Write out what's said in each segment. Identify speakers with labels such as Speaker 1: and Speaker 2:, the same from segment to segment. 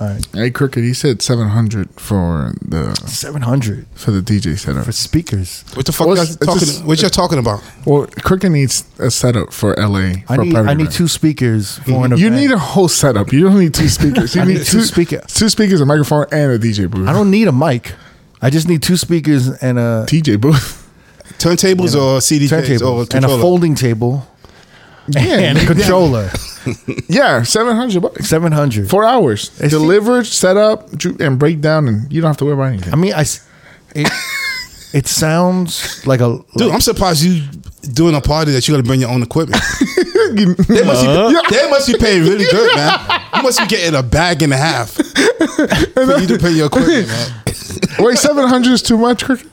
Speaker 1: All right.
Speaker 2: Hey, Crooked, he said 700 for the
Speaker 1: 700
Speaker 2: for the DJ setup.
Speaker 1: for speakers.
Speaker 3: What the fuck?
Speaker 2: What's-
Speaker 3: What's,
Speaker 2: it's
Speaker 3: talking,
Speaker 2: just-
Speaker 3: what y'all talking about?
Speaker 2: Well, Crooked needs a setup for LA.
Speaker 1: I
Speaker 2: for a
Speaker 1: need,
Speaker 2: private
Speaker 1: I need
Speaker 2: event.
Speaker 1: two speakers for an
Speaker 2: You
Speaker 1: event.
Speaker 2: need a whole setup. You don't need two speakers. You
Speaker 1: I need two speaker-
Speaker 2: Two speakers, a microphone, and a DJ booth.
Speaker 1: I don't need a mic. I just need two speakers and a
Speaker 2: DJ booth.
Speaker 3: Turntables or CD tapes or
Speaker 1: turntable and a
Speaker 3: controller?
Speaker 1: folding table
Speaker 2: Yeah,
Speaker 1: and a controller.
Speaker 2: yeah, seven hundred bucks,
Speaker 1: 700.
Speaker 2: four hours,
Speaker 1: It's-
Speaker 2: delivered, set up, ju- and breakdown, and you don't have to worry about anything.
Speaker 1: I mean, I s- it, it sounds like a
Speaker 3: Dude, I'm surprised you doing a party that you got to bring your own equipment. They must, be, they must be paying really good, man. You must be getting a bag and a half for you to pay your equipment, man.
Speaker 2: Wait, seven hundred is too much. Cricket?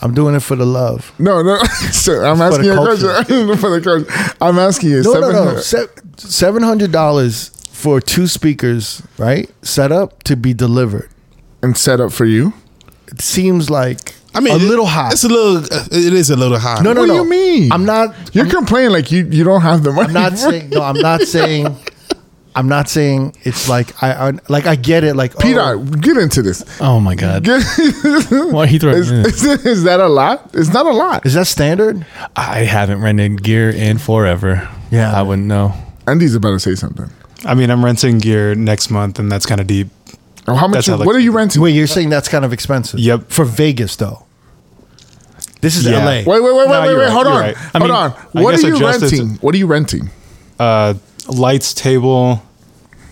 Speaker 1: I'm doing it for the love.
Speaker 2: No, no. So I'm
Speaker 1: For the
Speaker 2: asking you a
Speaker 1: culture.
Speaker 2: question. for the culture. I'm asking you.
Speaker 1: No, no,
Speaker 2: seven
Speaker 1: no.
Speaker 2: hundred.
Speaker 1: Se- $700 for two speakers, right? Set up to be delivered.
Speaker 2: and set up for you.
Speaker 1: It seems like
Speaker 3: I mean,
Speaker 1: a
Speaker 3: it-
Speaker 1: little high.
Speaker 3: It's a little. uh, It is a little high.
Speaker 1: No, no,
Speaker 2: what
Speaker 1: no.
Speaker 2: do you mean?
Speaker 1: I'm not.
Speaker 2: You're complaining like you, you don't have the money.
Speaker 1: I'm not
Speaker 2: for it.
Speaker 1: saying. No, I'm not saying. I'm not saying it's like I, I like I get it. Like
Speaker 2: Peter,
Speaker 1: oh,
Speaker 2: get into this.
Speaker 4: Uh,
Speaker 5: Oh my god.
Speaker 2: Get,
Speaker 5: Why he throw
Speaker 2: is, is, is that a lot? It's not a lot.
Speaker 1: is that standard?
Speaker 5: I haven't rented gear in forever.
Speaker 1: Yeah.
Speaker 5: I wouldn't know.
Speaker 2: Andy's about to say something.
Speaker 4: I mean, I'm renting gear next month, and that's kind of deep.
Speaker 2: Oh, how much?
Speaker 4: That's
Speaker 2: You,
Speaker 4: how, like-
Speaker 2: what are you renting?
Speaker 1: Wait, you're saying that's kind of expensive?
Speaker 4: Yep.
Speaker 1: For Vegas though, this is
Speaker 4: Yeah.
Speaker 1: L.A.
Speaker 2: Wait, wait, wait, wait,
Speaker 4: No,
Speaker 2: wait,
Speaker 4: you're
Speaker 2: wait.
Speaker 4: right,
Speaker 2: Hold
Speaker 4: you're
Speaker 2: on.
Speaker 4: right. I
Speaker 2: Hold
Speaker 4: mean,
Speaker 2: on.
Speaker 4: I
Speaker 2: What
Speaker 4: guess
Speaker 2: are you
Speaker 4: adjusted to-
Speaker 2: renting? What are you renting?
Speaker 4: Uh, lights, table,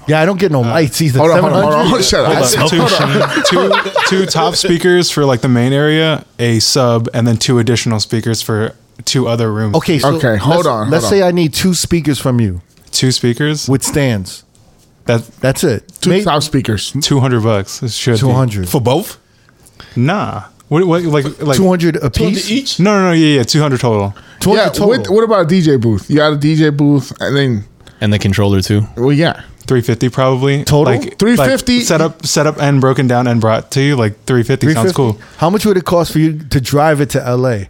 Speaker 1: Yeah, I don't get no lights either.
Speaker 2: Uh, Hold on, hold on, hold on.
Speaker 1: 700?
Speaker 2: Shut up.
Speaker 4: two, two, two top speakers for like the main area, a sub, and then two additional speakers for two other rooms.
Speaker 1: Okay, so
Speaker 2: Okay, hold
Speaker 1: let's-
Speaker 2: on, hold
Speaker 1: Let's
Speaker 2: on.
Speaker 1: say I need two speakers from you
Speaker 4: two speakers.
Speaker 1: with stands.
Speaker 4: That's
Speaker 1: That's it.
Speaker 2: Two top speakers.
Speaker 4: two hundred bucks. It should be.
Speaker 1: Two hundred.
Speaker 3: for both.
Speaker 4: Nah. What? What? Like like.
Speaker 1: Two hundred a
Speaker 3: Two
Speaker 1: piece.
Speaker 3: to each.
Speaker 4: No, no, no. Yeah, yeah. Two hundred total.
Speaker 1: Two hundred
Speaker 2: yeah.
Speaker 1: total.
Speaker 2: What, what about a DJ booth? You got a DJ booth, and then
Speaker 5: And the controller too.
Speaker 2: well, yeah,
Speaker 4: Three fifty probably
Speaker 1: Total?
Speaker 4: Like
Speaker 2: 350?
Speaker 4: Like set up, set up, and broken down and brought to you. Like three fifty sounds
Speaker 1: 350.
Speaker 4: cool.
Speaker 1: How much would it cost for you to drive it to L.A.?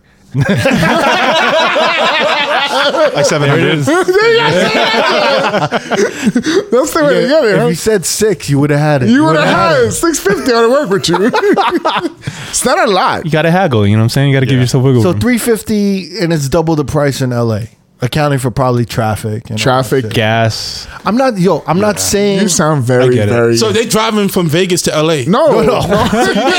Speaker 4: Like seven hundred.
Speaker 2: that's the way to get it.
Speaker 1: If
Speaker 2: Huh?
Speaker 1: you said six, you would have had it.
Speaker 2: You would
Speaker 1: would've
Speaker 2: have
Speaker 1: it.
Speaker 2: had six fifty on to work with you. it's not a lot.
Speaker 5: You gotta haggle, you know what I'm saying? You gotta give yourself wiggle.
Speaker 1: So
Speaker 5: room.
Speaker 1: three fifty, and it's double the price in LA, accounting for probably traffic. And all that
Speaker 2: Traffic.
Speaker 1: shit.
Speaker 5: gas.
Speaker 1: I'm not, yo. I'm not saying.
Speaker 2: You sound very,
Speaker 4: get it.
Speaker 2: very.
Speaker 3: So they driving from Vegas to LA.
Speaker 2: no, no,
Speaker 3: you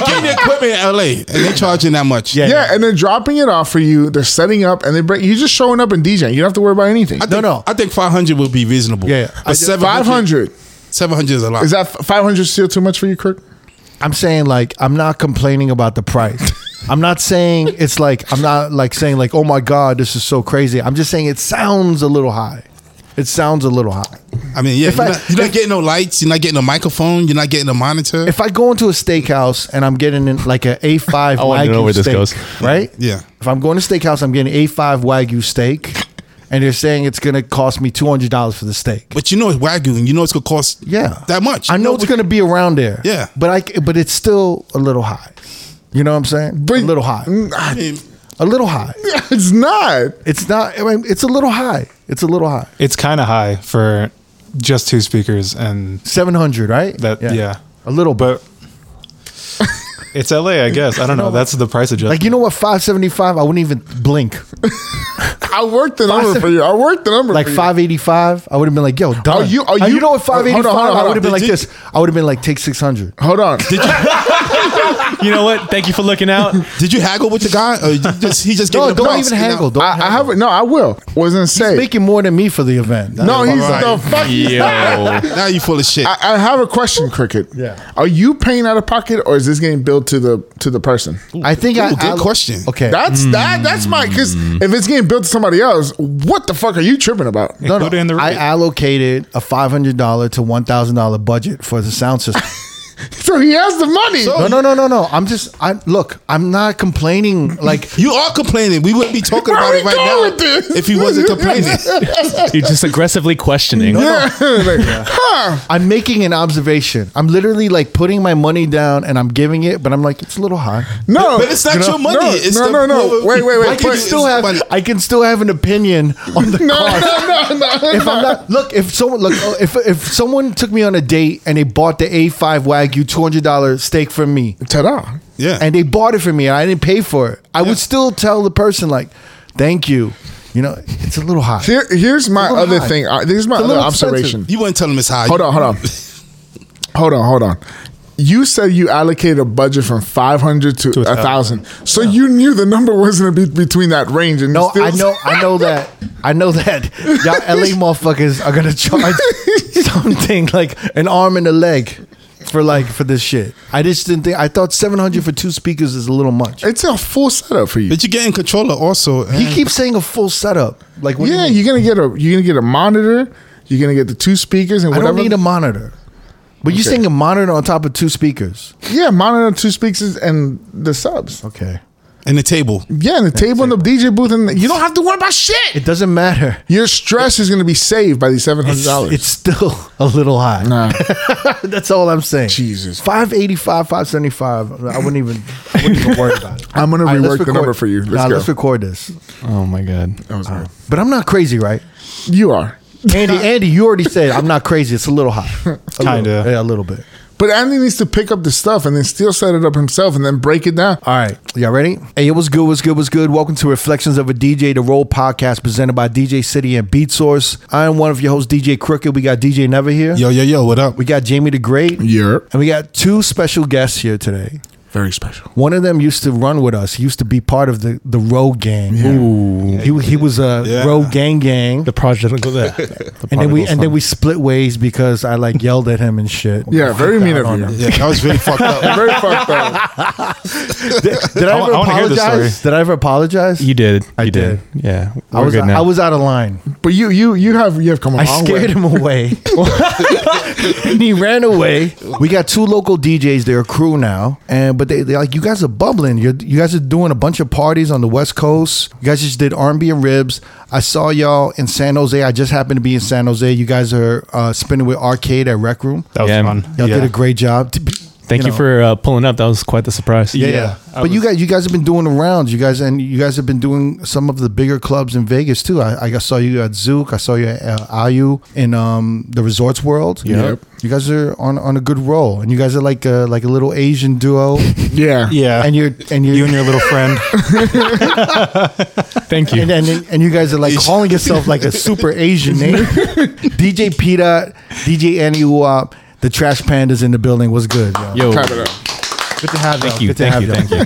Speaker 3: getting the equipment in LA and they charging that much.
Speaker 1: Yeah.
Speaker 2: yeah, and they're dropping it off for you. They're setting up, and they bring. You're just showing up and DJing. You don't have to worry about anything.
Speaker 3: I think,
Speaker 1: no.
Speaker 3: I think 500 would be reasonable.
Speaker 1: Yeah, yeah. I did-
Speaker 3: But 700,
Speaker 2: Five hundred
Speaker 3: 700 is a lot.
Speaker 2: is that five hundred still too much for you, Kirk?
Speaker 1: I'm saying like I'm not complaining about the price. I'm not saying it's like I'm not like saying like oh my god this is so crazy. I'm just saying it sounds a little high. It sounds a little high.
Speaker 3: I mean, yeah. You're,
Speaker 1: I-
Speaker 3: not, you're not getting no lights. You're not getting a microphone. You're not getting a monitor.
Speaker 1: If I go into a steakhouse and I'm getting in like an A5
Speaker 5: I wanna
Speaker 1: wagyu
Speaker 5: know where this
Speaker 1: steak,
Speaker 5: goes.
Speaker 1: right?
Speaker 3: Yeah.
Speaker 1: If I'm going to steakhouse, I'm getting A5 wagyu steak, and they're saying it's gonna cost me two hundred dollars for the steak.
Speaker 3: but you know it's wagyu, and you know it's gonna cost
Speaker 1: Yeah,
Speaker 3: that much.
Speaker 1: I
Speaker 3: You
Speaker 1: know it's
Speaker 3: what-
Speaker 1: going to be around there.
Speaker 3: Yeah.
Speaker 1: but I c- but it's still a little high. You know what I'm saying? a little high.
Speaker 2: Mm, ah,
Speaker 3: I mean,
Speaker 1: A little high.
Speaker 2: It's not.
Speaker 1: It's not. I mean, it's a little high. It's a little high.
Speaker 4: It's kind of high for just two speakers and
Speaker 1: Seven hundred, right?
Speaker 4: that. Yeah.
Speaker 1: a little. But
Speaker 4: But it's LA, I guess. I don't know. That's the price adjustment.
Speaker 1: like you know what, five seventy five. I wouldn't even blink.
Speaker 2: I worked the number for you. I worked the number.
Speaker 1: Like
Speaker 2: for you.
Speaker 1: five eighty five, I would have been like, "Yo, done."
Speaker 2: Are you- are
Speaker 1: Uh,
Speaker 2: you-
Speaker 1: know what? Five eighty
Speaker 2: Hold on, hold
Speaker 1: five.
Speaker 2: on, hold
Speaker 1: I
Speaker 2: on.
Speaker 1: would have been
Speaker 2: Did
Speaker 1: like
Speaker 2: you-
Speaker 1: this. I would have been like, "Take 600.
Speaker 2: Hold on. Did you?
Speaker 5: You know what? Thank you for looking out.
Speaker 3: did you haggle with the guy? Or you just he just
Speaker 1: No,
Speaker 3: giving a
Speaker 1: don't
Speaker 3: price,
Speaker 1: even
Speaker 3: you know?
Speaker 1: haggle. Don't
Speaker 2: I, I
Speaker 1: haggle.
Speaker 2: haven't. No, I will. Was gonna say.
Speaker 1: Making more than me for the event.
Speaker 2: no, he's
Speaker 3: All right.
Speaker 2: the fuck.
Speaker 5: Yo.
Speaker 3: Now you full of shit.
Speaker 2: I, I have a question, Cricket.
Speaker 1: Yeah.
Speaker 2: Are you paying out of pocket, or is this getting billed to the to the person?
Speaker 1: I think I.
Speaker 3: Ooh, good
Speaker 1: I-
Speaker 3: question.
Speaker 1: Okay,
Speaker 2: That's that. That's my because if it's getting billed to somebody else, what the fuck are you tripping about?
Speaker 1: No, no.
Speaker 4: Included in the
Speaker 1: I
Speaker 4: rate.
Speaker 1: allocated a five hundred dollar to one thousand dollar budget for the sound system.
Speaker 2: So he has the money.
Speaker 1: No, no, no, no, no. I'm just. I look. I'm not complaining. Like
Speaker 3: You are complaining. We wouldn't be talking
Speaker 2: Where
Speaker 3: about
Speaker 2: we
Speaker 3: it right
Speaker 2: going
Speaker 3: now
Speaker 2: with this?
Speaker 3: if he wasn't complaining.
Speaker 5: You're just aggressively questioning.
Speaker 2: Like,
Speaker 1: I'm making an observation. I'm literally like putting my money down and I'm giving it, but I'm like it's a little high.
Speaker 2: no,
Speaker 3: But it's not
Speaker 2: you know,
Speaker 3: your money.
Speaker 2: No,
Speaker 3: It's
Speaker 2: no,
Speaker 3: the-
Speaker 2: no, no. Wait, wait,
Speaker 3: I
Speaker 2: wait.
Speaker 3: can
Speaker 2: But,
Speaker 1: I can still have. I can still have an opinion on the
Speaker 2: no,
Speaker 1: cost.
Speaker 2: no, no, no.
Speaker 1: if I'm not look, if someone look, oh, if if someone took me on a date and they bought the A5 Wagyu two hundred dollar steak from me,
Speaker 2: Ta-da.
Speaker 3: Yeah.
Speaker 1: and they bought it for me and I didn't pay for it, I would still tell the person like, "Thank you," you know, it's a little hot.
Speaker 2: Here, here's my
Speaker 1: It's a little
Speaker 2: other
Speaker 1: high.
Speaker 2: thing. Uh, Here's my
Speaker 1: It's a
Speaker 2: other
Speaker 1: little expensive.
Speaker 2: observation.
Speaker 3: you wouldn't tell him it's high.
Speaker 2: Hold on, hold on, hold on, hold on. You said you allocated a budget from five hundred to a thousand, so you knew the number was going to be between that range. And
Speaker 1: No,
Speaker 2: you still-
Speaker 1: I know, I know that, I know that y'all LA motherfuckers are gonna charge something like an arm and a leg for like for this shit. I just didn't think. I thought seven hundred for two speakers is a little much.
Speaker 2: it's a full setup for you.
Speaker 3: But you're getting controller also.
Speaker 1: He
Speaker 3: and-
Speaker 1: keeps saying a full setup. Like, what do you
Speaker 2: yeah,
Speaker 1: mean?
Speaker 2: you're gonna get a you're gonna get a monitor. You're gonna get the two speakers and
Speaker 1: I
Speaker 2: whatever.
Speaker 1: don't need a monitor. But you're
Speaker 2: Okay.
Speaker 1: saying a monitor on top of two speakers.
Speaker 2: yeah, monitor, two speakers, and the subs.
Speaker 1: Okay.
Speaker 3: and the table.
Speaker 2: Yeah, and the table and the DJ booth, and you don't have to worry about shit.
Speaker 1: It doesn't matter.
Speaker 2: Your stress is gonna be saved by these seven hundred
Speaker 1: It's,
Speaker 2: dollars.
Speaker 1: it's still a little high.
Speaker 2: nah,
Speaker 1: That's all I'm saying.
Speaker 2: Jesus.
Speaker 1: 585, 575. I wouldn't even, I wouldn't even worry about it.
Speaker 2: I'm gonna
Speaker 1: All right, let's
Speaker 2: rework the
Speaker 1: record-
Speaker 2: number for you. Let's
Speaker 1: nah,
Speaker 2: go.
Speaker 1: let's record this.
Speaker 5: Oh my god.
Speaker 2: That was good.
Speaker 1: But I'm not crazy, right?
Speaker 2: You are.
Speaker 1: Andy, Andy, you already said I'm not crazy. It's a little high. A little-
Speaker 4: Kinda.
Speaker 1: Yeah, a little bit.
Speaker 2: But Andy needs to pick up the stuff and then still set it up himself and then break it down.
Speaker 1: All right, y'all ready? Hey, it was good, what's good, what's good. Welcome to Reflections of a DJ, the Roll podcast presented by DJ City and Beat Source. I am one of your hosts, DJ Crooked. We got DJ Never here.
Speaker 3: Yo, yo, yo, what up?
Speaker 1: We got Jamie the Great, and
Speaker 2: Yeah.
Speaker 1: we got two special guests here today.
Speaker 2: Very special.
Speaker 1: One of them used to run with us. He used to be part of the the Road Gang. Ooh, he, he was a
Speaker 3: Yeah.
Speaker 1: Road Gang gang. The project go there. and then we and then we split ways because I like yelled at him and shit.
Speaker 2: Yeah, very mean of
Speaker 1: on
Speaker 2: you.
Speaker 1: him.
Speaker 3: Yeah, that was really fucked up.
Speaker 2: Very fucked up.
Speaker 1: Did I
Speaker 4: wa-
Speaker 1: ever
Speaker 4: I wanna hear this
Speaker 1: apologize? Did I ever apologize?
Speaker 5: You did. You
Speaker 1: I
Speaker 5: did. Yeah.
Speaker 1: I
Speaker 5: we're
Speaker 1: was
Speaker 5: good now.
Speaker 1: I was out of line.
Speaker 2: But you you you have you have come a
Speaker 1: I
Speaker 2: long
Speaker 1: scared
Speaker 2: way.
Speaker 1: him away. and he ran away. We got two local DJs, they're a crew now. And but they they like you guys are bubbling. You're, you guys are doing a bunch of parties on the West Coast. You guys just did R&B and Ribs. I saw y'all in San Jose. I just happened to be in San Jose. You guys are uh, spinning with Arcade at Rec Room.
Speaker 4: That was
Speaker 5: Yeah,
Speaker 4: fun.
Speaker 1: Y'all
Speaker 4: yeah.
Speaker 1: did a great job.
Speaker 5: Thank you,
Speaker 1: know.
Speaker 5: for uh, pulling up. That was quite the surprise.
Speaker 1: Yeah,
Speaker 4: Yeah, I
Speaker 1: but you guys, you guys have been doing the rounds. You guys and you guys have been doing some of the bigger clubs in Vegas too. I, I saw you at Zook. I saw you at uh, Ayu in um, the Resorts World.
Speaker 2: Yep.
Speaker 1: you guys are on, on a good roll, and you guys are like a, like a little Asian duo.
Speaker 2: Yeah.
Speaker 4: Yeah.
Speaker 1: and you're and you're
Speaker 4: you and your little friend.
Speaker 5: Thank you.
Speaker 1: and, and and you guys are like calling yourself like a super Asian name. DJ Pita, DJ Annie Uwap, the Trash Pandas in the building was good. Yo.
Speaker 5: Yo,
Speaker 2: Clap it up.
Speaker 1: Good to have
Speaker 5: thank
Speaker 1: y'all.
Speaker 5: you,
Speaker 1: Good to
Speaker 5: thank
Speaker 1: have
Speaker 5: you,
Speaker 1: y'all.
Speaker 5: thank you.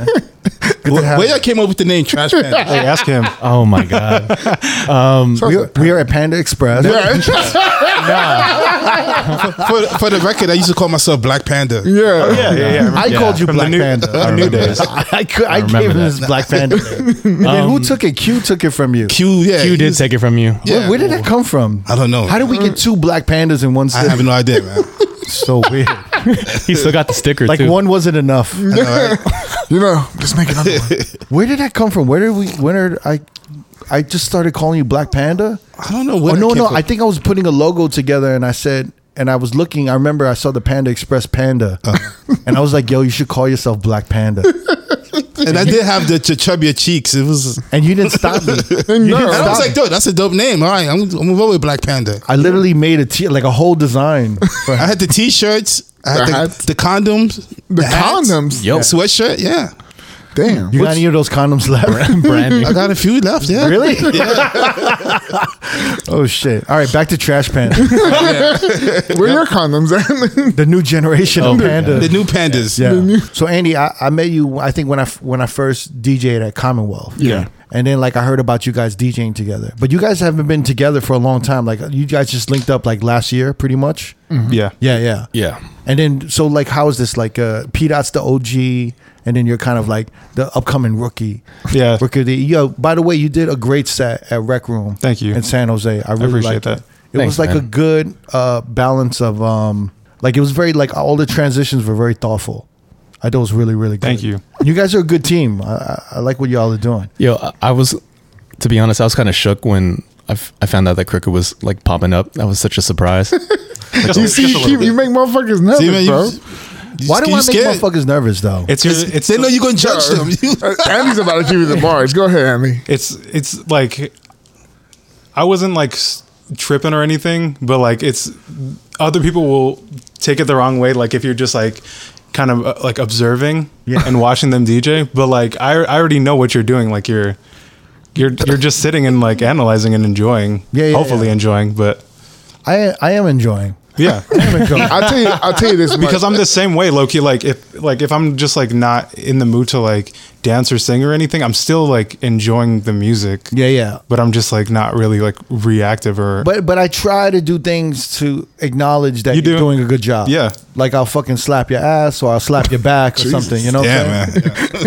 Speaker 1: Good to have
Speaker 3: Where
Speaker 1: y'all.
Speaker 3: y'all came up with the name Trash Pan?
Speaker 4: Hey, ask him.
Speaker 5: Oh my god.
Speaker 1: We are, we are at Panda Express.
Speaker 3: For, for the record, I used to call myself Black Panda.
Speaker 2: Yeah.
Speaker 4: Yeah, yeah, yeah.
Speaker 1: I called you
Speaker 4: From the
Speaker 1: Black
Speaker 4: new-
Speaker 1: Panda.
Speaker 4: the new days.
Speaker 1: I, I, could, I,
Speaker 5: remember
Speaker 1: gave him
Speaker 5: that.
Speaker 1: this Black Panda. name. and then who took it? Q took it from you.
Speaker 3: Q, yeah.
Speaker 5: you
Speaker 3: he
Speaker 5: did
Speaker 3: was-
Speaker 5: take it from you.
Speaker 1: Where,
Speaker 3: yeah.
Speaker 1: where did that come from?
Speaker 3: I don't know.
Speaker 1: How did we get two Black Pandas in one
Speaker 3: I
Speaker 1: city?
Speaker 3: have no idea, man.
Speaker 1: so weird.
Speaker 5: He still got the sticker
Speaker 1: Like
Speaker 5: too.
Speaker 1: one wasn't enough.
Speaker 2: You know, just make another one.
Speaker 1: Where did that come from? Where did we? Where did I? I just started calling you Black Panda.
Speaker 3: I don't know
Speaker 1: Oh
Speaker 3: what.
Speaker 1: no, no. I think I was putting a logo together, and I said, and I was looking. I remember I saw the Panda Express Panda, and I was like, "Yo, you should call yourself Black Panda."
Speaker 3: and I did have the ch- chubbier cheeks. It was.
Speaker 1: And you didn't stop me. You didn't
Speaker 2: No.
Speaker 3: And I was
Speaker 1: stop
Speaker 3: like, dude, that's a dope name. All right, I'm, I'm gonna roll with Black Panda.
Speaker 1: I literally made a t- like a whole design. For
Speaker 3: I had the t-shirts, I
Speaker 2: The
Speaker 3: had
Speaker 2: hats.
Speaker 3: the, the condoms, the, hats,
Speaker 2: condoms?
Speaker 3: the
Speaker 5: Yo.
Speaker 3: sweatshirt. Yeah,
Speaker 2: Damn.
Speaker 1: You got any of those condoms left?
Speaker 5: brand
Speaker 3: I got a few left. Yeah,
Speaker 1: really? oh shit! All right, back to trash panda.
Speaker 2: Where your condoms at?
Speaker 1: the new generation
Speaker 5: Oh,
Speaker 1: of
Speaker 5: my
Speaker 1: panda.
Speaker 3: The new pandas.
Speaker 1: Yeah. So Andy, I, I met you. I think when I f- when I first DJed at Commonwealth.
Speaker 2: Yeah.
Speaker 1: And then like I heard about you guys DJing together, but you guys haven't been together for a long time. Like you guys just linked up like last year, pretty much.
Speaker 3: Mm.
Speaker 4: Yeah.
Speaker 1: Yeah, yeah,
Speaker 3: yeah.
Speaker 1: And then so like, how is this like? Uh, P Dot's the OG, and then you're kind of like the upcoming rookie.
Speaker 4: Yeah.
Speaker 1: Rookie of the Yo, by the way, you did a great set at Rec Room.
Speaker 4: Thank you.
Speaker 1: In San Jose. I really
Speaker 4: appreciate
Speaker 1: liked
Speaker 4: that.
Speaker 1: It, it was
Speaker 5: Thanks,
Speaker 1: like a
Speaker 5: man.
Speaker 1: good uh, balance of um, Like it was very like all the transitions were very thoughtful. I thought it was really really good.
Speaker 4: Thank you.
Speaker 1: You guys are a good team. I, I, I like what y'all are doing.
Speaker 5: Yo, I- I was, to be honest, I was kind of shook when I, f- I found out that Crooked was like popping up. That was such a surprise.
Speaker 1: Oh
Speaker 2: You see, you, keep, you make motherfuckers nervous,
Speaker 3: See, man, you,
Speaker 2: bro.
Speaker 3: you-
Speaker 1: Why do
Speaker 3: you
Speaker 1: I make
Speaker 3: scared?
Speaker 1: motherfuckers nervous though?
Speaker 4: It's your, it's
Speaker 3: They know you're gonna judge them.
Speaker 2: Uh, Andy's about to give you the bars. Go ahead, Andy.
Speaker 4: it's it's like I wasn't like s- tripping or anything, but like it's other people will take it the wrong way. Like if you're just like kind of uh, like observing and watching them DJ, but like I I already know what you're doing. Like you're you're you're just sitting and like analyzing and enjoying.
Speaker 1: Yeah, yeah,
Speaker 4: hopefully
Speaker 1: yeah.
Speaker 4: enjoying, but
Speaker 1: I I am enjoying.
Speaker 4: yeah.
Speaker 1: I'm enjoying.
Speaker 2: I'll tell you. I'll tell you this much.
Speaker 4: because I'm the same way, Loki. Like if like if I'm just like not in the mood to like dance or sing or anything, I'm still like enjoying the music.
Speaker 1: yeah, yeah.
Speaker 4: But I'm just like not really like reactive or
Speaker 1: But but I try to do things to acknowledge that
Speaker 4: You
Speaker 1: you are
Speaker 4: do.
Speaker 1: doing a good job.
Speaker 4: Yeah.
Speaker 1: Like I'll fucking slap your ass or I'll slap your back or something. You know what I'm
Speaker 3: Yeah,
Speaker 1: saying?
Speaker 3: man.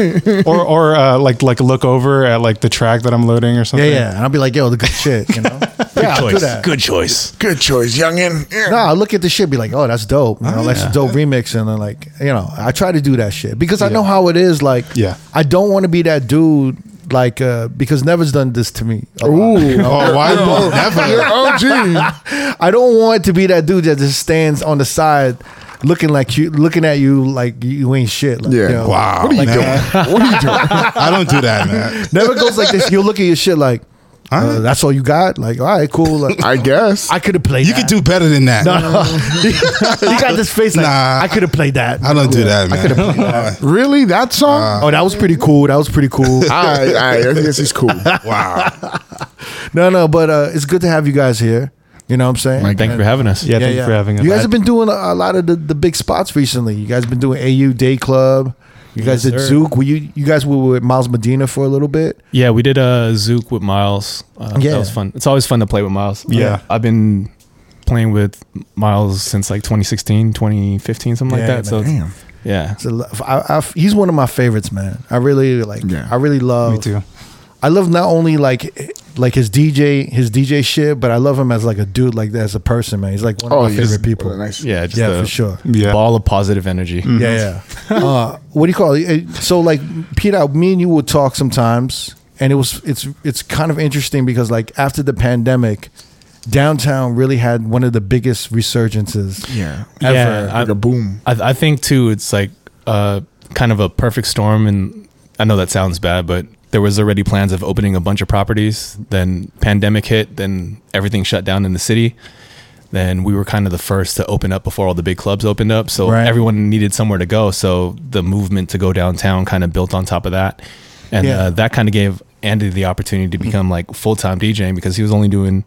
Speaker 4: or or uh, like like look over at like the track that I'm loading or
Speaker 1: Yeah,
Speaker 4: something.
Speaker 1: yeah. And I'll be like, yo, the good shit, you know? yeah, I'll do that.
Speaker 5: Good choice.
Speaker 2: Good choice, youngin. Yeah.
Speaker 1: No, I look at the shit, be like, oh, that's dope. You know, that's a dope remix. And then, like, you know, I try to do that shit because I know how it is. Like,
Speaker 4: Yeah.
Speaker 1: I don't want to be that dude, like, uh, because Never's done this to me. a lot, you know?
Speaker 3: Oh, why? Never.
Speaker 2: You're OG.
Speaker 1: I don't want to be that dude that just stands on the side looking like you, looking at you like you ain't shit. Like,
Speaker 2: Yeah.
Speaker 1: you know?
Speaker 3: Wow.
Speaker 2: What are you
Speaker 3: man.
Speaker 2: doing? What are you doing?
Speaker 3: I don't do that, man.
Speaker 1: Never goes like this. You'll look at your shit like, uh, that's all you got? Like, all right, cool. Like,
Speaker 2: I guess.
Speaker 1: I could have played
Speaker 3: You
Speaker 1: that.
Speaker 3: could do better than that.
Speaker 1: he got this face like,
Speaker 3: Nah.
Speaker 1: I could have played that.
Speaker 3: I don't do that, man.
Speaker 2: really? That song?
Speaker 1: Oh, that was pretty cool. That was pretty cool.
Speaker 2: I, I, I guess he's cool.
Speaker 3: wow.
Speaker 1: no, no, but uh, it's good to have you guys here. You know what I'm saying?
Speaker 5: Thank you for having us.
Speaker 4: Yeah, thank you for having us.
Speaker 1: You guys have been doing a, a lot of the, the big spots recently. You guys been doing AU Day Club. You guys did
Speaker 5: sir.
Speaker 1: Zook. Were you you guys were with Miles Medina for a little bit?
Speaker 5: Yeah, we did a Zook with Miles. Uh,
Speaker 1: Yeah.
Speaker 5: that was fun. It's always fun to play with Miles.
Speaker 4: Yeah.
Speaker 5: I've been playing with Miles since like 2016, 2015, something
Speaker 1: Yeah,
Speaker 5: like that. So it's-
Speaker 2: Damn.
Speaker 5: yeah,
Speaker 1: It's a lo- I- I- he's one of my favorites, man. I really like.
Speaker 2: Yeah.
Speaker 1: I really love.
Speaker 4: Me too.
Speaker 1: I love not only like like his DJ his DJ shit, but I love him as like a dude, like as a person, man. He's like one of my
Speaker 2: he's-
Speaker 1: favorite people.
Speaker 2: what Oh, a Nice.
Speaker 5: yeah, just
Speaker 1: yeah,
Speaker 5: a
Speaker 1: for sure. Mm-hmm.
Speaker 4: Yeah.
Speaker 5: ball of positive energy.
Speaker 1: Yeah, yeah. uh, what do you call it? Uh, So like, Peter, me and you would talk sometimes, and it was it's it's kind of interesting because like after the pandemic, downtown really had one of the biggest resurgences.
Speaker 2: Yeah.
Speaker 5: Yeah,
Speaker 1: Ever.
Speaker 5: I-
Speaker 2: Like a boom.
Speaker 5: I, I think too, it's like uh, kind of a perfect storm, and I know that sounds bad, but there was already plans of opening a bunch of properties. Then pandemic hit, then everything shut down in the city. Then we were kind of the first to open up before all the big clubs opened up, so
Speaker 1: Right.
Speaker 5: everyone needed somewhere to go. So the movement to go downtown kind of built on top of that, and
Speaker 1: Yeah.
Speaker 5: uh, that kind of gave Andy the opportunity to become like full time DJing because he was only doing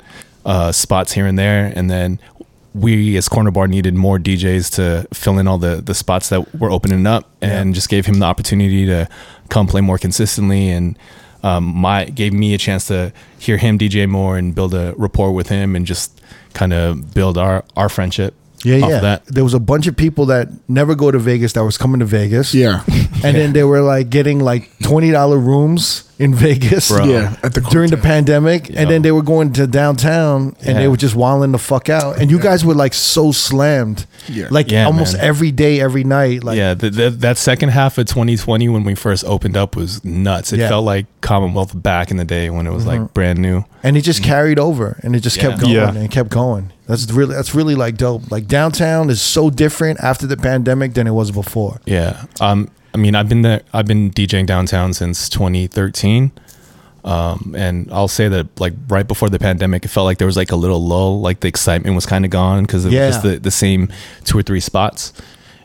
Speaker 5: uh, spots here and there, and then we as Corner Bar needed more DJs to fill in all the the spots that were opening up, and just gave him the opportunity to come play more consistently, and um, my gave me a chance to hear him DJ more and build a rapport with him, and just kind of build our our friendship.
Speaker 1: Yeah,
Speaker 5: off
Speaker 1: yeah.
Speaker 5: of that.
Speaker 1: There was a bunch of people that never go to Vegas that was coming to Vegas.
Speaker 2: Yeah.
Speaker 1: and then they were like getting like twenty dollar rooms in Vegas.
Speaker 5: Bro.
Speaker 2: Yeah. At the
Speaker 1: During the pandemic, and then they were going to downtown, and they
Speaker 5: Yeah.
Speaker 1: were just wilding the fuck out. And you guys were like so slammed,
Speaker 2: Yeah.
Speaker 1: like
Speaker 5: Yeah,
Speaker 1: almost
Speaker 5: man.
Speaker 1: every day, every night. Like,
Speaker 5: yeah, th th that second half of 2020 when we first opened up was nuts. It
Speaker 1: Yeah. Mm-hmm.
Speaker 5: felt like Commonwealth back in the day when it was like brand new.
Speaker 1: and it just carried over and it just kept
Speaker 5: Mm-hmm. Yeah.
Speaker 1: going
Speaker 4: Yeah.
Speaker 1: and kept going that's really that's really like dope like downtown is so different after the pandemic than it was before
Speaker 5: Yeah. Um. I mean, I've been there. I've been DJing downtown since 2013. Um, and I'll say that like right before the pandemic, it felt like there was like a little lull, like the excitement was kind of gone because it
Speaker 1: Yeah.
Speaker 5: was just the, the same two or three spots.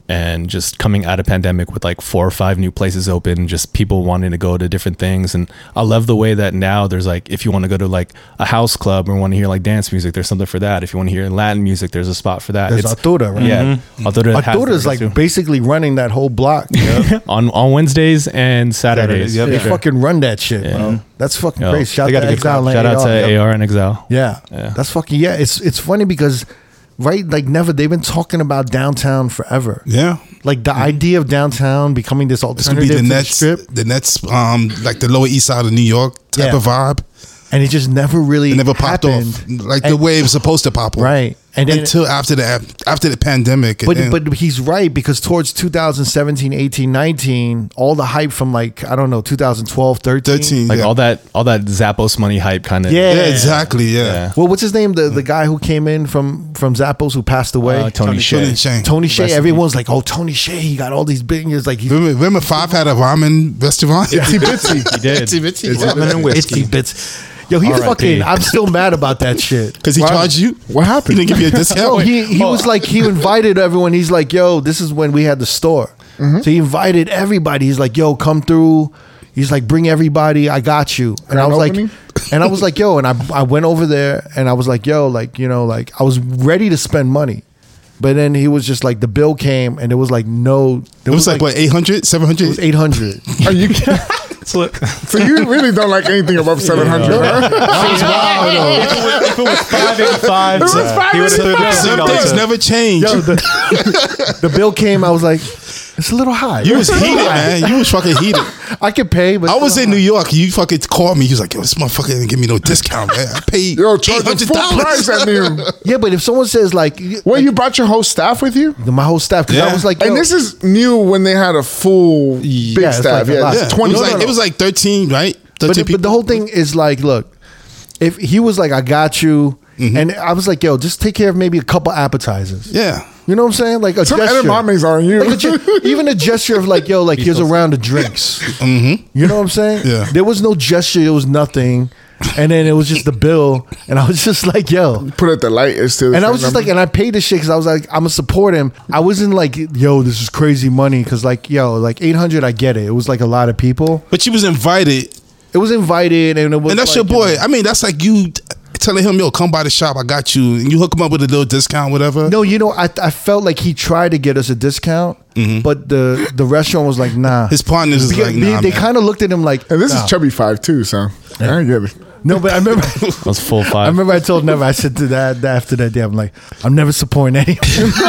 Speaker 5: And just coming out of pandemic with like four or five new places open, just people wanting to go to different things. And I love the way that now there's like, if you want to go to like a house club or want to hear like dance music, there's something for that. If you want to hear Latin music, there's a spot for that.
Speaker 1: There's Artura, right?
Speaker 5: Yeah. Artura has
Speaker 1: Arturo is
Speaker 5: theirs,
Speaker 1: like
Speaker 5: too
Speaker 1: basically running that whole block
Speaker 5: on on Wednesdays and Saturdays.
Speaker 4: Saturdays, yep.
Speaker 1: they
Speaker 4: Yeah.
Speaker 1: fucking run that shit bro. that's fucking
Speaker 5: Yo,
Speaker 1: crazy shout,
Speaker 5: they
Speaker 1: out
Speaker 5: got
Speaker 1: to
Speaker 5: a good
Speaker 1: Exile and
Speaker 5: crowd. Shout out
Speaker 1: AR.
Speaker 5: to AR and Exile.
Speaker 1: yeah.
Speaker 5: Yeah.
Speaker 1: that's fucking yeah it's it's funny because right like never they've been talking about downtown forever
Speaker 3: Yeah.
Speaker 1: like the idea of downtown becoming this
Speaker 3: This could be
Speaker 1: alternative to
Speaker 3: the
Speaker 1: the
Speaker 3: next,
Speaker 1: strip
Speaker 3: the next, um, like the Lower East Side of New York type
Speaker 1: Yeah.
Speaker 3: of vibe.
Speaker 1: and it just never really
Speaker 3: It never popped
Speaker 1: happened.
Speaker 3: off like the
Speaker 1: And-
Speaker 3: way it was supposed to pop off.
Speaker 1: Right. And then
Speaker 3: until after the after the pandemic. and
Speaker 1: But
Speaker 3: then-
Speaker 1: but he's right because towards 2017, 18, 19, all the hype from like I don't know 2012, 13.
Speaker 3: 13,
Speaker 5: like
Speaker 3: yeah.
Speaker 5: all that all that Zappos money hype kind of
Speaker 1: Yeah.
Speaker 3: yeah, exactly, yeah.
Speaker 5: Yeah.
Speaker 1: Well, what's his name? The the guy who came in from from Zappos who passed away.
Speaker 5: Uh, Tony,
Speaker 3: Tony
Speaker 5: Shea.
Speaker 3: Shea.
Speaker 1: Tony Shea.
Speaker 5: Rest in
Speaker 1: Everyone's like, oh, Tony Shea. He got all these billionaires. Like he's
Speaker 3: Remember, remember Five had a ramen restaurant?
Speaker 2: Itsy bitsy.
Speaker 5: He did.
Speaker 3: Itsy bitsy.
Speaker 4: Ramen and
Speaker 1: itsy
Speaker 4: whiskey.
Speaker 1: bits. Yo, he
Speaker 5: R.I.P.
Speaker 1: fucking. I'm still mad about that shit.
Speaker 3: Because he
Speaker 2: Why-
Speaker 3: charged you?
Speaker 2: What happened?
Speaker 3: He didn't give you a discount?
Speaker 1: No, he, he was like he invited everyone. He's like, yo, this is when we had the store.
Speaker 3: Mm-hmm.
Speaker 1: So he invited everybody. He's like, yo, come through. He's like, bring everybody. I got you. And I
Speaker 2: Grand
Speaker 1: was
Speaker 2: opening?
Speaker 1: like, and I was like, yo, and I I went over there and I was like, yo, like you know, like I was ready to spend money, but then he was just like, the bill came and it was like no,
Speaker 3: it was like, what, 800, 700?
Speaker 1: it was eight hundred.
Speaker 2: Are you kidding?
Speaker 4: So, look,
Speaker 2: So you really don't like anything above 700, huh?
Speaker 4: if it was five eighty five,
Speaker 2: was
Speaker 4: he would
Speaker 2: $5.85.
Speaker 4: have paid
Speaker 3: Some things
Speaker 4: dollars.
Speaker 3: never change.
Speaker 1: Yo, the, the bill came. I was like, it's a little high.
Speaker 3: you was heated, man. You was fucking heated.
Speaker 1: I could pay, but
Speaker 3: I was in New York. You fucking called me. You was like, yo, this motherfucker didn't give me no discount, man. I paid
Speaker 2: Yo, charge the full price
Speaker 3: $800.
Speaker 2: at me.
Speaker 1: yeah. But if someone says like,
Speaker 2: Well,
Speaker 1: like,
Speaker 2: you brought your whole staff with you?
Speaker 1: my whole staff, because I
Speaker 3: Yeah.
Speaker 1: was like,
Speaker 2: And
Speaker 1: yo,
Speaker 2: this is new when they had a full big
Speaker 1: Yeah, it's
Speaker 2: staff.
Speaker 1: like a
Speaker 2: yeah,
Speaker 1: lot.
Speaker 2: it's
Speaker 3: Yeah.
Speaker 2: 20.
Speaker 3: It was, like, it was like 13, right? 13
Speaker 1: but, but the whole thing is like, look, if he was like, I got you, and I was like, yo, just take care of maybe a couple appetizers.
Speaker 3: Mm-hmm. Yeah.
Speaker 1: You know what I'm saying? Like a
Speaker 2: Some
Speaker 1: gesture.
Speaker 2: edamames are on you.
Speaker 1: Like a ge- even a gesture of like, yo, like here's a round of drinks. You know what I'm saying?
Speaker 3: Mm-hmm. Yeah.
Speaker 1: There was no gesture. It was nothing. And then it was just the bill, and I was just like, yo.
Speaker 2: Put it the light is still. the
Speaker 1: And I
Speaker 2: same
Speaker 1: was just
Speaker 2: number.
Speaker 1: like, and I paid this shit because I was like, I'm gonna support him. I wasn't like, yo, this is crazy money because like, yo, like 800, I get it. It was like a lot of people.
Speaker 3: But you was invited.
Speaker 1: It was invited, and it was
Speaker 3: And
Speaker 1: like,
Speaker 3: that's your
Speaker 1: you know,
Speaker 3: boy. I mean, that's like you t- telling him, yo, come by the shop. I got you. And you hook him up with a little discount, whatever.
Speaker 1: No, you know, I, I felt like he tried to get us a discount, but the the restaurant was like, nah.
Speaker 3: Mm-hmm. His partners is
Speaker 1: Because
Speaker 3: like,
Speaker 1: they,
Speaker 3: nah,
Speaker 1: they
Speaker 3: man.
Speaker 1: kind of looked at him like,
Speaker 2: and this
Speaker 1: nah.
Speaker 2: is Chubby Five too, so I don't get it.
Speaker 1: no, but I remember,
Speaker 5: That was full
Speaker 1: I
Speaker 5: five.
Speaker 1: remember, I told Never, I said to that, that after that day, I'm like, I'm never supporting any.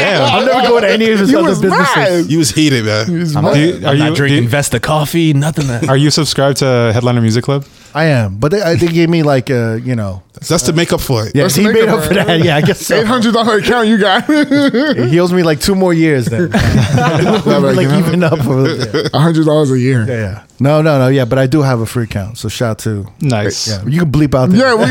Speaker 1: I'm never going to any of his
Speaker 2: You
Speaker 1: other
Speaker 2: was
Speaker 1: businesses.
Speaker 2: mad.
Speaker 3: you was heated, man.
Speaker 5: I'm, not,
Speaker 4: Do you- are
Speaker 5: I'm not
Speaker 4: you- do
Speaker 5: drinking
Speaker 4: you-
Speaker 5: Vesta coffee, nothing. That,
Speaker 4: Are you subscribed to Headliner Music Club?
Speaker 1: I am, but they, I- they gave me like, uh, you know,
Speaker 3: That's to make up for it.
Speaker 1: yeah,
Speaker 2: Let's
Speaker 1: he
Speaker 2: make
Speaker 1: made
Speaker 2: up
Speaker 1: up for
Speaker 2: for it.
Speaker 1: that. Yeah, I guess so.
Speaker 2: Eight hundred dollar account you got.
Speaker 1: He heals me like two more years then. like even up. over- yeah.
Speaker 2: hundred dollars a year.
Speaker 1: Yeah, yeah. No, no, no. Yeah, but I do have a free account, so shout out to.
Speaker 4: Nice.
Speaker 1: Yeah, you can bleep out. the-
Speaker 2: Yeah, we,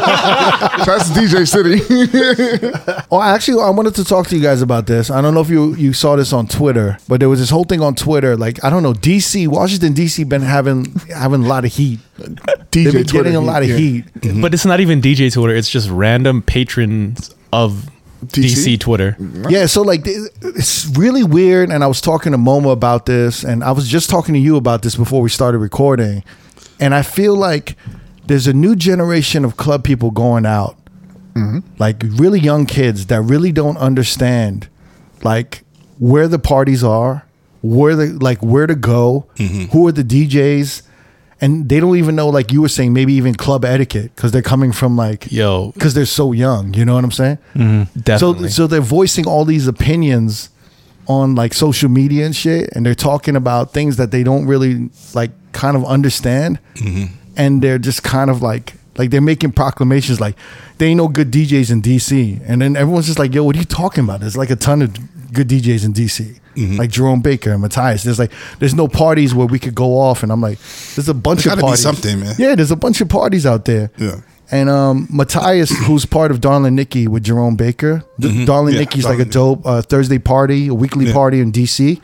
Speaker 2: that's DJ City.
Speaker 1: Oh, actually, I wanted to talk to you guys about this. I don't know if you you saw this on Twitter, but there was this whole thing on Twitter. Like, I don't know, DC, Washington DC, been having having a lot of heat. They've been
Speaker 2: DJ Twitter
Speaker 1: getting a lot of
Speaker 2: yeah.
Speaker 1: heat.
Speaker 5: But it's not even DJ Twitter. It's just random patrons of
Speaker 2: DC?
Speaker 5: DC, Twitter.
Speaker 1: Yeah, so like it- it's really weird. And I was talking to Moma about this, and I was just talking to you about this before we started recording. And I feel like there's a new generation of club people going out, like really young kids that really don't understand, like where the parties are, where the like where to go, who are the DJs. And they don't even know, like you were saying, maybe even club etiquette because they're coming from like,
Speaker 5: Yo,
Speaker 1: because they're so young. You know what I'm saying?
Speaker 5: definitely.
Speaker 1: So so they're voicing all these opinions on like social media and shit, and they're talking about things that they don't really like kind of understand,
Speaker 3: Mm-hmm.
Speaker 1: and they're just kind of like like they're making proclamations like they ain't no good DJs in DC, and then everyone's just like, yo, what are you talking about? There's like a ton of good DJs in DC.
Speaker 3: Mm-hmm.
Speaker 1: Like Jerome Baker and Matthias, there's like there's no parties where we could go off, and I'm like, there's a bunch
Speaker 3: There
Speaker 1: of
Speaker 3: gotta be
Speaker 1: parties.
Speaker 3: something, man.
Speaker 1: Yeah, there's a bunch of parties out there.
Speaker 3: Yeah.
Speaker 1: And um, Matthias, who's part of Darlin' Nikki with Jerome Baker, D- Darlin'
Speaker 3: Mm-hmm. Yeah,
Speaker 1: Nikki's
Speaker 3: Darlin'
Speaker 1: like a
Speaker 3: Nikki.
Speaker 1: dope uh, Thursday party, a weekly party in DC.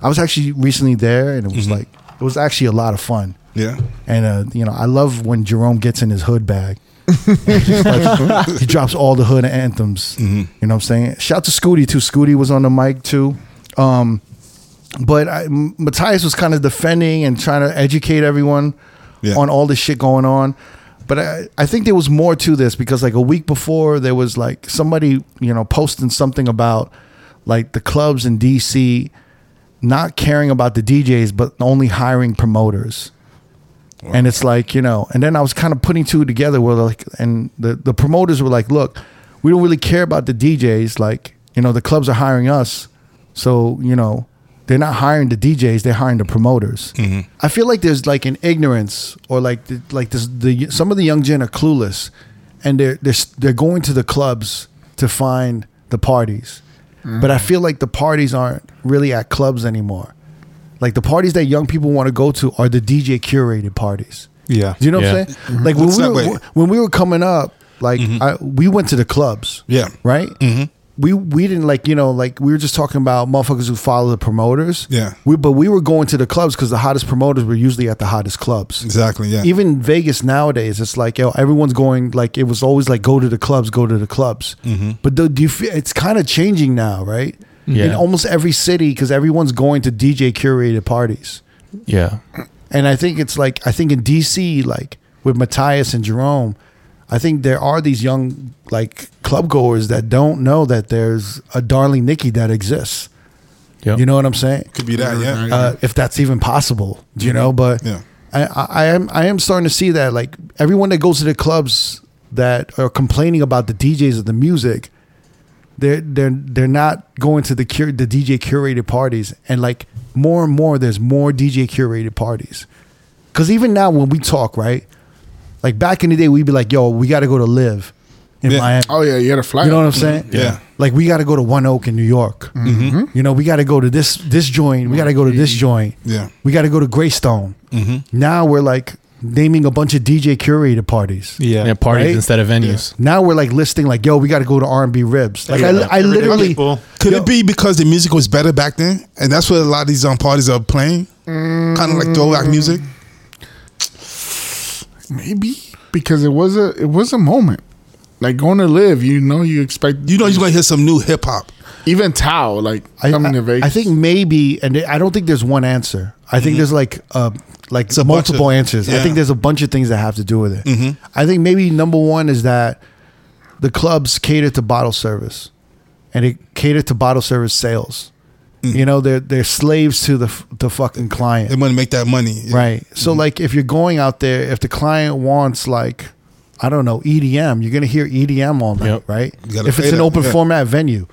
Speaker 1: I was actually recently there, and it was like it was actually a lot of fun.
Speaker 3: Mm-hmm. Yeah.
Speaker 1: And uh, you know, I love when Jerome gets in his hood bag. he, starts- he drops all the hood anthems.
Speaker 3: Mm-hmm.
Speaker 1: You know what I'm saying? Shout to Scooty too. Scooty was on the mic too. Um, but I, M- Matthias was kind of defending and trying to educate everyone
Speaker 3: Yeah.
Speaker 1: on all this shit going on. But I, I think there was more to this because like a week before there was like somebody you know posting something about like the clubs in DC not caring about the DJs but only hiring promoters. And it's like, you know, and then I was kind of putting two together where like and the, the promoters were like, look, we don't really care about the DJs, like, you know, the clubs are hiring us. So, you know, they're not hiring the DJs, they're hiring the promoters. I feel like there's like an ignorance or like the, like this the some of the young gen are clueless and they're they're s- they're going to the clubs to find the parties. But I feel like the parties aren't really at clubs anymore. Like the parties that young people want to go to are the DJ curated parties.
Speaker 4: Yeah.
Speaker 1: Do you know
Speaker 5: Yeah.
Speaker 1: what I'm saying? Like when
Speaker 3: It's
Speaker 1: we
Speaker 3: Mm-hmm. that
Speaker 1: were,
Speaker 3: way.
Speaker 1: when we were coming up, like I, we went to the clubs.
Speaker 3: Yeah.
Speaker 1: Right. Mm-hmm. We we didn't like you know like we were just talking about motherfuckers who follow the promoters.
Speaker 3: Yeah.
Speaker 1: We but we were going to the clubs because the hottest promoters were usually at the hottest clubs.
Speaker 3: Exactly. Yeah.
Speaker 1: Even Vegas nowadays, it's like yo, everyone's going like it was always like go to the clubs, go to the clubs. But do, do you feel it's kind of changing now, right?
Speaker 5: Yeah.
Speaker 1: In almost every city, because everyone's going to DJ curated parties.
Speaker 5: Yeah.
Speaker 1: And I think it's like I think in DC, like with Matthias and Jerome, I think there are these young like club goers that don't know that there's a darling Nikki that exists.
Speaker 5: Yep.
Speaker 1: You know what I'm saying?
Speaker 3: Could be that. Yeah.
Speaker 1: Uh, if that's even possible, do you know? But
Speaker 3: Yeah.
Speaker 1: I, I, I am I am starting to see that like everyone that goes to the clubs that are complaining about the DJs of the music, they're they're they're not going to the cur- the DJ curated parties and like more and more there's more DJ curated parties. Cause even now when we talk, right? Like back in the day we'd be like, yo, we gotta go to live in
Speaker 3: Yeah.
Speaker 1: Miami.
Speaker 2: Oh yeah, you had a fly.
Speaker 1: You know what I'm saying?
Speaker 3: Yeah. Mm-hmm.
Speaker 1: Like we got to go to One Oak in New York. You know, we got to go to this this joint. We got to go to this joint.
Speaker 3: Yeah. Mm-hmm.
Speaker 1: We got to go to Greystone. Now we're like naming a bunch of DJ curated parties.
Speaker 4: Yeah.
Speaker 5: Yeah, parties
Speaker 1: Right?
Speaker 5: instead of venues.
Speaker 1: Now we're like listing like, yo, we got to go to R and B ribs. Like
Speaker 4: Yeah.
Speaker 1: I, I
Speaker 4: Everyday
Speaker 1: literally,
Speaker 4: people.
Speaker 3: Could it be because the music was better back then, and that's what a lot of these um, parties are playing,
Speaker 2: Mm.
Speaker 3: kind of like throwback music?
Speaker 2: Maybe because it was a it was a moment. Like going to live, you know, you expect
Speaker 3: You know, you're gonna hear some new hip hop.
Speaker 2: even Tao like
Speaker 1: I,
Speaker 2: coming
Speaker 1: I-
Speaker 2: to Vegas.
Speaker 1: I think maybe, and I don't think there's one answer. I think there's like uh, like
Speaker 3: Mm-hmm. a bunch
Speaker 1: multiple
Speaker 3: of-
Speaker 1: answers. I
Speaker 3: yeah. Mm-hmm.
Speaker 1: think there's a bunch of things that have to do with it. I think maybe number one is that the clubs cater to bottle service, and it cater to bottle service sales.
Speaker 3: Mm.
Speaker 1: You know, they're they're slaves to the f- the fucking client.
Speaker 3: They want to make that money,
Speaker 1: Right. So like if you're going out there, if the client wants like I don't know EDM, you're gonna hear EDM all night,
Speaker 5: Yep.
Speaker 1: right?
Speaker 3: You gotta
Speaker 1: If it's
Speaker 3: play
Speaker 1: an
Speaker 3: that,
Speaker 1: open
Speaker 3: yeah. Mm-hmm.
Speaker 1: format venue,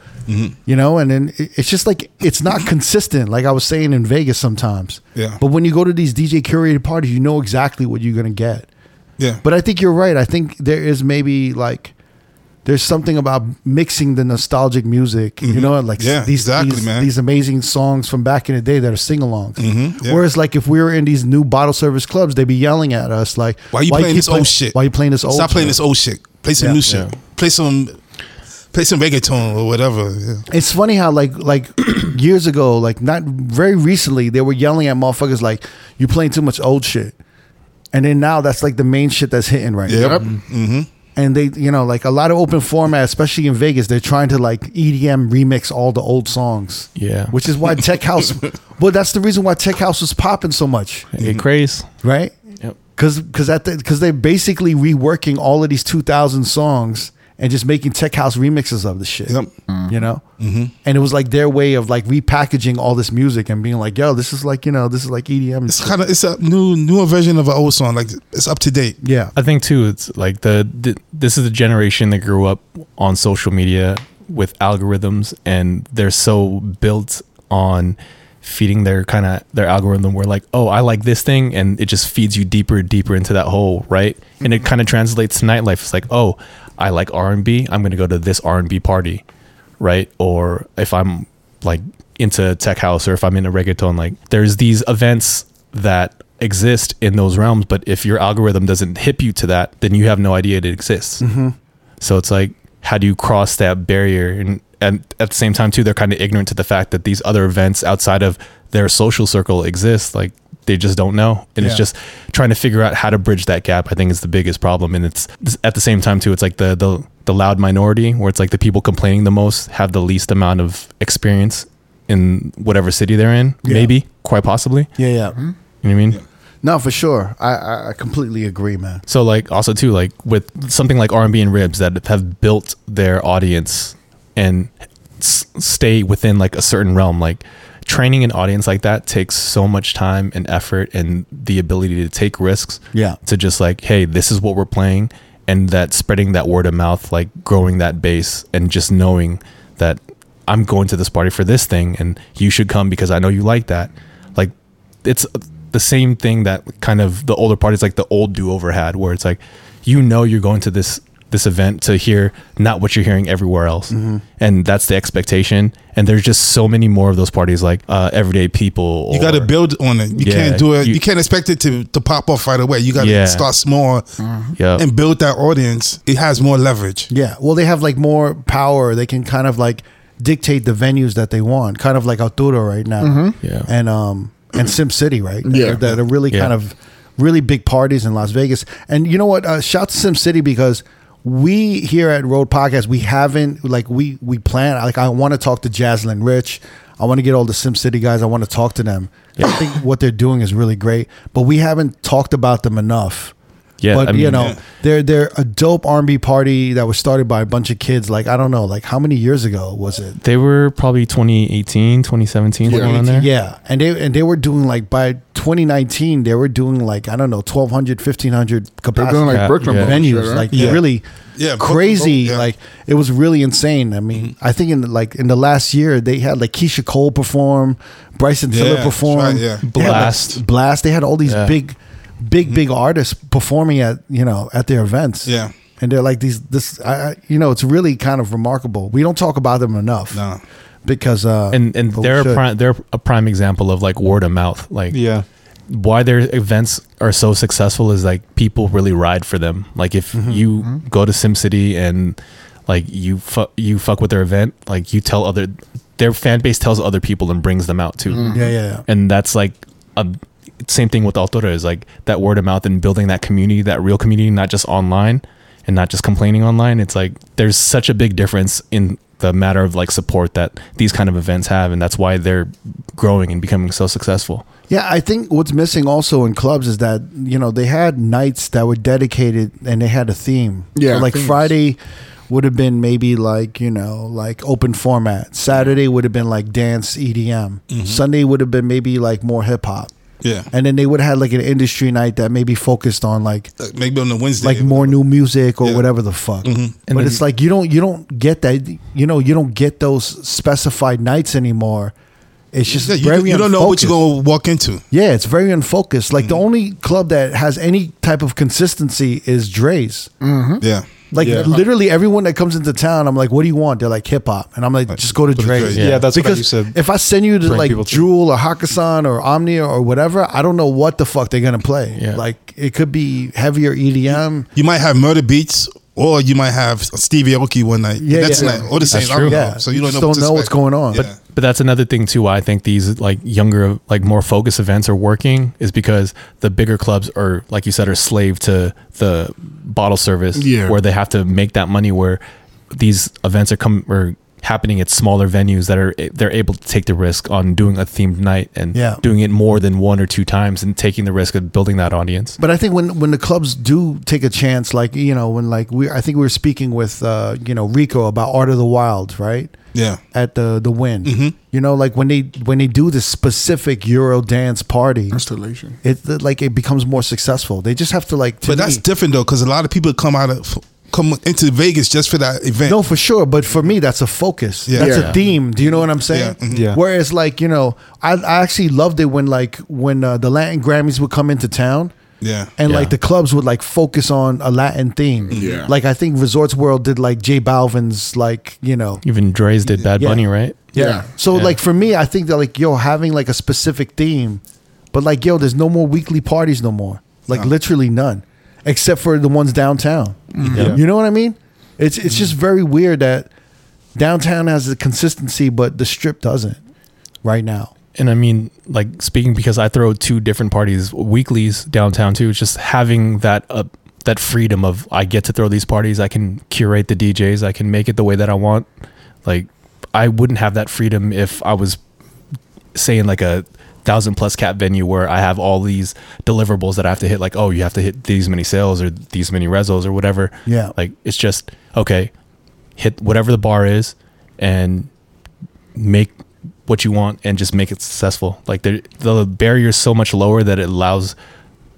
Speaker 1: you know, and then it- it's just like it's not consistent. Like I was saying in Vegas sometimes.
Speaker 3: Yeah.
Speaker 1: But when you go to these DJ curated parties, you know exactly what you're gonna get.
Speaker 3: Yeah,
Speaker 1: But I think you're right. I think there is maybe like there's something about mixing the nostalgic music, you know, like
Speaker 3: Mm-hmm. Yeah,
Speaker 1: these
Speaker 3: exactly,
Speaker 1: these,
Speaker 3: man.
Speaker 1: these amazing songs from back in the day that are sing-alongs.
Speaker 3: Mm-hmm, yeah.
Speaker 1: Whereas, like if we were in these new bottle service clubs, they'd be yelling at us like,
Speaker 3: why you playing
Speaker 1: keep
Speaker 3: this
Speaker 1: play-
Speaker 3: old shit?
Speaker 1: Why you playing this old?
Speaker 3: Stop playing
Speaker 1: shit?"
Speaker 3: this old shit. Play some
Speaker 1: Yeah.
Speaker 3: new shit. Play some, play some reggaeton or whatever. Yeah.
Speaker 1: It's funny how like like years ago, like not very recently, they were yelling at motherfuckers like, "You playing too much old shit," and then now that's like the main shit that's hitting right now.
Speaker 2: Yep.
Speaker 1: and they you know like a lot of open format especially in vegas they're trying to like edm remix all the old songs
Speaker 5: Yeah.
Speaker 1: which is why tech house well that's the reason why tech house was popping so much
Speaker 5: It craze.
Speaker 1: right
Speaker 5: Yep.
Speaker 1: because because at because they're basically reworking all of these 2000 songs and just making tech house remixes of the shit
Speaker 3: Yep.
Speaker 1: you know and it was like their way of like repackaging all this music and being like yo this is like you know this is like E edm
Speaker 3: It's kind of it's a new newer version of an old song. Like it's up to date.
Speaker 1: yeah
Speaker 5: I think too. It's like the, the this is the generation that grew up on social media with algorithms, and they're so built on feeding their kind of their algorithm. Where like, oh, I like this thing, and it just feeds you deeper and deeper into that hole, right? And it kind of translates to nightlife. It's like, oh, I like R and B. I'm gonna go to this R and B party, right? Or if I'm like into tech house or if I'm into reggaeton, like there's these events that exist in those realms, but if your algorithm doesn't hip you to that, then you have no idea it exists. So it's like, how do you cross that barrier? And, and at the same time, too, they're kind of ignorant to the fact that these other events outside of their social circle exist. Like they just don't know. And it's
Speaker 3: Yeah.
Speaker 5: just trying to figure out how to bridge that gap, I think is the biggest problem. And it's at the same time, too, it's like the, the, the loud minority where it's like the people complaining the most have the least amount of experience in whatever city they're in, maybe, quite possibly.
Speaker 1: yeah yeah
Speaker 5: You know what I mean?
Speaker 1: no for sure I, I i completely agree man
Speaker 5: So like also too like with something like R and B and ribs that have built their audience and s- stay within like a certain realm. Like training an audience like that takes so much time and effort and the ability to take risks.
Speaker 1: Yeah.
Speaker 5: To just like hey, this is what we're playing, and that spreading that word of mouth, like growing that base, and just knowing that I'm going to this party for this thing, and you should come because I know you like that. Like it's the same thing that kind of the older parties like the old do over had where it's like you know you're going to this this event to hear not what you're hearing everywhere else. And that's the expectation. And there's just so many more of those parties, like uh, everyday people.
Speaker 3: You got to build on it. You
Speaker 5: Yeah,
Speaker 3: can't do it. You,
Speaker 5: you-
Speaker 3: can't expect it to, to pop off right away. You got to
Speaker 5: Yeah.
Speaker 3: start small
Speaker 1: Uh-huh.
Speaker 5: Yep.
Speaker 3: and build that audience. It has more leverage.
Speaker 1: Yeah. Well, they have like more power. They can kind of like dictate the venues that they want, kind of like Arturo right now.
Speaker 5: Yeah.
Speaker 1: And um and Sim City, right?
Speaker 2: Yeah.
Speaker 1: That, that are really
Speaker 5: Yeah.
Speaker 1: kind of really big parties in Las Vegas. And you know what? Uh, shout to Sim City because we here at Road Podcast we haven't like we we plan like I want to talk to Jaslyn Rich. I want to get all the Sim City guys. I want to talk to them. I think what they're doing is really great, but we haven't talked about them enough.
Speaker 5: Yeah,
Speaker 1: but
Speaker 5: I
Speaker 1: you
Speaker 5: mean-
Speaker 1: know, they're they're a dope R&B party that was started by a bunch of kids. Like I don't know, like how many years ago was it?
Speaker 5: They were probably 2018, 2017, somewhere around there.
Speaker 1: Yeah, and they and they were doing like by 2019, they were doing like I don't know, 1,200, 1,500
Speaker 2: They're
Speaker 1: capacity
Speaker 2: doing like
Speaker 5: Yeah,
Speaker 2: Brooklyn
Speaker 5: yeah.
Speaker 2: Bowl and shit,
Speaker 1: venues,
Speaker 2: right?
Speaker 1: like
Speaker 3: Yeah.
Speaker 1: really
Speaker 3: Yeah, Brooklyn Bowl,
Speaker 1: crazy.
Speaker 3: yeah. Mm-hmm.
Speaker 1: Like it was really insane. I mean, I think in the, like in the last year they had like Keisha Cole perform, Bryson
Speaker 3: Yeah,
Speaker 1: Tiller
Speaker 3: that's
Speaker 1: perform,
Speaker 3: right,
Speaker 1: They
Speaker 3: yeah.
Speaker 1: had, like,
Speaker 5: Blast.
Speaker 1: blast. They had all these
Speaker 5: Yeah.
Speaker 1: big, big, big artists performing at you know at their events.
Speaker 3: Mm-hmm. Yeah.
Speaker 1: and they're like these this I, I- you know it's really kind of remarkable. We don't talk about them enough.
Speaker 3: No.
Speaker 1: Because uh,
Speaker 5: And and
Speaker 1: but we
Speaker 5: they're a
Speaker 1: should.
Speaker 5: prime, they're a prime example of like word of mouth. Like
Speaker 4: Yeah.
Speaker 5: why their events are so successful is like people really ride for them. Like if
Speaker 1: Mm-hmm.
Speaker 5: you go to SimCity and like you fu- you fuck with their event, like you tell other their fan base tells other people and brings them out too.
Speaker 1: Yeah, yeah, yeah.
Speaker 5: And that's like a same thing with Altura is like that word of mouth and building that community, that real community, not just online and not just complaining online. It's like there's such a big difference in the matter of like support that these kind of events have and that's why they're growing and becoming so successful.
Speaker 1: Yeah, I think what's missing also in clubs is that you know they had nights that were dedicated and they had a theme.
Speaker 2: Yeah,
Speaker 1: So, like
Speaker 2: themes.
Speaker 1: Friday would have been maybe like you know like open format. Saturday would have been like dance EDM.
Speaker 3: Mm-hmm.
Speaker 1: Sunday would have been maybe like more hip hop.
Speaker 3: Yeah.
Speaker 1: and then they would have had like an industry night that maybe focused on like
Speaker 3: Like, Maybe on the Wednesday.
Speaker 1: like more new music or
Speaker 3: Yeah. Mm-hmm.
Speaker 1: whatever the fuck. But
Speaker 5: then-
Speaker 1: it's like you don't you don't get that you know you don't get those specified nights anymore. It's just
Speaker 3: Yeah, you,
Speaker 1: very
Speaker 3: you don't know what you're
Speaker 1: unfocused.
Speaker 3: going to walk into.
Speaker 1: Yeah, it's very unfocused. Like the
Speaker 4: Mm.
Speaker 1: only club that has any type of consistency is Dre's.
Speaker 4: Mm.
Speaker 3: Yeah.
Speaker 1: Like literally everyone that comes into town, I'm like, "What do you want?" They're like hip hop, and I'm like, "Just go to Dre's."
Speaker 3: Dre's, Yeah.
Speaker 4: yeah, that's what
Speaker 1: because
Speaker 4: you said.
Speaker 1: if I send you to
Speaker 4: Bring
Speaker 1: like
Speaker 4: people to-
Speaker 1: Jewel or Hakkasan or Omnia or whatever, I don't know what the fuck they're gonna play.
Speaker 5: Yeah.
Speaker 1: Like it could be heavier E EDM.
Speaker 3: You might have Murder Beats or you might have Stevie Aoki one night.
Speaker 1: Yeah,
Speaker 3: That's
Speaker 1: yeah.
Speaker 3: night. All the same.
Speaker 5: That's
Speaker 3: I don't
Speaker 5: true.
Speaker 3: know.
Speaker 1: Yeah.
Speaker 3: So you don't
Speaker 1: Just
Speaker 3: know, what
Speaker 1: don't
Speaker 3: to
Speaker 1: know what's
Speaker 3: expect.
Speaker 1: going on.
Speaker 3: Yeah.
Speaker 1: But-
Speaker 5: But that's another thing too. Why I think these like younger, like more focused events are working is because the bigger clubs are, like you said, are slave to the bottle service,
Speaker 2: Yeah.
Speaker 5: where they have to make that money. Where these events are come or happening at smaller venues that are they're able to take the risk on doing a themed night and
Speaker 1: Yeah.
Speaker 5: doing it more than one or two times and taking the risk of building that audience.
Speaker 1: But I think when when the clubs do take a chance, like you know, when like we, I think we were speaking with uh, you know Rico about Art of the Wild, right?
Speaker 3: Yeah.
Speaker 1: at the the win.
Speaker 3: Mm-hmm.
Speaker 1: You know, like when they when they do this specific Euro dance party,
Speaker 2: installation.
Speaker 1: it like it becomes more successful. They just have to like. To
Speaker 3: But that's
Speaker 1: me-
Speaker 3: different though, because a lot of people come out of come into Vegas just for that event.
Speaker 1: no, for sure. But for me, that's a focus.
Speaker 3: Yeah.
Speaker 1: That's
Speaker 2: Yeah.
Speaker 1: a theme. Do you know what I'm saying?
Speaker 3: Yeah. Mhm.
Speaker 4: Yeah.
Speaker 1: Whereas, like you know, I, I actually loved it when like when uh, the Latin Grammys would come into town.
Speaker 3: Yeah.
Speaker 1: And
Speaker 5: Yeah.
Speaker 1: like the clubs would like focus on a Latin theme.
Speaker 2: Yeah.
Speaker 1: Like I think Resorts World did like J Balvin's like you know
Speaker 5: Even Dre's did Bad
Speaker 1: Yeah.
Speaker 5: Bunny, right?
Speaker 2: Yeah.
Speaker 1: So
Speaker 5: Yeah.
Speaker 1: like for me, I think that like yo having like a specific theme, but like yo, there's no more weekly parties no more. Like literally none, except for the ones downtown. You know what I mean? It's it's just very weird that downtown has the consistency, but the strip doesn't right now.
Speaker 5: and I mean, like speaking because I throw two different parties weeklies downtown too. It's just having that uh, that freedom of I get to throw these parties. I can curate the DJs. I can make it the way that I want. Like I wouldn't have that freedom if I was saying like a thousand plus cap venue where I have all these deliverables that I have to hit. Like oh, you have to hit these many sales or these many resos or whatever.
Speaker 1: Yeah.
Speaker 5: Like it's just okay. Hit whatever the bar is, and make what you want and just make it successful. Like the the barrier is so much lower that it allows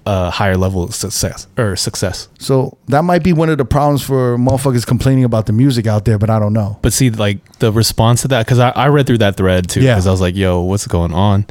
Speaker 5: a higher level of success or success.
Speaker 1: So that might be one of the problems for motherfuckers complaining about the music out there, but I don't know.
Speaker 5: But see, like the response to that, because I, I read through that thread too,
Speaker 1: Yeah.
Speaker 5: because I was like, "Yo, what's going on?"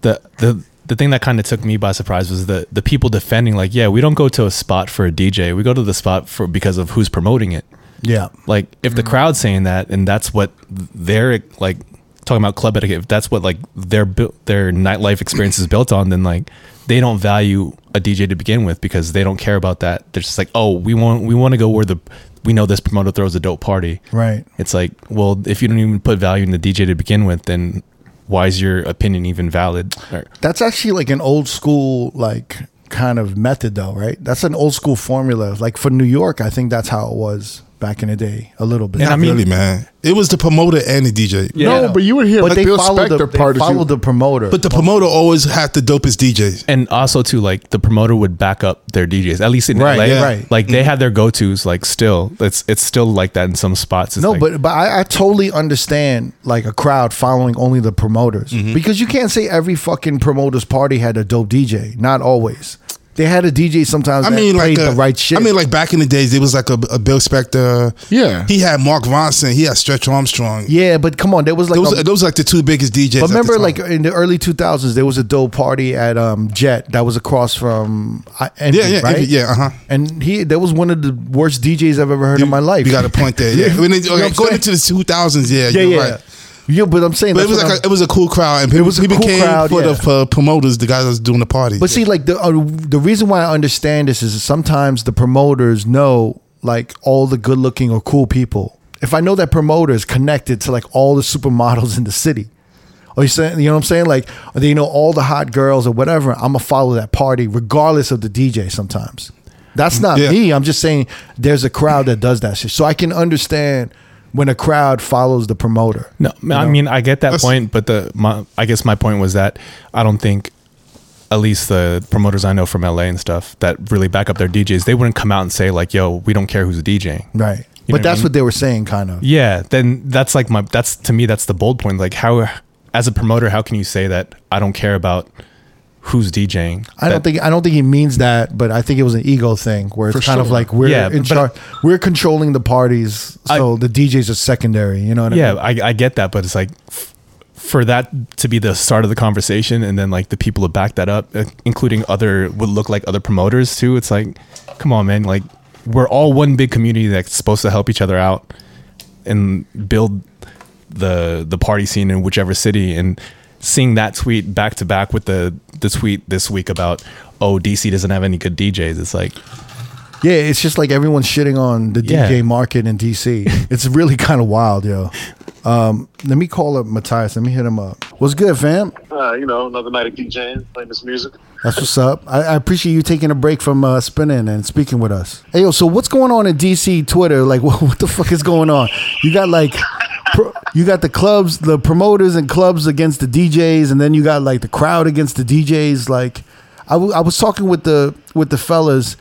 Speaker 5: The the the thing that kind of took me by surprise was the the people defending like, yeah, we don't go to a spot for a DJ. We go to the spot for because of who's promoting it.
Speaker 1: Yeah.
Speaker 5: Like if
Speaker 1: Mm-hmm.
Speaker 5: the crowd's saying that and that's what they're like talking about club etiquette, if that's what like their bu- their nightlife experience is built on, then like they don't value a DJ to begin with because they don't care about that. They're just like, oh, we want we want to go where the we know this promoter throws a dope party.
Speaker 1: Right.
Speaker 5: It's like, well, if you don't even put value in the DJ to begin with, then why is your opinion even valid? Or-
Speaker 1: That's actually like an old school like kind of method though, right? That's an old school formula. Like for New York, I think that's how it was back in the day a little bit.
Speaker 3: Not really, man. It was the promoter and the DJ.
Speaker 2: no, but you would hear
Speaker 1: But they
Speaker 2: Bill
Speaker 1: followed the,
Speaker 2: Spector
Speaker 1: they
Speaker 2: parties.
Speaker 1: followed the promoter.
Speaker 3: But the promoter always had the dopest DJs.
Speaker 5: and also too like the promoter would back up their DJs at least in
Speaker 1: Right,
Speaker 5: LA
Speaker 1: yeah. right. Mm-hmm.
Speaker 5: like they had their go tos like still it's it's still like that in some spots It's
Speaker 1: no,
Speaker 5: like-
Speaker 1: but but I, I totally understand like a crowd following only the promoters because you can't say every fucking promoter's party had a dope DJ. Not always. They had a DJ sometimes.
Speaker 3: I mean, like
Speaker 1: the
Speaker 3: uh,
Speaker 1: right shit.
Speaker 3: I mean, like back in the days, it was like a, a Bill Spector.
Speaker 2: Yeah.
Speaker 3: he had Mark Ronson. He had Stretch Armstrong.
Speaker 1: yeah, but come on, there was like
Speaker 3: those,
Speaker 1: a-
Speaker 3: those like the two biggest DJs.
Speaker 1: But
Speaker 3: at the
Speaker 1: remember,
Speaker 3: time.
Speaker 1: like in the early 2000s, there was a dope party at um, Jet that was across from uh, Envy,
Speaker 3: Yeah, yeah,
Speaker 1: right?
Speaker 3: Envy, yeah, uh-huh.
Speaker 1: And he, that was one of the worst DJs I've ever heard in my life.
Speaker 3: you got a point there. Yeah, When it-
Speaker 1: You know what
Speaker 3: okay,
Speaker 1: I'm
Speaker 3: going
Speaker 1: saying?
Speaker 3: into the two thousands, yeah,
Speaker 1: yeah,
Speaker 3: you're
Speaker 1: yeah,
Speaker 3: right.
Speaker 1: yeah. But I'm saying,
Speaker 3: But
Speaker 1: that's
Speaker 3: it was
Speaker 1: what
Speaker 3: like
Speaker 1: I'm-
Speaker 3: a, it was a cool crowd, and people,
Speaker 1: was a
Speaker 3: he
Speaker 1: cool
Speaker 3: became
Speaker 1: crowd,
Speaker 3: for
Speaker 1: yeah.
Speaker 3: the for promoters, the guys that was doing the party.
Speaker 1: But see, like the uh, the reason why I understand this is sometimes the promoters know like all the good looking or cool people. If I know that promoter is connected to like all the supermodels in the city, or you saying, you know what I'm saying, like or they know all the hot girls or whatever, I'm gonna follow that party regardless of the DJ. Sometimes that's not
Speaker 3: Yeah.
Speaker 1: me. I'm just saying there's a crowd that does that shit, so I can understand when a crowd follows the promoter.
Speaker 5: No, I mean I get that
Speaker 3: That's-
Speaker 5: point, but the my, I guess my point was that I don't think at least the promoters I know from LA and stuff that really back up their DJs, they wouldn't come out and say like, "Yo, we don't care who's DJing."
Speaker 1: Right.
Speaker 5: You know what I
Speaker 1: but that's
Speaker 5: mean?
Speaker 1: what they were saying, kind of.
Speaker 5: Yeah, then that's like my that's to me that's the bold point. Like how as a promoter, how can you say that I don't care about who's DJing?
Speaker 1: I
Speaker 5: That-
Speaker 1: don't think I don't think he means that, but I think it was an ego thing where it's
Speaker 2: For
Speaker 1: kind of
Speaker 2: sure.
Speaker 1: like we're
Speaker 5: Yeah,
Speaker 1: in
Speaker 5: but-
Speaker 1: charge, we're controlling the parties, so the DJs are secondary. You know what I
Speaker 5: Yeah,
Speaker 1: mean?
Speaker 5: I, I get that, but it's like f- for that to be the start of the conversation, and then like the people to back that up, uh, including other would look like other promoters too. It's like, come on, man! Like we're all one big community that's supposed to help each other out and build the the party scene in whichever city. And seeing that tweet back to back with the the tweet this week about oh DC doesn't have any good DJs, it's like
Speaker 1: Yeah, it's just like everyone's shitting on the
Speaker 5: Yeah.
Speaker 1: DJ market in DC. it's really kind of wild, yo. Um, let me call up Matthias. Let me hit him up. What's good, fam?
Speaker 6: uh, you know, another night of DJing, playing this music.
Speaker 1: That's what's up. I, I appreciate you taking a break from uh, spinning and speaking with us. Hey, yo, so what's going on in DC Twitter? Like, what, what the fuck is going on? You got like, pro, you got the clubs, the promoters and clubs against the DJs, and then you got like the crowd against the DJs. Like, I, w- I was talking with the with the fellas,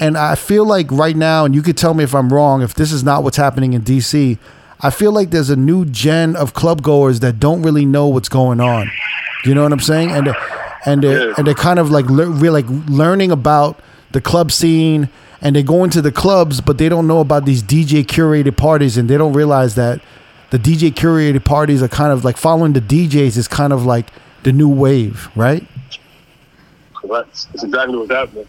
Speaker 1: and I feel like right now, and you could tell me if I'm wrong, if this is not what's happening in DC. I feel like there's a new gen of club goers that don't really know what's going on. You know what I'm saying? And and they're,
Speaker 6: Yeah.
Speaker 1: and they're kind of like lear- we're like learning about the club scene and they go into the clubs but they don't know about these DJ curated parties and they don't realize that the DJ curated parties are kind of like following the DJs is kind of like the new wave, right?
Speaker 6: That's, that's exactly what's happening.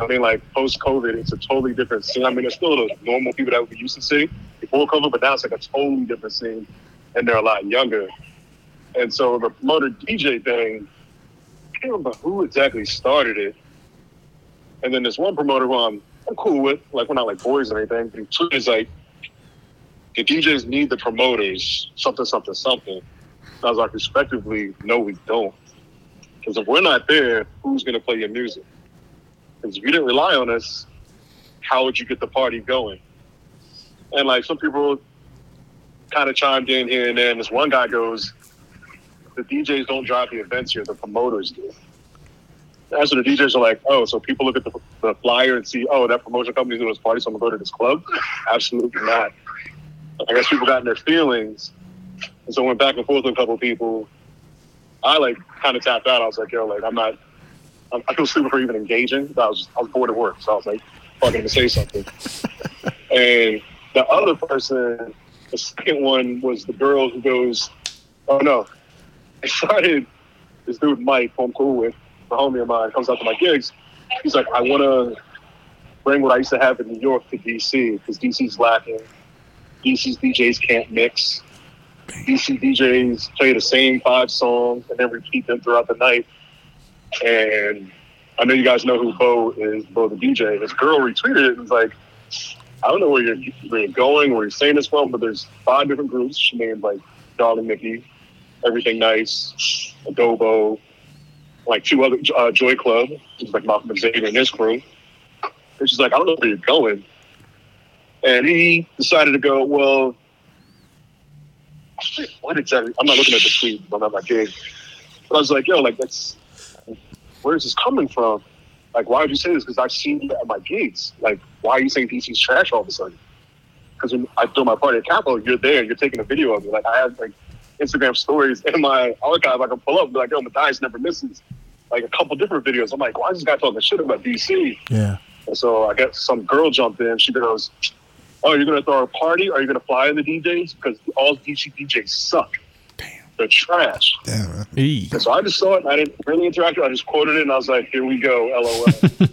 Speaker 6: I mean, like post COVID, it's a totally different scene. I mean, there's still the normal people that we used to see before COVID, but now it's like a totally different scene, and they're a lot younger. And so the promoter DJ thing, I can't remember who exactly started it. And then this one promoter who I'm, I'm cool with, like we're not like boys or anything, but he tweeted is like, the DJs need the promoters, something, something, something. And I was like, respectively, no, we don't. Because if we're not there, who's going to play your music? Because if you didn't rely on us, how would you get the party going? And like some people kind of chimed in here and there, and this one guy goes, The DJs don't drive the events here, the promoters do. That's what the DJs are like, oh, so people look at the, the flyer and see, oh, that promotion company's doing this party, so I'm going to go to this club? Absolutely not. I guess people got in their feelings. And so I went back and forth with a couple people. I like kind of tapped out. I was like, yo, like I'm not, I'm, I feel stupid for even engaging. But I was, I was bored at work, so I was like, fucking to say something. and the other person, the second one was the girl who goes, oh no, I started this dude Mike, who I'm cool with, a homie of mine, comes out to my gigs. He's like, I want to bring what I used to have in New York to DC because DC's lacking. DC's DJs can't mix. DC DJs play the same five songs and then repeat them throughout the night. And I know you guys know who Bo is, Bo the DJ. This girl retweeted it and was like, I don't know where you're, where you're going, where you're saying this from, but there's five different groups. She named like Darling Mickey, Everything Nice, Adobo, like two other uh, Joy Club, which is like Malcolm and Xavier and his crew. And she's like, I don't know where you're going. And he decided to go, well, shit, what exactly? I'm not looking at the tweet. I'm not my gig. But I was like, yo, like that's where is this coming from? Like, why would you say this? Because I've seen you at my gigs. Like, why are you saying DC's trash all of a sudden? Because when I throw my party at Capitol, you're there. You're taking a video of me. Like, I have like Instagram stories in my archive. I can pull up. And be like, yo, Matthias never misses. Like a couple different videos. I'm like, why is this guy talking shit about DC?
Speaker 4: Yeah.
Speaker 6: And so I guess some girl jumped in. She goes, "Oh, you're gonna throw a party? Are you gonna fly in the DJs? Because all DC DJs suck. Damn, they're trash."
Speaker 3: Damn, man.
Speaker 5: Eee.
Speaker 6: And so I just saw it. And I didn't really interact. with it. I just quoted it, and I was like, "Here we go, lol."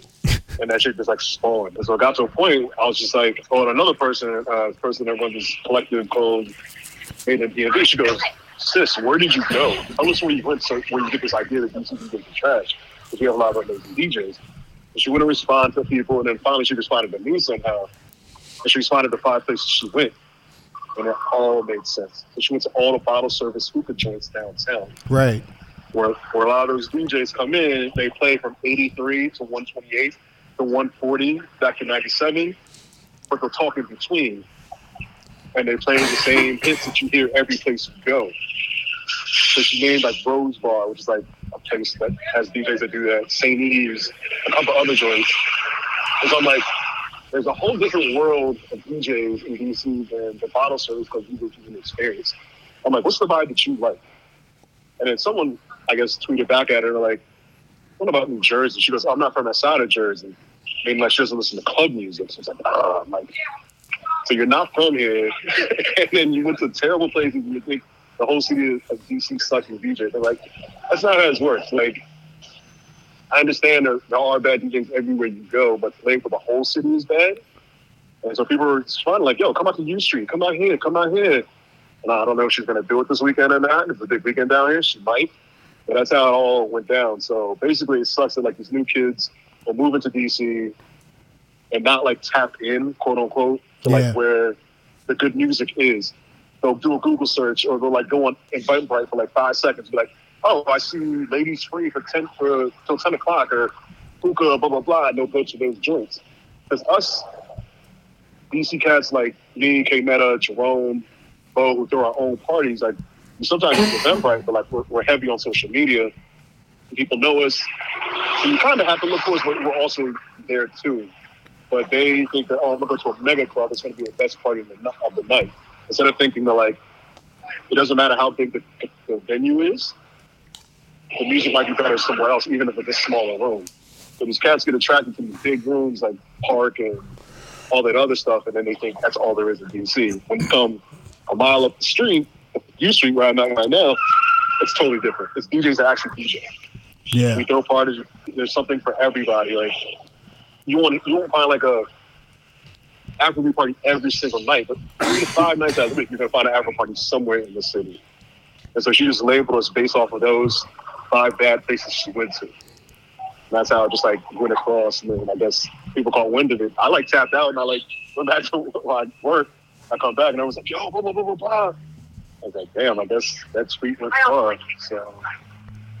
Speaker 6: and that shit just like spawned. And so it got to a point. I was just like, "Oh," and another person, uh, person that runs this collective called Made in DMV, she goes, "Sis, where did you go? Tell us where you went. So where you get this idea that DC DJs are trash? Because we have a lot of amazing DJs." she wouldn't respond to people, and then finally she responded to me somehow. And she responded to five places she went, and it all made sense. So she went to all the bottle service hookah joints downtown,
Speaker 1: Right.
Speaker 6: where where a lot of those DJs come in. They play from '83 to 128 to 140 back to '97, but they'll talk in between, and they play the same hits that you hear every place you go. So she named like Rose Bar, which is like a place that has DJs that do that. St. Eve's, a couple other joints. And so I'm like, there's a whole different world of DJs in DC than the bottle service because DJs you can experience. I'm like, what's the vibe that you like? And then someone, I guess, tweeted back at her like, what about New Jersey? She goes, "Oh, I'm not from that side of Jersey. Maybe like she doesn't listen to club music. So it's like, ah, I'm like, so you're not from here, and then you went to terrible places, and you think the whole city of DC sucks with DJs. They're like, that's not how it works. Like, I understand there, there are bad DJs everywhere you go, but playing for the whole city is bad. And so people were responding like, "Yo, come out to U Street, come out here, come out here." And I don't know if she's gonna do it this weekend or not. It's a big weekend down here. She might, but that's how it all went down. So basically, it sucks that like these new kids are moving to DC and not like tap in, quote unquote, to
Speaker 1: Yeah.
Speaker 6: like where the good music is. They'll do a Google search or they'll like go on Eventbrite for like five seconds, be like, oh, I see ladies free for ten for till ten o'clock or hookah, blah blah blah, and they'll go to those joints. Because us DC cats like me, K Meta, Jerome, Bo, who throw our own parties, like sometimes it's Eventbrite, but like we're, we're heavy on social media. People know us. So you kind of have to look for us, but we're also there too but they think that oh, I'm gonna go to a mega club. It's gonna be the best party of the, ni- of the night. Instead of thinking that like it doesn't matter how big the, the venue is, the music might be better somewhere else, even if it's a smaller room. So these cats get attracted to these big rooms like Park and all that other stuff, and then they think that's all there is in DC. When you come um, a mile up the street, U Street where I'm at right now, it's totally different. It's DJs that actually DJ.
Speaker 1: Yeah.
Speaker 6: We throw parties. There's something for everybody. Like you want you won't find like a Afrobeat party every single night, but three to five nights out of the week, you're gonna find an Afro party somewhere in the city. And so she just labeled us based off of those five bad places she went to. And that's how I just like went across, and then I guess people caught wind of it. I like tapped out, and I like went back to my work. I come back, and I was like, "Yo, blah blah blah blah blah." I was like, "Damn, I guess that tweet went far." So,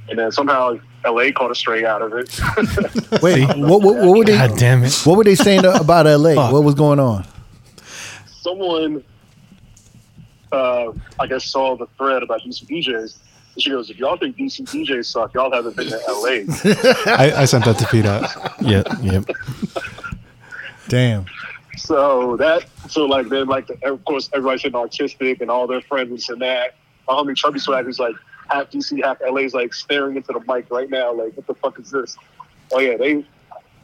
Speaker 6: and then somehow LA caught a stray out of it.
Speaker 1: Wait. what, what, what were they?
Speaker 5: God damn it.
Speaker 1: What were they saying about LA? What was going on?
Speaker 6: someone uh, I guess saw the thread about DC DJs. And she goes, if y'all think DC DJs suck, y'all haven't been to LA.
Speaker 4: I, I sent that to PDOT.
Speaker 5: Yeah, yep.
Speaker 1: Damn.
Speaker 6: so that, so like then like the, of course everybody's been artistic and all their friends and this and that. My homie Chubby Swag who's like half DC, half LA is like staring into the mic right now, like what the fuck is this? Oh yeah, they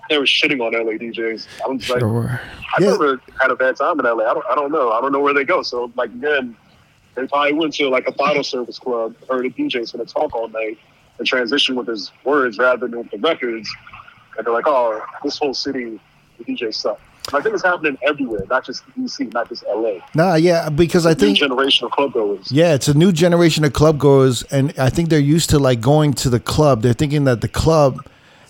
Speaker 6: they were shitting on LA DJs. I'm just like, I
Speaker 1: Yeah.
Speaker 6: never had a bad time in LA. I don't, I don't know. I don't know where they go. So like again, they probably went to like a bottle service club, heard a DJ's gonna talk all night, and transition with his words rather than with the records. And they're like, oh, this whole city, the DJ suck. And I think it's happening everywhere, not just DC, not just LA.
Speaker 1: Nah, yeah, because I
Speaker 6: New
Speaker 1: think
Speaker 6: generation of club goers.
Speaker 1: Yeah, it's a new generation of club goers, and I think they're used to like going to the club. They're thinking that the club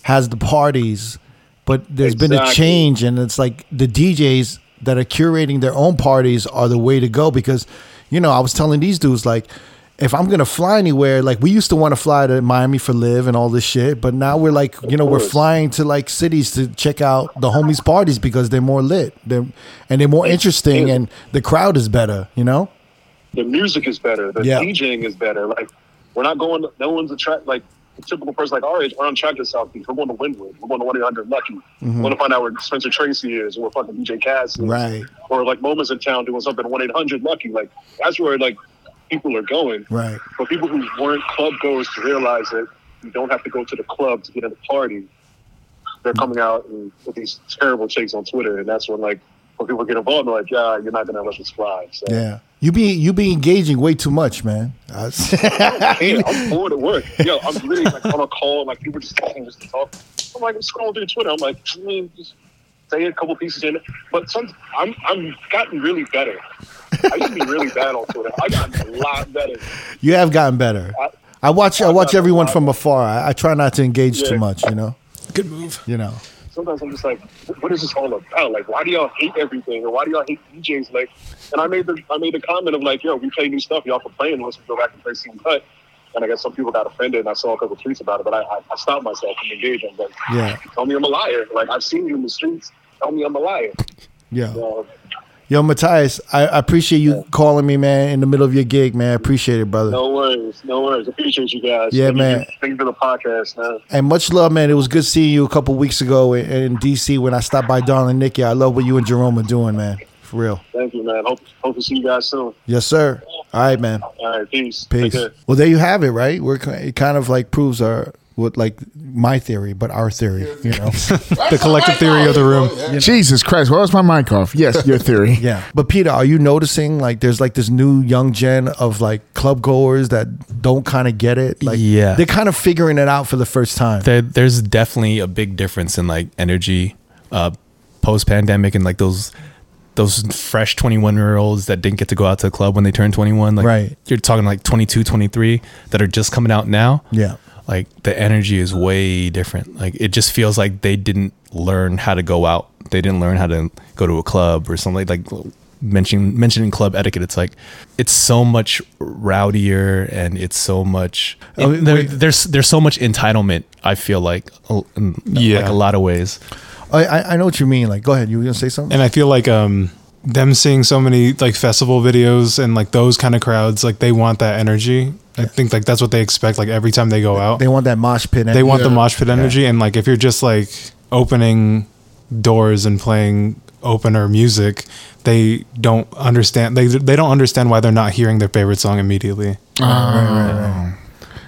Speaker 1: has the parties, but there's been a
Speaker 6: Exactly.
Speaker 1: change, and it's like the DJs that are curating their own parties are the way to go because, you know, I was telling these dudes like. If I'm gonna fly anywhere, like we used to want to fly to Miami for live and all this shit, but now we're like, you know, we're
Speaker 6: course.
Speaker 1: flying to like cities to check out the homies' parties because they're more lit, they're, and they're more interesting, and the crowd is better, you know.
Speaker 6: the music is better, the
Speaker 1: Yeah.
Speaker 6: DJing is better. Like we're not going. No one's attract like the typical person like our age. We're on track to South Beach. We're going to Wynwood. We're going to one eight hundred Lucky. We're going to find out where Spencer Tracy is, or fucking DJ Cass, is,
Speaker 1: Mm-hmm. Right.
Speaker 6: Or like moments in town doing something one eight hundred Lucky. Like that's where like people are going.
Speaker 1: Right.
Speaker 6: For people who weren't club goers to realize that you don't have to go to the club to get in the party.
Speaker 1: Mm-hmm.
Speaker 6: They're coming out and with these terrible takes on Twitter, and that's when like when people get involved, they're like, yeah, you're not gonna let us fly. So.
Speaker 1: Yeah. You be you be engaging way too much, man.
Speaker 6: Yeah, I'm bored at work. Yo, I'm literally like on a call, like people just talking, just to talk. I'm like, I'm scrolling through Twitter. I'm like, I mean, just say a couple pieces in. But some, I'm I'm gotten really better. I used to be really bad on Twitter. I got a lot better.
Speaker 1: You have gotten better. I watch I watch
Speaker 6: gotten
Speaker 1: everyone
Speaker 6: a lot
Speaker 1: from afar. I, I try not to engage too
Speaker 6: Yeah.
Speaker 1: much, you know.
Speaker 5: Good move.
Speaker 1: You know.
Speaker 6: Sometimes I'm just like, what- what is this all about? Like, why do y'all hate everything, or why do y'all hate DJs? Like, and I made the I made the comment of like, yo, we play new stuff. Y'all complain unless we go back and play some cut. And I guess some people got offended, and I saw a couple tweets about it. But I, I, I stopped myself from engaging. Like,
Speaker 1: Yeah.
Speaker 6: tell me I'm a liar. Like I've seen you in the streets. Tell me I'm a liar.
Speaker 1: Yeah.
Speaker 6: Uh,
Speaker 1: Yo, Matthias, I, I appreciate you calling me, man, in the middle of your gig, man. I appreciate it, brother.
Speaker 6: no worries, no worries. Appreciate you guys.
Speaker 1: Yeah,
Speaker 6: Thank you-
Speaker 1: man.
Speaker 6: Thank you for the podcast, man.
Speaker 1: And much love, man. It was good seeing you a couple weeks ago in, in DC when I stopped by Darling Nikki. I love what you and Jerome are doing, man. For real.
Speaker 6: Thank you, man. Hope hope to see you guys soon.
Speaker 1: Yes, sir. All right, man.
Speaker 6: All right, peace. Take
Speaker 1: Peace.
Speaker 6: care.
Speaker 1: Well, there you have it, right? We're ki- it kind of like proves our what like my theory, but our theory, you know.
Speaker 4: The collective theory of the room.
Speaker 2: Jesus Christ, why was my mic off? Yes, your theory.
Speaker 1: Yeah. But Peter, are you noticing like there's like this new young gen of like club goers that don't kind of get it? Like
Speaker 5: Yeah.
Speaker 1: they're kind of figuring it out for the first time.
Speaker 5: there, there's definitely a big difference in like energy uh, post pandemic and like those those fresh 21 year olds that didn't get to go out to the club when they turned 21 like
Speaker 1: Right.
Speaker 5: you're talking like 22 23 that are just coming out now
Speaker 1: Yeah.
Speaker 5: like the energy is way different like it just feels like they didn't learn how to go out they didn't learn how to go to a club or something like mentioning mentioning club etiquette it's like it's so much rowdier and it's so much
Speaker 1: Oh,
Speaker 5: there-
Speaker 1: wait.
Speaker 5: there's there's so much entitlement i feel like a- in like
Speaker 4: Yeah.
Speaker 5: a lot of ways
Speaker 1: I, I I know what you mean. Like, go ahead. You were gonna say something?
Speaker 4: and I feel like um them seeing so many like festival videos and like those kind of crowds, like they want that energy. I think like that's what they expect. Like every time they go out,
Speaker 1: they
Speaker 4: they,
Speaker 1: want that mosh pit. and-
Speaker 4: want the
Speaker 2: Yeah.
Speaker 4: mosh pit energy. And like if you're just like opening doors and playing opener music, they don't understand. They they don't understand why they're not hearing their favorite song immediately.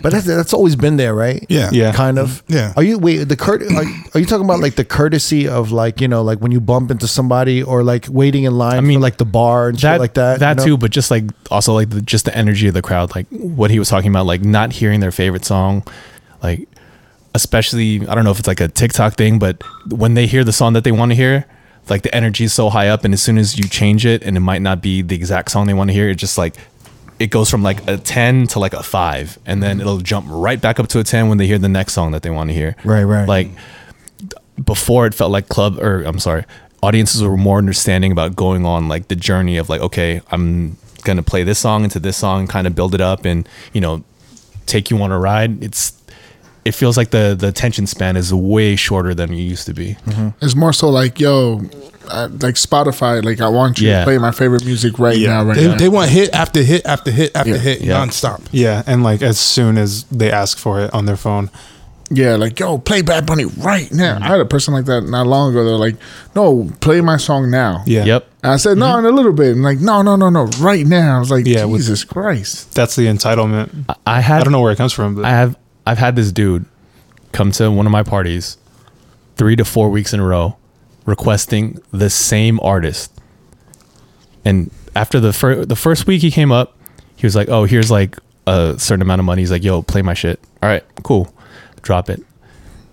Speaker 1: but that's that's always been there, right?
Speaker 3: Yeah.
Speaker 4: Yeah.
Speaker 1: Kind of.
Speaker 3: Yeah.
Speaker 1: Are you wait the cur- are, are you talking about like the courtesy of like you know like when you bump into somebody or like waiting in line? I mean,
Speaker 5: mean,
Speaker 1: like the bar and shit like that.
Speaker 5: That
Speaker 1: you know?
Speaker 5: too, but just like also like the, just the energy of the crowd, like what he was talking about, like not hearing their favorite song, like especially I don't know if it's like a TikTok thing, but when they hear the song that they want to hear, like the energy is so high up, and as soon as you change it, and it might not be the exact song they want to hear, it just like it goes from like a 10 to like a 5 and then it'll jump right back up to a 10 when they hear the next song that they want to hear
Speaker 1: Right, right.
Speaker 5: like before it felt like club or I'm sorry, audiences were more understanding about going on like the journey of like, okay, I'm gonna play this song into this song, kind of build it up and, you know, take you on a ride. It's it feels like the the attention span is way shorter than it used to be.
Speaker 2: It's more so like, yo, I, like Spotify, like I want you to
Speaker 5: Yeah.
Speaker 2: play my favorite music right now, right
Speaker 3: they,
Speaker 2: now.
Speaker 3: they want hit after hit after hit after
Speaker 2: Yeah.
Speaker 3: hit
Speaker 5: Yeah.
Speaker 3: nonstop.
Speaker 4: Yeah, and like as soon as they ask for it on their phone,
Speaker 2: yeah, like, yo, play Bad Bunny right now. I had a person like that not long ago. They're like, no, play my song now.
Speaker 4: yeah,
Speaker 5: Yep.
Speaker 2: And I said, no, in a little bit. And like, no, no, no, no, right now. I was like,
Speaker 4: Yeah, with-
Speaker 2: Jesus Christ.
Speaker 4: that's the entitlement. I,
Speaker 5: I had
Speaker 4: don't know where it comes from, but
Speaker 5: I have I've had this dude come to one of my parties three to four weeks in a row requesting the same artist. And after the fir- the first week he came up, he was like, "Oh, here's like a certain amount of money. He's like, yo, play my shit. All right, cool. Drop it.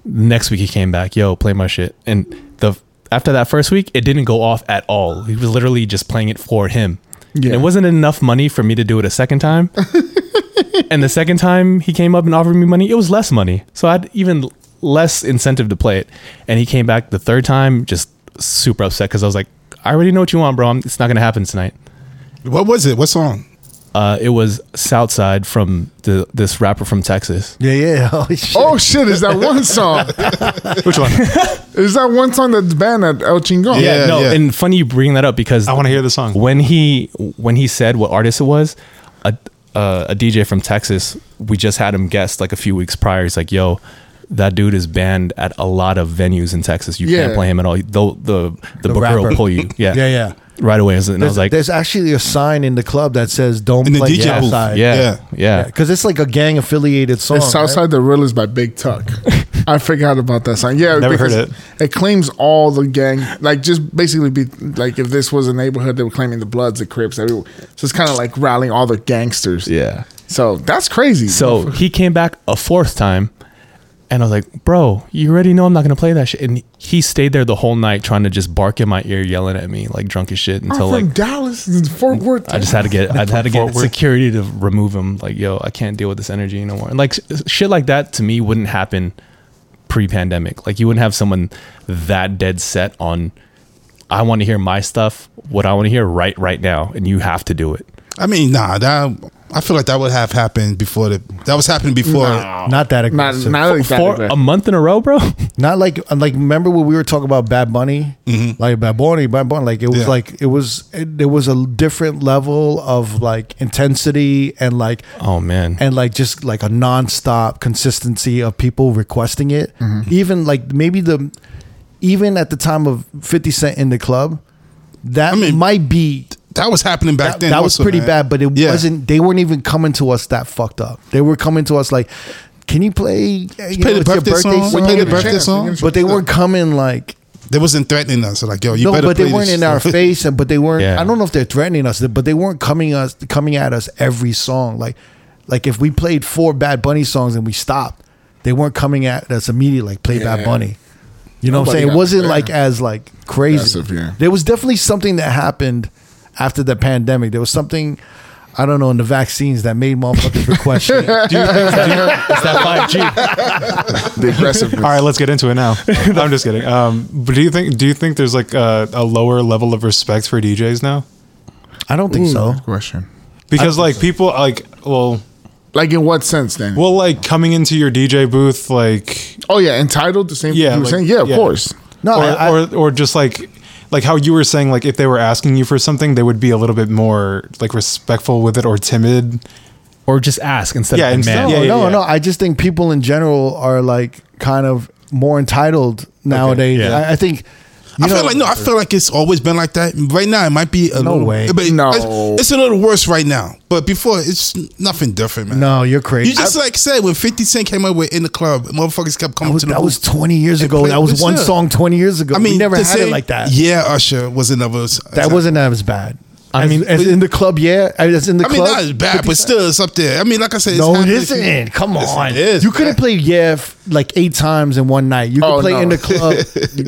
Speaker 5: Next week he came back, yo, play my shit. And the after that first week, it didn't go off at all. He was literally just playing it for him. And
Speaker 2: Yeah.
Speaker 5: it wasn't enough money for me to do it a second time. and the second time he came up and offered me money, it was less money. So I had even less incentive to play it. And he came back the third time, just super upset because I was like, I already know what you want, bro. I'm- It's not going to happen tonight.
Speaker 3: What was it? What song?
Speaker 5: Uh, it was Southside from the, this rapper from Texas.
Speaker 1: Yeah, yeah. Holy shit.
Speaker 2: Oh shit! Is that one song?
Speaker 5: Which one?
Speaker 2: Is that one song that's banned at El Chingon?
Speaker 3: Yeah.
Speaker 5: no, and funny you bring that up because
Speaker 4: I want to hear the song.
Speaker 5: when he when he said what artist it was, a uh, a DJ from Texas, we just had him guest like a few weeks prior. He's like, "Yo, that dude is banned at a lot of venues in Texas. You can't
Speaker 2: Yeah.
Speaker 5: play him at all. Though the the, booker
Speaker 1: rapper.
Speaker 5: will pull you. Yeah,
Speaker 4: Yeah, yeah.
Speaker 5: Right away, and I was like, yeah,
Speaker 1: there's actually a sign in the club that says "Don't
Speaker 3: In the
Speaker 1: play
Speaker 3: DJ booth.
Speaker 1: Southside."
Speaker 5: yeah,
Speaker 1: because it's like a gang affiliated song.
Speaker 2: It's Southside
Speaker 1: right?
Speaker 2: the Real is by Big Tuck. I forgot about that song. Yeah,
Speaker 4: Never heard
Speaker 2: because
Speaker 4: it.
Speaker 2: It claims all the gang, like just basically be like if this was a neighborhood, they were claiming the Bloods, the Crips, everyone. So it's kind of like rallying all the gangsters.
Speaker 5: yeah.
Speaker 2: So that's crazy.
Speaker 5: So he came back a fourth time, and I was like, "Bro, you already know I'm not gonna play that shit." And he stayed there the whole night trying to just bark in my ear, yelling at me like drunk as shit
Speaker 2: I'm
Speaker 5: until
Speaker 2: from
Speaker 5: like
Speaker 2: Dallas, it's Fort Worth.
Speaker 5: I just had to get I had to get
Speaker 4: Forward.
Speaker 5: security to remove him. Like, yo, I can't deal with this energy anymore. And like s- shit like that to me wouldn't happen pre-pandemic. Like you wouldn't have someone that dead set on I want to hear my stuff, what I want to hear right right now, and you have to do it.
Speaker 3: I mean, nah, that I feel like that would have happened before the that was happening before.
Speaker 1: Not that
Speaker 2: not
Speaker 1: aggressive.
Speaker 2: not like that.
Speaker 5: For a month in a row, bro.
Speaker 1: Not like like remember when we were talking about Bad Bunny, like Bad Bunny, Bad Bunny. Like it was
Speaker 3: Mm-hmm. Yeah.
Speaker 1: like it was it, there was a different level of like intensity and like
Speaker 5: Oh man.
Speaker 1: and like just like a nonstop consistency of people requesting it.
Speaker 2: Mm-hmm.
Speaker 1: Even like maybe the even at the time of Fifty Cent in the club, that
Speaker 3: I mean,
Speaker 1: might be
Speaker 3: That was happening back
Speaker 1: that,
Speaker 3: then.
Speaker 1: that was
Speaker 3: also,
Speaker 1: pretty
Speaker 3: man.
Speaker 1: bad, but it
Speaker 3: Yeah.
Speaker 1: wasn't. They weren't even coming to us that fucked up. They were coming to us like, "Can you play? uh, You
Speaker 3: Play
Speaker 1: know,
Speaker 3: the
Speaker 1: it's your
Speaker 3: birthday song.
Speaker 2: song.
Speaker 3: Play the
Speaker 2: Give it a
Speaker 3: birthday
Speaker 2: chance.
Speaker 3: song.
Speaker 1: But they weren't coming like
Speaker 3: They wasn't threatening us. Like, yo, you
Speaker 1: no,
Speaker 3: better.
Speaker 1: but they
Speaker 3: play
Speaker 1: weren't
Speaker 3: this
Speaker 1: in our
Speaker 3: shit.
Speaker 1: face, and but they weren't.
Speaker 5: Yeah.
Speaker 1: I don't know if they're threatening us, but they weren't coming us coming at us every song. Like, like if we played four Bad Bunny songs and we stopped, they weren't coming at us immediately. Like play Bad
Speaker 2: Yeah.
Speaker 1: Bunny. You know what I'm
Speaker 2: Nobody
Speaker 1: saying? It
Speaker 2: got
Speaker 1: wasn't
Speaker 2: there.
Speaker 1: like as like crazy.
Speaker 2: Aggressive, yeah.
Speaker 1: There was definitely something that happened after the pandemic. There was something. I don't know in the vaccines that made motherfuckers request shit.
Speaker 5: It's that 5G.
Speaker 2: The aggressiveness.
Speaker 4: All right, let's get into it now. I'm just kidding. Um, but do you think do you think there's like a, a lower level of respect for DJs now?
Speaker 1: I don't think so.
Speaker 2: Good question.
Speaker 4: Because like people like well
Speaker 2: Like in what sense then?
Speaker 4: well like coming into your DJ booth like
Speaker 2: oh yeah, entitled. The same.
Speaker 4: Yeah,
Speaker 2: Yeah, you were
Speaker 4: like-
Speaker 2: saying. Yeah, of
Speaker 4: yeah.
Speaker 2: course.
Speaker 1: No,
Speaker 4: or,
Speaker 1: Oh, I- I-
Speaker 4: or or just like like how you were saying like if they were asking you for something they would be a little bit more like respectful with it or timid.
Speaker 5: Or just ask instead
Speaker 4: Yeah,
Speaker 5: of
Speaker 4: instead-
Speaker 5: demand.
Speaker 1: No,
Speaker 4: Yeah, yeah,
Speaker 1: no,
Speaker 4: yeah.
Speaker 1: no. I just think people in general are like kind of more entitled nowadays.
Speaker 5: yeah.
Speaker 1: I, I think.
Speaker 3: I
Speaker 1: you know-
Speaker 3: feel like no. I feel like it's always been like that. Right now, it might be a
Speaker 1: No
Speaker 3: little,
Speaker 1: way.
Speaker 3: But
Speaker 2: No.
Speaker 3: it's, it's a little worse right now. But before, it's nothing different, man.
Speaker 1: No, you're crazy.
Speaker 3: You just like said when Fifty Cent came out with in the club, motherfuckers kept coming
Speaker 1: that was,
Speaker 3: to the.
Speaker 1: that was
Speaker 3: booth.
Speaker 1: 20 years
Speaker 3: They
Speaker 1: ago.
Speaker 3: played-
Speaker 1: That was
Speaker 3: but
Speaker 1: one
Speaker 3: still.
Speaker 1: song 20 years ago.
Speaker 3: I mean,
Speaker 1: we never
Speaker 3: to
Speaker 1: had
Speaker 3: say,
Speaker 1: it like that.
Speaker 3: Yeah, Usher was another.
Speaker 1: That wasn't as bad.
Speaker 5: I
Speaker 1: I mean,
Speaker 5: mean,
Speaker 1: as in the club, yeah. As in the
Speaker 3: I mean,
Speaker 1: club,
Speaker 3: not as bad, but still, it's up there. I mean, like I said, it's
Speaker 1: No, it
Speaker 3: happening.
Speaker 1: isn't. Come
Speaker 3: Yes, it
Speaker 1: on.
Speaker 3: is,
Speaker 1: you
Speaker 3: man.
Speaker 1: couldn't play yeah f- like eight times in one night. You could
Speaker 2: Oh,
Speaker 1: play
Speaker 2: no.
Speaker 1: in the club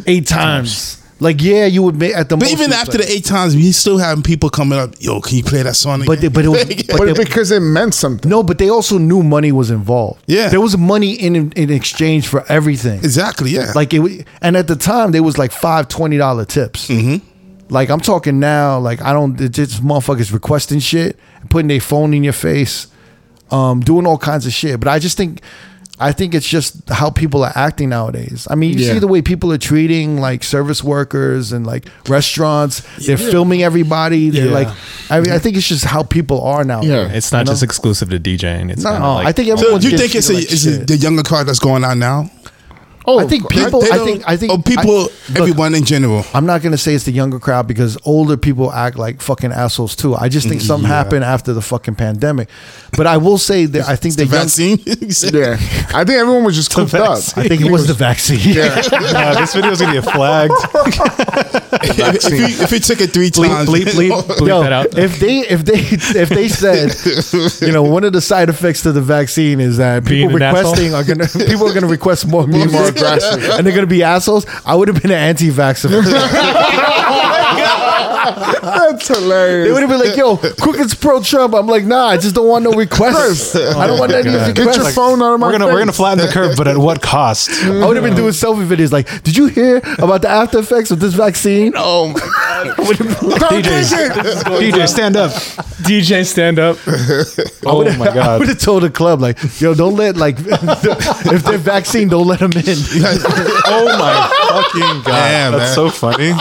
Speaker 1: eight times. Like yeah, you would make at the.
Speaker 3: But
Speaker 1: most
Speaker 3: even
Speaker 1: you'd
Speaker 3: after
Speaker 1: play.
Speaker 3: the eight times, we still having people coming up. Yo, can you play that song?
Speaker 1: But they-
Speaker 3: again?"
Speaker 1: but it was-
Speaker 3: Like,
Speaker 1: but
Speaker 2: But
Speaker 1: they-
Speaker 2: because it meant something.
Speaker 1: no, but they also knew money was involved.
Speaker 3: Yeah.
Speaker 1: there was money in in exchange for everything.
Speaker 3: exactly, yeah.
Speaker 1: Like it, wa- and at the time they was like five twenty dollar tips. Mm-hmm. Like I'm talking now, like I don't it's just motherfuckers requesting shit, putting their phone in your face, um, doing all kinds of shit. But I just think, I think it's just how people are acting nowadays. I mean, you see
Speaker 2: Yeah.
Speaker 1: the way people are treating like service workers and like restaurants. They're filming everybody. They're
Speaker 4: Yeah.
Speaker 1: like, I mean, I think it's just how people are now.
Speaker 2: Yeah.
Speaker 5: It's not just exclusive to DJing. It's
Speaker 1: No,
Speaker 5: kinda like,
Speaker 1: I think
Speaker 3: Oh, so
Speaker 1: everyone.
Speaker 3: you
Speaker 1: gets
Speaker 3: think it's, a,
Speaker 1: treated like
Speaker 3: it's a-
Speaker 1: shit.
Speaker 3: the younger crowd that's going on now?
Speaker 1: Oh, I think people.
Speaker 3: They
Speaker 1: I
Speaker 3: don't-
Speaker 1: think. I think
Speaker 3: oh, people,
Speaker 1: I- look,
Speaker 3: everyone in general.
Speaker 1: I'm not gonna say it's the younger crowd because older people act like fucking assholes too. I just think something happened after the fucking pandemic. But I will say that I think the, young.
Speaker 3: Vaccine. You said-
Speaker 2: Yeah, I think everyone was just cooped up.
Speaker 1: I think it was the vaccine.
Speaker 4: Nah, Uh, this video's gonna get flagged.
Speaker 3: if, if, you, if you took it three times,
Speaker 5: bleep
Speaker 1: Yo,
Speaker 5: that out.
Speaker 1: if they if they if they said, you know, one of the side effects to the vaccine is that
Speaker 5: Being
Speaker 1: people
Speaker 5: an asshole?
Speaker 1: requesting are gonna people are gonna request more music,
Speaker 2: more aggressive.
Speaker 1: and they're gonna be assholes. I would have been an
Speaker 3: Oh
Speaker 1: anti-vaxxer.
Speaker 2: That's hilarious.
Speaker 1: they would have been like, "Yo, quick, it's pro-Trump." I'm like, "Nah, I just don't want no requests. I don't want any
Speaker 4: God.
Speaker 1: music
Speaker 2: Oh Get your
Speaker 1: requests."
Speaker 2: phone out of my
Speaker 4: We're gonna we're gonna
Speaker 2: face.
Speaker 4: flatten the curve, but at what cost?
Speaker 1: I would have been doing selfie videos like, "Did you hear about the after effects of this vaccine?"
Speaker 3: Oh my god!
Speaker 4: DJ, DJ, stand up.
Speaker 5: DJ stand up.
Speaker 4: Oh my
Speaker 1: I would
Speaker 4: god.
Speaker 1: have told the club like, "Yo, don't let like if they're vaccine, don't let them in."
Speaker 4: Oh my fucking god.
Speaker 3: Damn,
Speaker 4: That's
Speaker 3: man.
Speaker 4: so funny.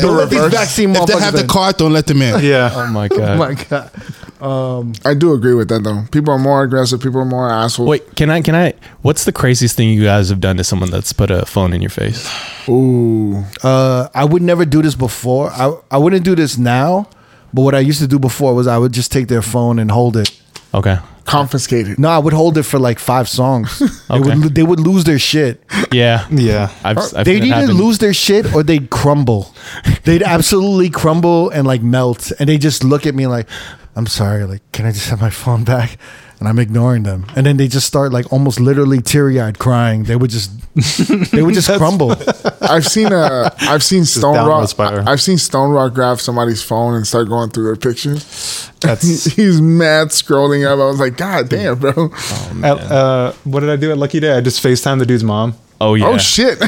Speaker 1: Don't let these vaccine
Speaker 3: if they have
Speaker 1: motherfuckers
Speaker 3: the
Speaker 1: in.
Speaker 3: card, don't let them in.
Speaker 4: Yeah.
Speaker 5: Oh my god.
Speaker 1: my god.
Speaker 2: I do agree with that though. People are more aggressive. People are more assholes.
Speaker 5: Wait, can I? Can I? What's the craziest thing you guys have done to someone that's put a phone in your face?
Speaker 2: Ooh,
Speaker 1: Uh, I would never do this before. I I wouldn't do this now, but what I used to do before was I would just take their phone and hold it.
Speaker 5: Okay.
Speaker 2: confiscated.
Speaker 1: No, I would hold it for like five songs. they,
Speaker 5: Okay.
Speaker 1: would, lo- they would lose their shit.
Speaker 5: Yeah.
Speaker 4: Yeah.
Speaker 5: I've, I've
Speaker 1: They'd
Speaker 5: seen it
Speaker 1: either
Speaker 5: happen.
Speaker 1: lose their shit or they'd crumble. They'd absolutely crumble and like melt. And they just look at me like, I'm sorry, like, can I just have my phone back? And I'm ignoring them. And then they just start like almost literally teary eyed crying. They would just they would just crumble.
Speaker 2: I've seen uh, I've seen Stone
Speaker 4: downward
Speaker 2: Rock.
Speaker 4: spiral.
Speaker 2: I've seen Stone Rock grab somebody's phone and start going through their pictures.
Speaker 4: That's
Speaker 2: He's mad scrolling up. I was like, God damn, bro.
Speaker 4: at, uh, what did I do at Lucky Day? I just FaceTime the dude's mom.
Speaker 5: Oh yeah.
Speaker 2: Oh shit.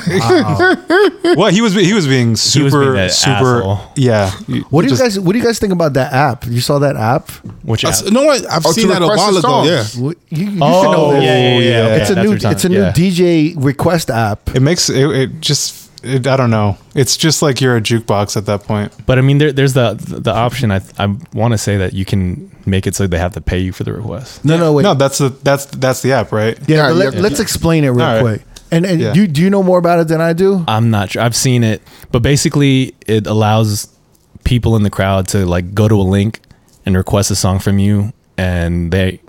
Speaker 4: Well, he was he was being super
Speaker 5: was being an
Speaker 4: super
Speaker 5: asshole.
Speaker 4: yeah.
Speaker 1: What do you guys what do you guys think about that app? You saw that app?
Speaker 5: Which
Speaker 3: I
Speaker 5: app?
Speaker 3: s- you know what? I've
Speaker 2: Oh, to
Speaker 3: seen that a
Speaker 2: request
Speaker 3: while
Speaker 2: the
Speaker 3: ago.
Speaker 2: songs.
Speaker 3: Yeah.
Speaker 1: Well, You, you should know
Speaker 5: Oh,
Speaker 1: this.
Speaker 5: yeah, yeah, yeah, yeah.
Speaker 1: It's a
Speaker 5: That's
Speaker 1: new
Speaker 5: what you're
Speaker 1: it's a new
Speaker 5: talking-
Speaker 1: DJ request app.
Speaker 4: It makes it, it just it, I don't know. It's just like you're a jukebox at that point.
Speaker 5: But I mean, there, there's the the option. I I want to say that you can make it so they have to pay you for the request.
Speaker 1: No, no, wait.
Speaker 4: No, that's the that's that's the app, right?
Speaker 1: yeah,
Speaker 2: Yeah,
Speaker 1: but let,
Speaker 2: yeah.
Speaker 1: let's explain it real
Speaker 4: All right.
Speaker 1: quick. And and
Speaker 4: Yeah.
Speaker 1: you do you know more about it than I do?
Speaker 5: I'm not sure. I've seen it, but basically, it allows people in the crowd to like go to a link and request a song from you, and they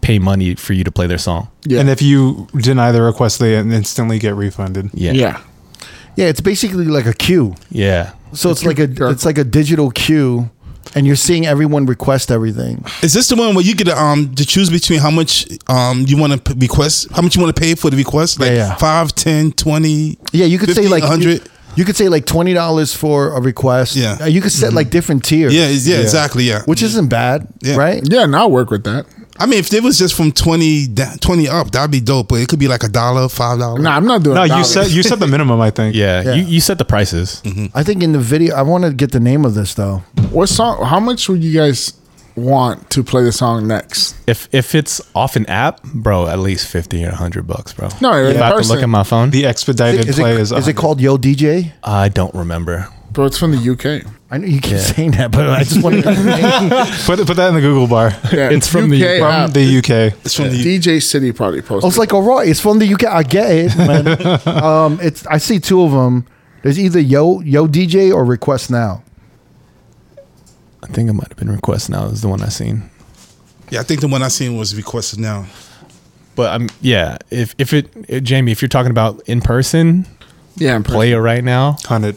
Speaker 5: pay money for you to play their song.
Speaker 2: Yeah.
Speaker 4: And if you deny the request, they instantly get refunded.
Speaker 5: Yeah.
Speaker 2: yeah.
Speaker 1: Yeah, it's basically like a queue.
Speaker 5: Yeah.
Speaker 1: So it's like a it's like a digital queue, and you're seeing everyone request everything.
Speaker 3: Is this the one where you get to, um to choose between how much um you want to p- request, how much you want to pay for the request, like
Speaker 1: Yeah, yeah.
Speaker 3: five, ten, twenty?
Speaker 1: Yeah, you could
Speaker 3: 50,
Speaker 1: say like You,
Speaker 3: 100.
Speaker 1: you could say like twenty dollars for a request.
Speaker 3: Yeah. Mm-hmm.
Speaker 1: Uh, you could set like different tiers.
Speaker 3: Yeah, it's- yeah, exactly. Yeah.
Speaker 1: which isn't bad,
Speaker 3: Yeah.
Speaker 1: right?
Speaker 2: Yeah, and I'll work with that.
Speaker 3: I mean, if it was just from 20, da- 20 up, that'd be dope. But it could be like a dollar, five dollars.
Speaker 2: No, I'm not doing.
Speaker 4: No, you
Speaker 2: dollars.
Speaker 4: said you said the minimum, I think.
Speaker 5: Yeah.
Speaker 1: Yeah.
Speaker 5: You you set the prices.
Speaker 3: Mm.
Speaker 1: I think in the video, I want to get the name of this though.
Speaker 2: what song? How much would you guys want to play the song next?
Speaker 5: If if it's off an app, bro, at least fifty or hundred bucks, bro.
Speaker 2: No, in
Speaker 5: If I have to
Speaker 2: person.
Speaker 5: look at my phone.
Speaker 4: The expedited
Speaker 1: Is
Speaker 4: play
Speaker 1: it,
Speaker 4: is
Speaker 1: is it
Speaker 4: 100.
Speaker 1: called Yo DJ?
Speaker 5: I don't remember.
Speaker 2: Bro, it's from the UK.
Speaker 1: I know you keep saying that, but I just want to.
Speaker 4: Put put that in the Google bar.
Speaker 2: Yeah,
Speaker 5: It's from the-
Speaker 2: UK
Speaker 4: From
Speaker 2: app.
Speaker 4: the Oh, UK.
Speaker 3: It's from the
Speaker 2: DJ City probably
Speaker 1: I
Speaker 2: posted.
Speaker 1: was like, all right, it's from the UK. I get it, man. um, it's I see two of them. There's either Yo Yo DJ or Request Now.
Speaker 5: I think it might have been request now is the one I seen.
Speaker 3: yeah. I think the one I seen was requested now.
Speaker 5: But I'm yeah. If if it, it Jamie, if you're talking about in person,
Speaker 2: yeah, in
Speaker 5: play it right now.
Speaker 4: Hundred.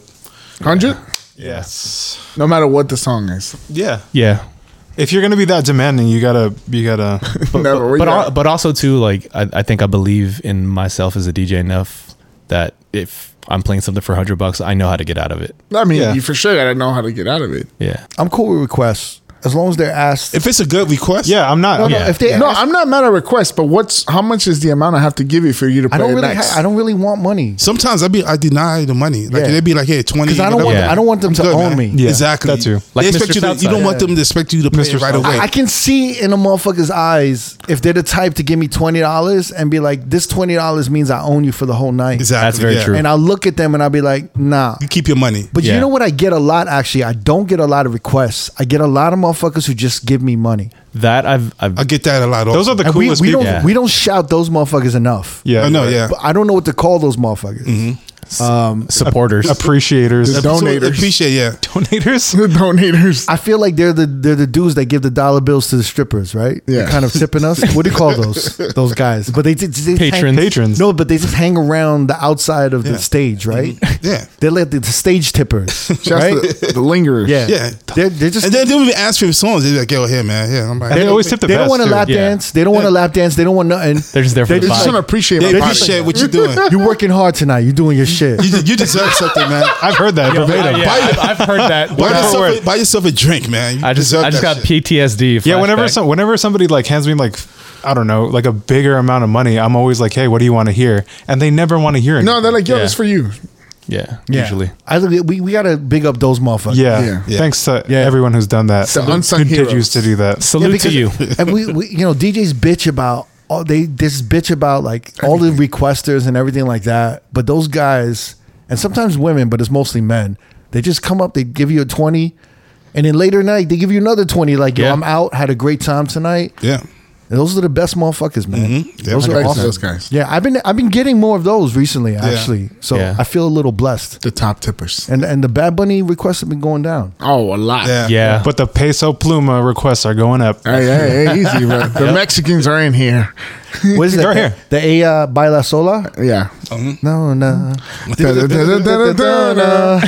Speaker 2: hundred.
Speaker 4: Yes.
Speaker 2: No matter what the song is,
Speaker 4: Yeah.
Speaker 5: Yeah.
Speaker 4: If you're gonna be that demanding, you gotta you gotta
Speaker 2: never. we
Speaker 5: but
Speaker 2: got-
Speaker 5: al- but also too like I, I think I believe in myself as a DJ enough that if I'm playing something for hundred bucks, I know how to get out of it.
Speaker 2: I mean,
Speaker 4: Yeah.
Speaker 2: you for sure gotta know how to get out of it.
Speaker 5: Yeah.
Speaker 1: I'm cool with requests as long as they're asked.
Speaker 3: If it's a good request,
Speaker 4: Yeah, I'm not
Speaker 1: no,
Speaker 4: I'm
Speaker 1: no,
Speaker 4: not-
Speaker 1: if they
Speaker 2: No,
Speaker 1: ask-
Speaker 2: I'm not mad at requests, but what's how much is the amount I have to give you for you to play
Speaker 1: I don't
Speaker 2: it
Speaker 1: really
Speaker 2: next?
Speaker 1: ha- I don't really want money.
Speaker 3: Sometimes I be I deny the money. Like
Speaker 1: Yeah.
Speaker 3: they'd be like, "Hey, twenty.
Speaker 1: Because I don't want
Speaker 3: whatever.
Speaker 5: Yeah.
Speaker 1: I don't want them to
Speaker 3: Good,
Speaker 1: own
Speaker 3: man.
Speaker 1: me.
Speaker 4: Yeah,
Speaker 3: exactly.
Speaker 4: that too.
Speaker 5: Like
Speaker 3: they expect
Speaker 5: Mr.
Speaker 3: you to, you don't
Speaker 5: Southside.
Speaker 3: want them to expect you to pay
Speaker 4: Mr.
Speaker 3: it right away.
Speaker 1: I, I can see in a motherfucker's eyes if they're the type to give me twenty dollars and be like, "This twenty dollars means I own you for the whole night."
Speaker 3: exactly.
Speaker 5: That's very
Speaker 3: yeah.
Speaker 5: true.
Speaker 1: And I'll look at them and I'll be like, "Nah."
Speaker 3: You keep your money.
Speaker 1: But you
Speaker 5: Yeah.
Speaker 1: know what I get a lot actually? I don't get a lot of requests. I get a lot of motherfuckers who just give me money.
Speaker 5: That I've, I've
Speaker 3: I get that a lot.
Speaker 4: Those
Speaker 3: also.
Speaker 4: are the
Speaker 1: And we,
Speaker 4: coolest
Speaker 1: we
Speaker 4: people.
Speaker 1: don't
Speaker 5: Yeah.
Speaker 1: we don't shout those motherfuckers enough.
Speaker 4: Yeah,
Speaker 3: I know,
Speaker 4: right.
Speaker 3: yeah.
Speaker 1: But I don't know what to call those motherfuckers.
Speaker 5: supporters.
Speaker 4: Appreciators,
Speaker 2: Don't-
Speaker 3: So
Speaker 2: donators.
Speaker 3: appreciate, yeah.
Speaker 4: donators.
Speaker 2: The donators.
Speaker 1: I feel like they're the they're the dudes that give the dollar bills to the strippers, right?
Speaker 2: Yeah.
Speaker 1: They're kind of tipping us. What do you call those those guys? But they, just- they just
Speaker 5: Patrons.
Speaker 4: Patrons.
Speaker 1: No, but they just hang around the outside of the stage, right?
Speaker 3: Yeah.
Speaker 1: They're like the, the stage tippers,
Speaker 2: Just
Speaker 1: right?
Speaker 2: the, the lingerers.
Speaker 1: yeah,
Speaker 3: Yeah.
Speaker 1: They're, they're just
Speaker 3: And then they don't even ask for songs. They're like, yo, here, man. Yeah. I'm like,
Speaker 4: They always tip the
Speaker 1: they
Speaker 4: best.
Speaker 1: don't want to
Speaker 4: too.
Speaker 1: lap
Speaker 5: Yeah.
Speaker 1: dance. They don't want to lap dance. They don't want nothing.
Speaker 5: They're just there for the
Speaker 2: They just
Speaker 5: vibe.
Speaker 2: want to appreciate
Speaker 3: they
Speaker 2: my body.
Speaker 3: appreciate what you're doing. you,
Speaker 1: You're working hard tonight. You're doing your shit.
Speaker 3: you you deserve something, man.
Speaker 4: I've heard that verbatim.
Speaker 5: yeah, I've, I've heard that.
Speaker 3: Buy
Speaker 5: word for
Speaker 3: yourself,
Speaker 5: word.
Speaker 3: a, buy yourself a drink, man. You
Speaker 5: I just,
Speaker 3: deserve
Speaker 5: I just
Speaker 3: that
Speaker 5: got
Speaker 3: shit.
Speaker 5: PTSD.
Speaker 4: Yeah, whenever
Speaker 5: flashback.
Speaker 4: some, whenever somebody like hands me like I don't know like a bigger amount of money, I'm always like, hey, what do you want to hear? And they never want to hear it.
Speaker 2: No, they're like, yo,
Speaker 5: Yeah.
Speaker 2: it's for you.
Speaker 5: yeah,
Speaker 1: Yeah.
Speaker 5: usually.
Speaker 1: I look. at- We we gotta big up those motherfuckers.
Speaker 4: yeah.
Speaker 2: Yeah.
Speaker 3: Yeah.
Speaker 4: Thanks to everyone who's done that.
Speaker 2: The unsung
Speaker 4: who did
Speaker 2: heroes.
Speaker 4: used to do that?
Speaker 5: Salute to you.
Speaker 1: and we, we, you know, DJs bitch about all they this bitch about like all the requesters and everything like that. But those guys, and sometimes women, but it's mostly men. They just come up, they give you a twenty, and then later night they give you another twenty. Like, yo,
Speaker 5: Yeah.
Speaker 1: I'm out, had a great time tonight.
Speaker 3: Yeah.
Speaker 1: And those are the best motherfuckers, man.
Speaker 5: Mm-hmm.
Speaker 1: Those are
Speaker 2: Thanks to
Speaker 1: awesome.
Speaker 2: those guys.
Speaker 1: Yeah, I've been I've been getting more of those recently, actually. So
Speaker 5: Yeah.
Speaker 1: I feel a little blessed.
Speaker 2: The top tippers.
Speaker 1: And and the Bad Bunny requests have been going down.
Speaker 2: Oh, a lot.
Speaker 3: Yeah.
Speaker 5: Yeah,
Speaker 4: But the peso pluma requests are going up.
Speaker 2: Hey, hey, hey, easy, bro. The Mexicans are in here.
Speaker 1: What is that?
Speaker 4: Right here.
Speaker 1: The A uh, Baila Sola?
Speaker 2: Yeah.
Speaker 1: No, no.
Speaker 2: Da-da-da-da-da-da-da.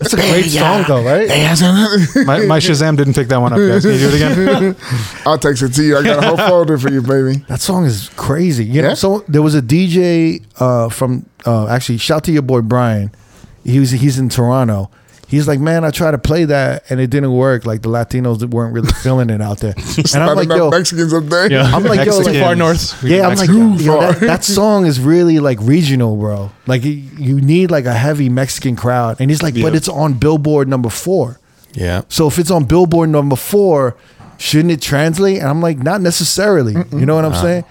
Speaker 1: It's a great song though, right?
Speaker 4: My, my Shazam didn't pick that one up. Guys. Can you do it again?
Speaker 2: I'll text it to you. I got a whole folder for you, baby.
Speaker 1: That song is crazy. You know,
Speaker 2: Yeah.
Speaker 1: so there was a DJ uh, from uh, actually shout to your boy Brian. He was he's in Toronto. He's like, man, I tried to play that and it didn't work. Like the Latinos weren't really feeling it out there. And I'm
Speaker 2: Not
Speaker 1: like,
Speaker 2: enough
Speaker 1: yo,
Speaker 2: Mexicans up there.
Speaker 5: yeah.
Speaker 1: I'm like, yo,
Speaker 5: Mexico,
Speaker 1: like-
Speaker 5: far north.
Speaker 1: yeah, I'm like,
Speaker 5: Mexico.
Speaker 1: yo, yo, that, that song is really like regional, bro. Like y- you need like a heavy Mexican crowd. And he's like, but it's on Billboard number four.
Speaker 5: yeah.
Speaker 1: So if it's on Billboard number four, shouldn't it translate? And I'm like, not necessarily. You know what I'm saying?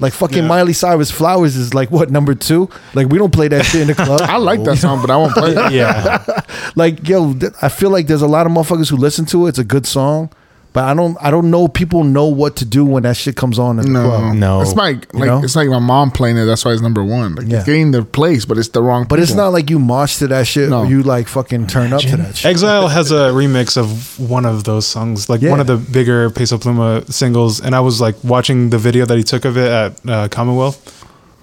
Speaker 1: Like fucking Miley Cyrus "Flowers" is like what number two? Like we don't play that shit in the club.
Speaker 2: I like that song, but I won't play it.
Speaker 4: yeah.
Speaker 1: Like yo, th- I feel like there's a lot of motherfuckers who listen to it. It's a good song, but I don't. I don't know. People know what to do when that shit comes on in the
Speaker 2: No,
Speaker 1: club.
Speaker 5: No.
Speaker 2: It's like, like
Speaker 1: know?
Speaker 2: it's like my mom playing it. That's why it's number one. Like
Speaker 1: Yeah.
Speaker 2: it's getting the place, but it's the wrong.
Speaker 1: But it's
Speaker 2: people.
Speaker 1: not like you march to that shit.
Speaker 2: No.
Speaker 1: Or you like fucking turn up to that shit.
Speaker 4: Exile has a remix of one of those songs, like
Speaker 1: Yeah.
Speaker 4: one of the bigger Peso Pluma singles. And I was like watching the video that he took of it at uh, Commonwealth.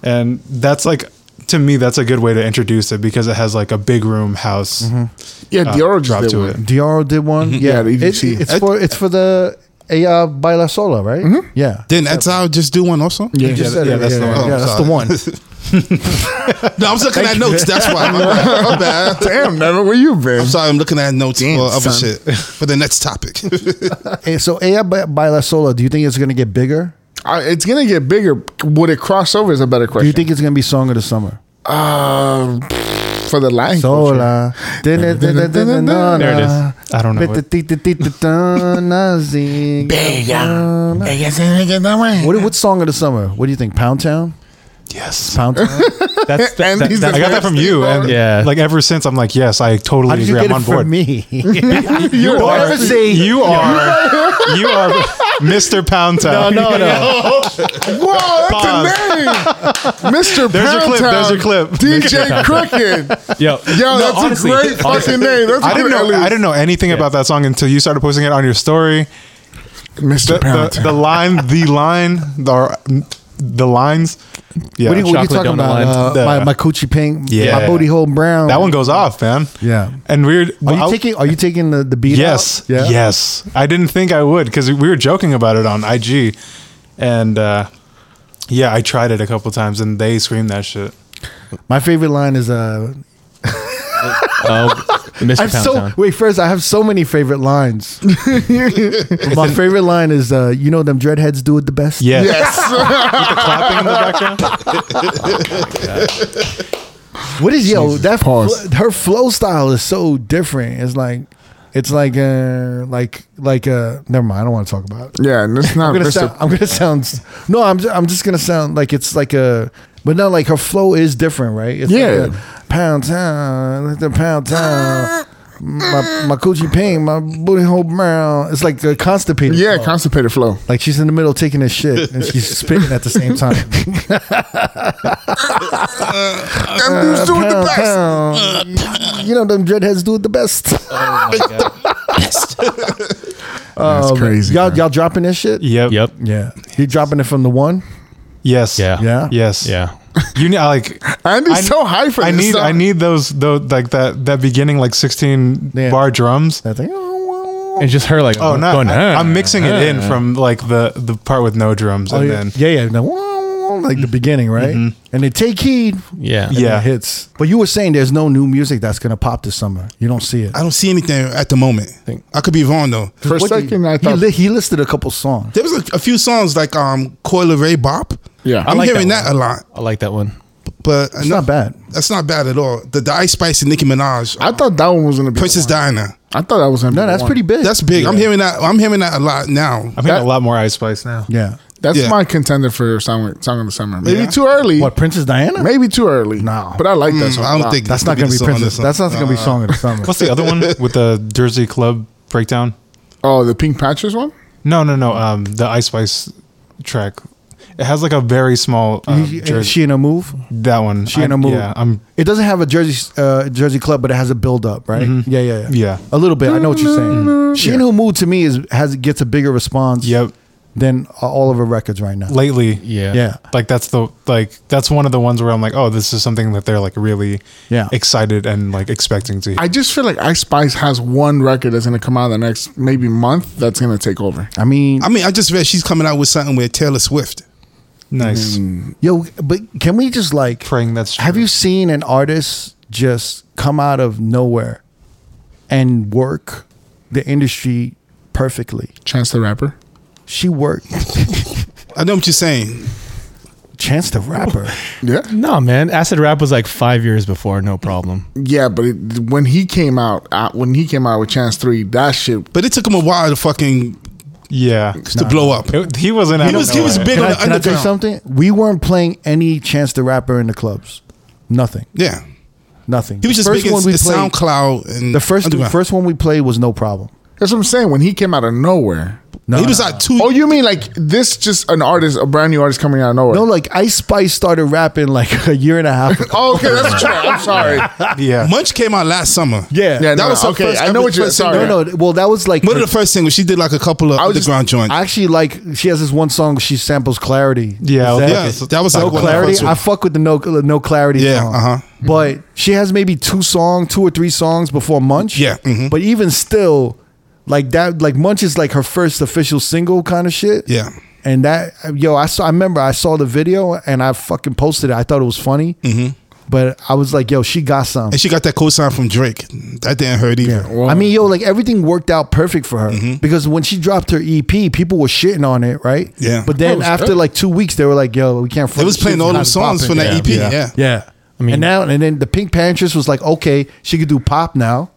Speaker 4: And that's like, to me, that's a good way to introduce it because it has like a big room house.
Speaker 1: Mm-hmm.
Speaker 2: Yeah,
Speaker 4: uh,
Speaker 2: Dior just
Speaker 4: drop
Speaker 2: did
Speaker 4: to
Speaker 2: one.
Speaker 4: it.
Speaker 1: Diaro did one. Yeah,
Speaker 2: Yeah, the
Speaker 1: It-
Speaker 2: EDC.
Speaker 1: it's for it's for the Aya Baila Sola, right? Yeah.
Speaker 3: Then that's how I just do one also.
Speaker 1: You just said
Speaker 4: yeah,
Speaker 1: it.
Speaker 4: that's the one.
Speaker 1: yeah,
Speaker 3: Oh,
Speaker 1: that's
Speaker 3: sorry.
Speaker 1: the one.
Speaker 3: No, I was looking at notes. That's why. My bad. My bad.
Speaker 2: Oh, Damn, never where you been?
Speaker 3: I'm sorry. I'm looking at notes
Speaker 2: Damn,
Speaker 3: for other
Speaker 2: son.
Speaker 3: shit for the next topic.
Speaker 1: Hey, Eh, so Aya Ba- Baila Sola, do you think it's going to get bigger?
Speaker 2: I, it's gonna get bigger. Would it cross over? Is a better
Speaker 1: Do
Speaker 2: question.
Speaker 1: you think it's going to be Song of the Summer?
Speaker 2: Uh, for the Latin culture.
Speaker 1: Sola. There it
Speaker 5: There it
Speaker 1: is.
Speaker 5: is.
Speaker 4: I don't know. It,
Speaker 1: What, what song of the summer? What do you think? Pound Town?
Speaker 4: yes.
Speaker 1: Pound Town?
Speaker 5: That's that,
Speaker 2: Andy's
Speaker 5: that-
Speaker 4: I got that from you. And
Speaker 5: Yeah.
Speaker 4: like ever since, I'm like, yes, I totally
Speaker 1: How did you
Speaker 4: agree.
Speaker 1: get
Speaker 4: I'm
Speaker 1: it
Speaker 4: on board.
Speaker 1: from me? you
Speaker 4: You
Speaker 1: don't
Speaker 4: are,
Speaker 1: ever say.
Speaker 4: you are, you are Mr. Pound Town.
Speaker 1: no, no.
Speaker 2: Whoa, that's a name, Mr.
Speaker 4: There's your clip, there's your clip.
Speaker 2: DJ Crooked.
Speaker 5: Yo,
Speaker 2: Yo, that's a great fucking name. That's
Speaker 4: I didn't know. I
Speaker 2: did
Speaker 4: didn't know anything about that song until you started posting it on your story. The,
Speaker 2: Mr.
Speaker 4: the,
Speaker 2: Poundtown.
Speaker 4: the line, the line, the the lines. Yeah,
Speaker 1: What are you, what are you
Speaker 5: Chocolate
Speaker 1: talking
Speaker 5: donut
Speaker 1: about?
Speaker 5: line.
Speaker 1: Uh,
Speaker 4: The-
Speaker 1: my, my coochie pink,
Speaker 4: Yeah.
Speaker 1: my booty hole brown.
Speaker 4: that one goes off, man.
Speaker 1: Yeah.
Speaker 4: and weird.
Speaker 1: Are you taking? Are you taking the the beat?
Speaker 4: Yes,
Speaker 1: out? Yeah.
Speaker 4: yes. I didn't think I would because we were joking about it on IG, and uh, yeah, I tried it a couple times and they screamed that shit.
Speaker 1: My favorite line is uh,
Speaker 5: oh, Mr.
Speaker 1: I'm
Speaker 5: Pound
Speaker 1: so
Speaker 5: Town.
Speaker 1: wait. First, I have so many favorite lines. My favorite line is, uh, "You know them dreadheads do it the best."
Speaker 4: Yeah,
Speaker 2: yes.
Speaker 4: clapping in the background.
Speaker 1: What is yo? That
Speaker 2: pause.
Speaker 1: fl- her flow style is so different. It's like It's like uh like like uh never mind. I don't want to talk about it.
Speaker 2: Yeah, and it's
Speaker 1: I'm
Speaker 2: not.
Speaker 1: gonna
Speaker 2: it's a-
Speaker 1: sound. I'm gonna sound. No, I'm. ju- I'm just gonna sound like it's like a. But not like her flow is different, right? It's
Speaker 2: Yeah.
Speaker 1: Like a pound town, like the pound town. My my coochie pain, my booty hole brown. It's like a constipated.
Speaker 2: yeah,
Speaker 1: flow.
Speaker 2: constipated flow.
Speaker 1: like she's in the middle taking a shit and she's spitting at the same time.
Speaker 2: Them dudes do it Uh, the
Speaker 1: Uh,
Speaker 2: best.
Speaker 1: Pound, pound. You know them dreadheads do it the best.
Speaker 5: Oh
Speaker 2: That's crazy.
Speaker 1: y'all
Speaker 2: man.
Speaker 1: y'all dropping this shit?
Speaker 4: Yep.
Speaker 5: Yep.
Speaker 1: Yeah. You dropping it from the one?
Speaker 4: Yes.
Speaker 5: Yeah.
Speaker 1: Yeah.
Speaker 4: Yes.
Speaker 5: Yeah.
Speaker 4: You need I like.
Speaker 2: Andy's
Speaker 4: I-
Speaker 2: so high for
Speaker 4: I
Speaker 2: this
Speaker 4: need.
Speaker 2: stuff.
Speaker 4: I need those. Though, like that. That beginning, like sixteen
Speaker 1: Yeah.
Speaker 4: bar drums.
Speaker 1: That thing. Oh,
Speaker 5: It's just her like
Speaker 4: Oh no!
Speaker 5: going,
Speaker 4: I, am
Speaker 5: "Ah,
Speaker 4: mixing
Speaker 5: ah."
Speaker 4: it in from like the the part with no drums, and
Speaker 1: Oh, yeah.
Speaker 4: then
Speaker 1: yeah, yeah. Now, wah, wah, like the beginning, right?
Speaker 2: Mm-hmm.
Speaker 1: And they take heed.
Speaker 5: Yeah.
Speaker 1: and
Speaker 4: Yeah.
Speaker 1: it hits. But you were saying there's no new music that's gonna pop this summer. You don't see it.
Speaker 3: I don't see anything at the moment.
Speaker 5: Think-
Speaker 3: I could be wrong though.
Speaker 2: For a second, I
Speaker 1: he,
Speaker 2: thought.
Speaker 1: li- he listed a couple songs.
Speaker 3: There was a, a few songs like um Coil Ray Bop.
Speaker 2: Yeah. I
Speaker 3: I'm
Speaker 5: like
Speaker 3: hearing
Speaker 5: that
Speaker 3: that, a lot,
Speaker 5: I like that one.
Speaker 3: but
Speaker 1: It's not bad.
Speaker 3: That's not bad at all. The, the Ice Spice and Nicki Minaj,
Speaker 2: I thought that one was gonna be.
Speaker 3: Princess Diana.
Speaker 2: I thought that was gonna. be
Speaker 1: No,
Speaker 2: the
Speaker 1: that's
Speaker 2: one.
Speaker 1: pretty big.
Speaker 3: That's big. I'm hearing that. I'm hearing that a lot now.
Speaker 4: I'm hearing a lot more Ice Spice now.
Speaker 1: yeah.
Speaker 2: That's
Speaker 3: Yeah.
Speaker 2: my contender for song song of the summer. Maybe
Speaker 3: Yeah.
Speaker 2: too early.
Speaker 1: What Princess Diana?
Speaker 2: Maybe too early.
Speaker 1: No.
Speaker 2: but I like that.
Speaker 3: Mm,
Speaker 2: Song.
Speaker 3: I don't think
Speaker 1: That's not gonna be
Speaker 3: the song on
Speaker 1: Princess.
Speaker 3: this one.
Speaker 1: That's not gonna be
Speaker 3: Uh,
Speaker 1: song of the summer.
Speaker 4: What's the other one with the Jersey Club breakdown?
Speaker 2: Oh, the Pink Patches one.
Speaker 4: No, no, no. Um, the Ice Spice track. It has like a very small um,
Speaker 1: He-
Speaker 4: Jersey.
Speaker 1: She in a move.
Speaker 4: that one.
Speaker 1: She in
Speaker 4: I-
Speaker 1: a move.
Speaker 4: Yeah, I'm.
Speaker 1: It doesn't have a jersey uh, jersey club, but it has a build up, right? Yeah, yeah, yeah,
Speaker 4: Mm-hmm. Yeah. Mm-hmm.
Speaker 1: A little bit. I know what you're saying. She in her mood to me is has gets a bigger response.
Speaker 4: Yep.
Speaker 1: Than uh, all of her records right now.
Speaker 4: Lately,
Speaker 5: Yeah.
Speaker 1: yeah.
Speaker 4: like that's the like that's one of the ones where I'm like, oh, this is something that they're like really
Speaker 1: Yeah.
Speaker 4: excited and like expecting to. hear.
Speaker 2: I just feel like Ice Spice has one record that's gonna come out the next maybe month that's gonna take over.
Speaker 1: I mean,
Speaker 3: I mean, I just read she's coming out with something with Taylor Swift.
Speaker 4: nice.
Speaker 1: yo, but can we just like
Speaker 4: Praying that's true.
Speaker 1: Have you seen an artist just come out of nowhere and work the industry perfectly?
Speaker 2: Chance the Rapper.
Speaker 1: She worked
Speaker 3: I know what you're saying.
Speaker 1: Chance the Rapper.
Speaker 2: Yeah,
Speaker 5: No, man. Acid rap was like five years before. No problem.
Speaker 2: yeah, but it, when he came out, uh, when he came out with Chance Three, that shit.
Speaker 3: But it took him a while to fucking
Speaker 4: Yeah,
Speaker 3: to blow up.
Speaker 4: It- he wasn't. out
Speaker 3: He
Speaker 4: of
Speaker 3: was he was
Speaker 4: nowhere.
Speaker 3: big
Speaker 1: Can
Speaker 3: on
Speaker 1: I,
Speaker 3: the
Speaker 1: can I tell you
Speaker 3: underground.
Speaker 1: something? We weren't playing any Chance the Rapper in the clubs. Nothing.
Speaker 3: Yeah,
Speaker 1: Nothing.
Speaker 3: he was just big in the
Speaker 1: played.
Speaker 3: SoundCloud and
Speaker 1: The first
Speaker 3: underground.
Speaker 1: first one we played was no problem.
Speaker 2: That's what I'm saying. When he came out of nowhere.
Speaker 1: No,
Speaker 3: he was
Speaker 1: no,
Speaker 3: like two.
Speaker 2: Oh, you mean like this? Just an artist, a brand new artist coming out of nowhere.
Speaker 1: no, like Ice Spice started rapping like a year and a half. ago.
Speaker 2: Oh, okay, that's true. I'm sorry.
Speaker 4: Yeah,
Speaker 3: Munch came out last summer.
Speaker 2: Yeah,
Speaker 1: yeah.
Speaker 3: that
Speaker 2: no,
Speaker 3: was her
Speaker 2: okay,
Speaker 3: first.
Speaker 2: I know what you're-
Speaker 3: first
Speaker 2: sorry.
Speaker 3: single.
Speaker 1: No, no. Well, that was like
Speaker 3: One of the first singles she did like a couple of
Speaker 2: was just-
Speaker 3: underground joints.
Speaker 1: I actually like she has this one song she samples clarity.
Speaker 4: Yeah,
Speaker 1: Is that-
Speaker 3: yeah, that was
Speaker 1: no
Speaker 3: like one of the
Speaker 1: clarity.
Speaker 3: first
Speaker 1: I
Speaker 3: ones.
Speaker 1: fuck with the no no clarity.
Speaker 3: Yeah,
Speaker 1: song.
Speaker 3: uh-huh.
Speaker 1: But she has maybe two song, two or three songs before Munch.
Speaker 3: Yeah, mhm.
Speaker 1: but even still, like that, like Munch is like her first official single kind of shit.
Speaker 3: Yeah.
Speaker 1: and that yo, I saw. I remember I saw the video and I fucking posted it. I thought it was funny. Mm-hmm. But I was like, yo, she got some.
Speaker 3: and she got that co-sign from Drake. That didn't hurt either.
Speaker 1: I mean, yo, like everything worked out perfect for her
Speaker 3: Mm-hmm.
Speaker 1: because when she dropped her EP, people were shitting on it, right?
Speaker 3: Yeah.
Speaker 1: But then after like two weeks, they were like, "Yo, we can't."
Speaker 3: It
Speaker 1: front
Speaker 3: was
Speaker 1: this
Speaker 3: playing
Speaker 1: shit's
Speaker 3: all
Speaker 1: not
Speaker 3: them
Speaker 1: as
Speaker 3: songs
Speaker 1: popping.
Speaker 3: from that EP. Yeah.
Speaker 1: Yeah. I mean, and now and then the Pink Panthers was like, okay, she could do pop now,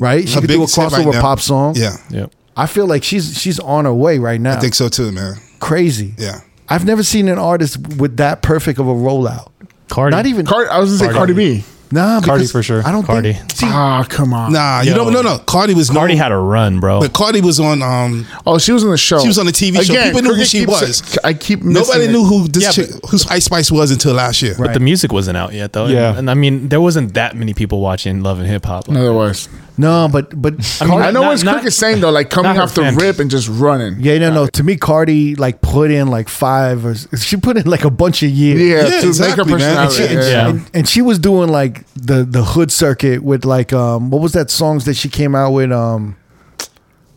Speaker 1: right? She
Speaker 3: Her
Speaker 1: could do a
Speaker 3: biggest hit right
Speaker 1: crossover
Speaker 3: now.
Speaker 1: pop song.
Speaker 3: Yeah.
Speaker 5: Yep.
Speaker 1: I feel like she's she's on her way right now.
Speaker 3: I think so too, man.
Speaker 1: Crazy.
Speaker 3: Yeah.
Speaker 1: I've never seen an artist with that perfect of a rollout.
Speaker 5: Cardi.
Speaker 1: Not even
Speaker 2: Card, I was gonna say Cardi,
Speaker 5: Cardi.
Speaker 2: B.
Speaker 1: nah,
Speaker 4: Cardi
Speaker 1: because
Speaker 4: for sure.
Speaker 1: I don't
Speaker 5: Cardi.
Speaker 1: think. See,
Speaker 2: Ah, come on.
Speaker 3: Nah, you
Speaker 5: Yo.
Speaker 3: don't. No, no. Cardi was
Speaker 5: Cardi
Speaker 3: no,
Speaker 5: had a run, bro.
Speaker 3: But Cardi was on. Um,
Speaker 2: Oh, she was on the show.
Speaker 3: She was on the TV show. People knew who
Speaker 2: Cricket
Speaker 3: she
Speaker 2: keeps-
Speaker 3: was.
Speaker 2: I keep missing
Speaker 3: nobody
Speaker 2: it.
Speaker 3: knew who this
Speaker 5: Yeah,
Speaker 3: chick, whose Ice Spice was until last year.
Speaker 5: But the music wasn't out yet, though.
Speaker 4: Yeah.
Speaker 5: And, and I mean, there wasn't that many people watching Love and Hip Hop.
Speaker 2: No, there was.
Speaker 1: No, but but
Speaker 5: mean,
Speaker 2: I know
Speaker 5: not-
Speaker 2: what
Speaker 5: not-
Speaker 2: Cricket's saying though, like coming
Speaker 5: not her
Speaker 2: off the
Speaker 5: fan.
Speaker 2: rip and just running.
Speaker 1: Yeah, no, no. To me, Cardi like put in like five or she put in like a bunch of years.
Speaker 2: Yeah,
Speaker 3: Yeah,
Speaker 2: to make her
Speaker 3: exactly, man. And
Speaker 2: personality.
Speaker 3: she-
Speaker 1: And,
Speaker 2: yeah.
Speaker 1: she-
Speaker 5: Yeah.
Speaker 1: and, and she was doing like the the hood circuit with like um what was that songs that she came out with um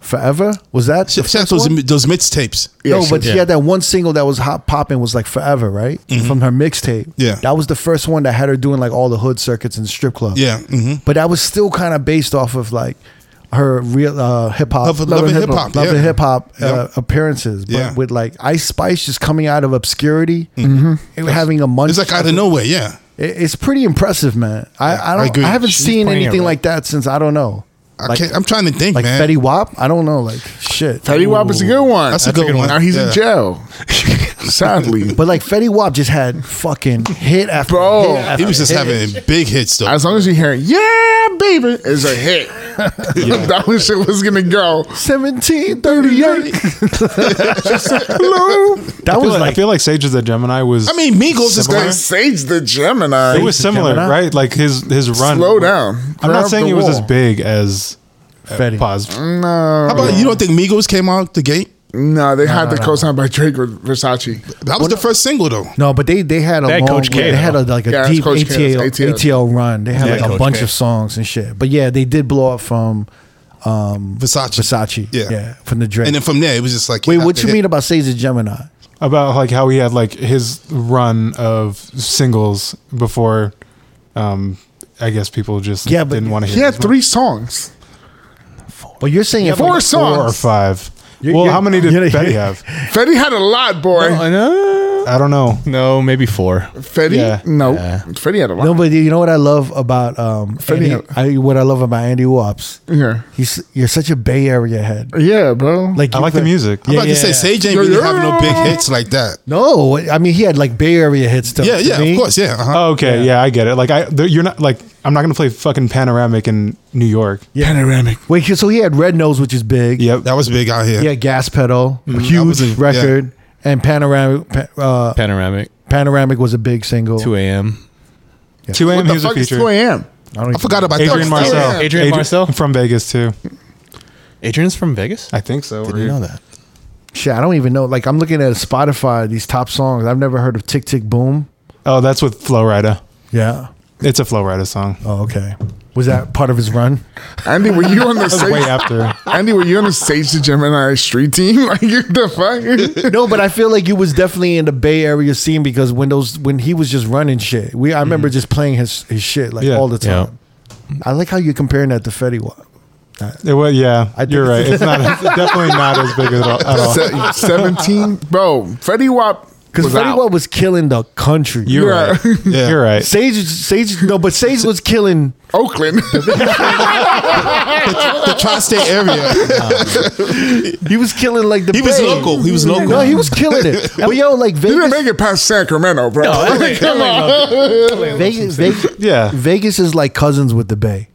Speaker 1: forever was that
Speaker 3: She,
Speaker 1: the
Speaker 3: she had
Speaker 1: first
Speaker 3: those,
Speaker 1: one?
Speaker 3: those mixtapes.
Speaker 1: no
Speaker 2: Yeah, she-
Speaker 1: but she
Speaker 5: yeah.
Speaker 1: had that one single that was hot popping was like forever right from her mixtape
Speaker 3: Mm-hmm. Yeah.
Speaker 1: that was the first one that had her doing like all the hood circuits and strip clubs
Speaker 3: Yeah. hmm
Speaker 1: but that was still kind of based off of like her real uh, hip hop,
Speaker 3: Love- Love and Hip Hop,
Speaker 1: love
Speaker 3: yeah.
Speaker 1: and hip hop uh,
Speaker 3: Yeah.
Speaker 1: appearances, but
Speaker 3: Yeah. Mm-hmm.
Speaker 1: with like Ice Spice just coming out of obscurity, and having a munch.
Speaker 3: It's like out of nowhere. Yeah.
Speaker 1: It- it's pretty impressive, man. I I, don't, I,
Speaker 3: agree.
Speaker 1: haven't
Speaker 5: She's
Speaker 1: seen
Speaker 5: playing it
Speaker 1: anything
Speaker 5: right.
Speaker 1: like that since I don't know.
Speaker 3: I can't, I'm trying to think,
Speaker 1: Like
Speaker 3: man.
Speaker 1: Fetty Wap? I don't know. Like shit.
Speaker 2: Teddy Wap is a good one.
Speaker 3: That's a good one.
Speaker 2: Now he's
Speaker 3: Yeah.
Speaker 2: in jail. Sadly.
Speaker 1: But like Fetty Wap just had fucking hit after
Speaker 2: Bro.
Speaker 1: hit after
Speaker 3: he was just
Speaker 1: hit.
Speaker 3: having big hits though.
Speaker 2: As long as you hear, yeah, baby, is a hit. that was shit was gonna go.
Speaker 1: 1738.
Speaker 2: Hello.
Speaker 1: That
Speaker 4: I feel,
Speaker 1: was
Speaker 4: like, I
Speaker 1: like
Speaker 4: feel like Sage of the Gemini was.
Speaker 3: I mean, Migos is
Speaker 4: Similar.
Speaker 3: kind
Speaker 2: Like Sage the Gemini.
Speaker 4: it was similar,
Speaker 1: Gemini?
Speaker 4: right? Like his his run.
Speaker 2: Slow down.
Speaker 4: I'm
Speaker 2: Grab
Speaker 4: not saying
Speaker 2: the
Speaker 4: it was as
Speaker 2: wall.
Speaker 4: big as
Speaker 1: Fetty.
Speaker 4: pause.
Speaker 2: No,
Speaker 3: How about you? Don't think Migos came out the gate?
Speaker 2: no, they had the co-sign by Drake with Versace.
Speaker 3: That was the first single though.
Speaker 1: No, but they they had a
Speaker 4: They had
Speaker 1: long,
Speaker 4: Coach K,
Speaker 1: they had a,
Speaker 4: though.
Speaker 1: like a
Speaker 2: Yeah, it's
Speaker 1: deep
Speaker 2: Coach K,
Speaker 1: ATL,
Speaker 2: it's ATL.
Speaker 1: ATL run. They had like a
Speaker 3: Coach
Speaker 1: bunch
Speaker 3: K.
Speaker 1: of songs and shit. But yeah, they did blow up from
Speaker 3: Versace.
Speaker 1: Versace.
Speaker 3: Yeah.
Speaker 1: from the Drake.
Speaker 3: And then from there, it was just like.
Speaker 1: Wait,
Speaker 3: had
Speaker 1: what
Speaker 3: to
Speaker 1: you
Speaker 3: hit.
Speaker 1: mean about Sage the Gemini?
Speaker 4: about like how he had like his run of singles before um I guess people just
Speaker 1: Yeah, but
Speaker 4: didn't want to
Speaker 2: He
Speaker 4: hear
Speaker 2: had
Speaker 4: his
Speaker 2: three songs.
Speaker 1: Well, you're saying if
Speaker 2: four
Speaker 1: we-
Speaker 4: one. four or
Speaker 2: songs.
Speaker 4: five. well,
Speaker 1: you're-
Speaker 4: how many did
Speaker 1: you're-
Speaker 4: Betty have?
Speaker 2: Fetty had a lot, boy.
Speaker 5: I know.
Speaker 4: I don't know.
Speaker 5: No, maybe four.
Speaker 2: Fetty,
Speaker 4: Yeah.
Speaker 2: no, Fetty had a lot.
Speaker 1: No, but you know what I love about um, Andy, I, what I love about Andy Wops.
Speaker 2: yeah,
Speaker 1: He's you're such a Bay Area head.
Speaker 2: yeah, bro.
Speaker 1: Like
Speaker 4: I
Speaker 1: you
Speaker 4: like the
Speaker 1: put-
Speaker 4: music.
Speaker 3: I'm about to say Sage ain't really having no big hits like that.
Speaker 1: No, I mean he had like Bay Area hits. To,
Speaker 3: Yeah,
Speaker 1: to
Speaker 3: yeah,
Speaker 1: me.
Speaker 3: of course, yeah. Uh-huh.
Speaker 4: Oh, okay, yeah. I get it. Like I, there, you're not like I'm not gonna play fucking panoramic in New York.
Speaker 2: Panoramic.
Speaker 1: Wait, so he had Red Nose, which is big.
Speaker 4: Yep.
Speaker 3: That was big out here.
Speaker 1: He had Gas Pedal, a huge
Speaker 3: Mm-hmm. was a- yeah.
Speaker 1: record, and Panoramic. pa- Uh,
Speaker 5: Panoramic.
Speaker 1: Panoramic was a big single.
Speaker 5: Two a.m.
Speaker 4: Two
Speaker 2: What
Speaker 4: AM. He
Speaker 2: the
Speaker 4: was a
Speaker 2: fuck is
Speaker 4: feature.
Speaker 2: two a.m.
Speaker 1: I, don't
Speaker 3: I forgot about
Speaker 4: Adrian
Speaker 3: that.
Speaker 4: Marcel.
Speaker 5: Adrian Marcel?
Speaker 4: from Vegas too.
Speaker 5: Adrian's from Vegas.
Speaker 4: I think so.
Speaker 5: didn't know that.
Speaker 1: Shit, I don't even know. Like I'm looking at Spotify, these top songs. I've never heard of Tick Tick Boom.
Speaker 4: Oh, that's with Flow Rida.
Speaker 1: Yeah.
Speaker 4: It's a Flow Rida song.
Speaker 1: Oh, okay. Was that part of his run?
Speaker 2: Andy, were you on the
Speaker 4: That was way
Speaker 2: Sage?
Speaker 4: after.
Speaker 2: Andy, were you on the Sage the Gemini street team? Like you the fuck?
Speaker 1: no, but I feel like you was definitely in the Bay Area scene because when those when he was just running shit, we I remember just playing his his shit like
Speaker 4: Yeah.
Speaker 1: all the
Speaker 5: Yeah.
Speaker 1: time. I like how you're comparing that to Fetty Wap.
Speaker 4: It was, yeah,
Speaker 1: I think
Speaker 4: you're right. It's not it's definitely not as big at all. At all.
Speaker 2: Se- Seventeen, bro. Fetty Wap
Speaker 1: Because
Speaker 2: was
Speaker 1: Fetty
Speaker 2: out.
Speaker 1: Wap was killing the country.
Speaker 4: You're
Speaker 2: Yeah.
Speaker 4: right. You're right.
Speaker 1: Sage, Sage, no, but Sage was killing.
Speaker 2: Oakland.
Speaker 3: The tri-state area.
Speaker 1: He was killing like the.
Speaker 3: He was
Speaker 1: Bay.
Speaker 3: local. He was local.
Speaker 1: No, he was killing it. But yo, like
Speaker 2: you didn't
Speaker 1: Vegas,
Speaker 2: make it past Sacramento, bro.
Speaker 5: Oh
Speaker 2: come on.
Speaker 1: Vegas, Vegas,
Speaker 4: Yeah.
Speaker 1: Vegas is like cousins with the Bay.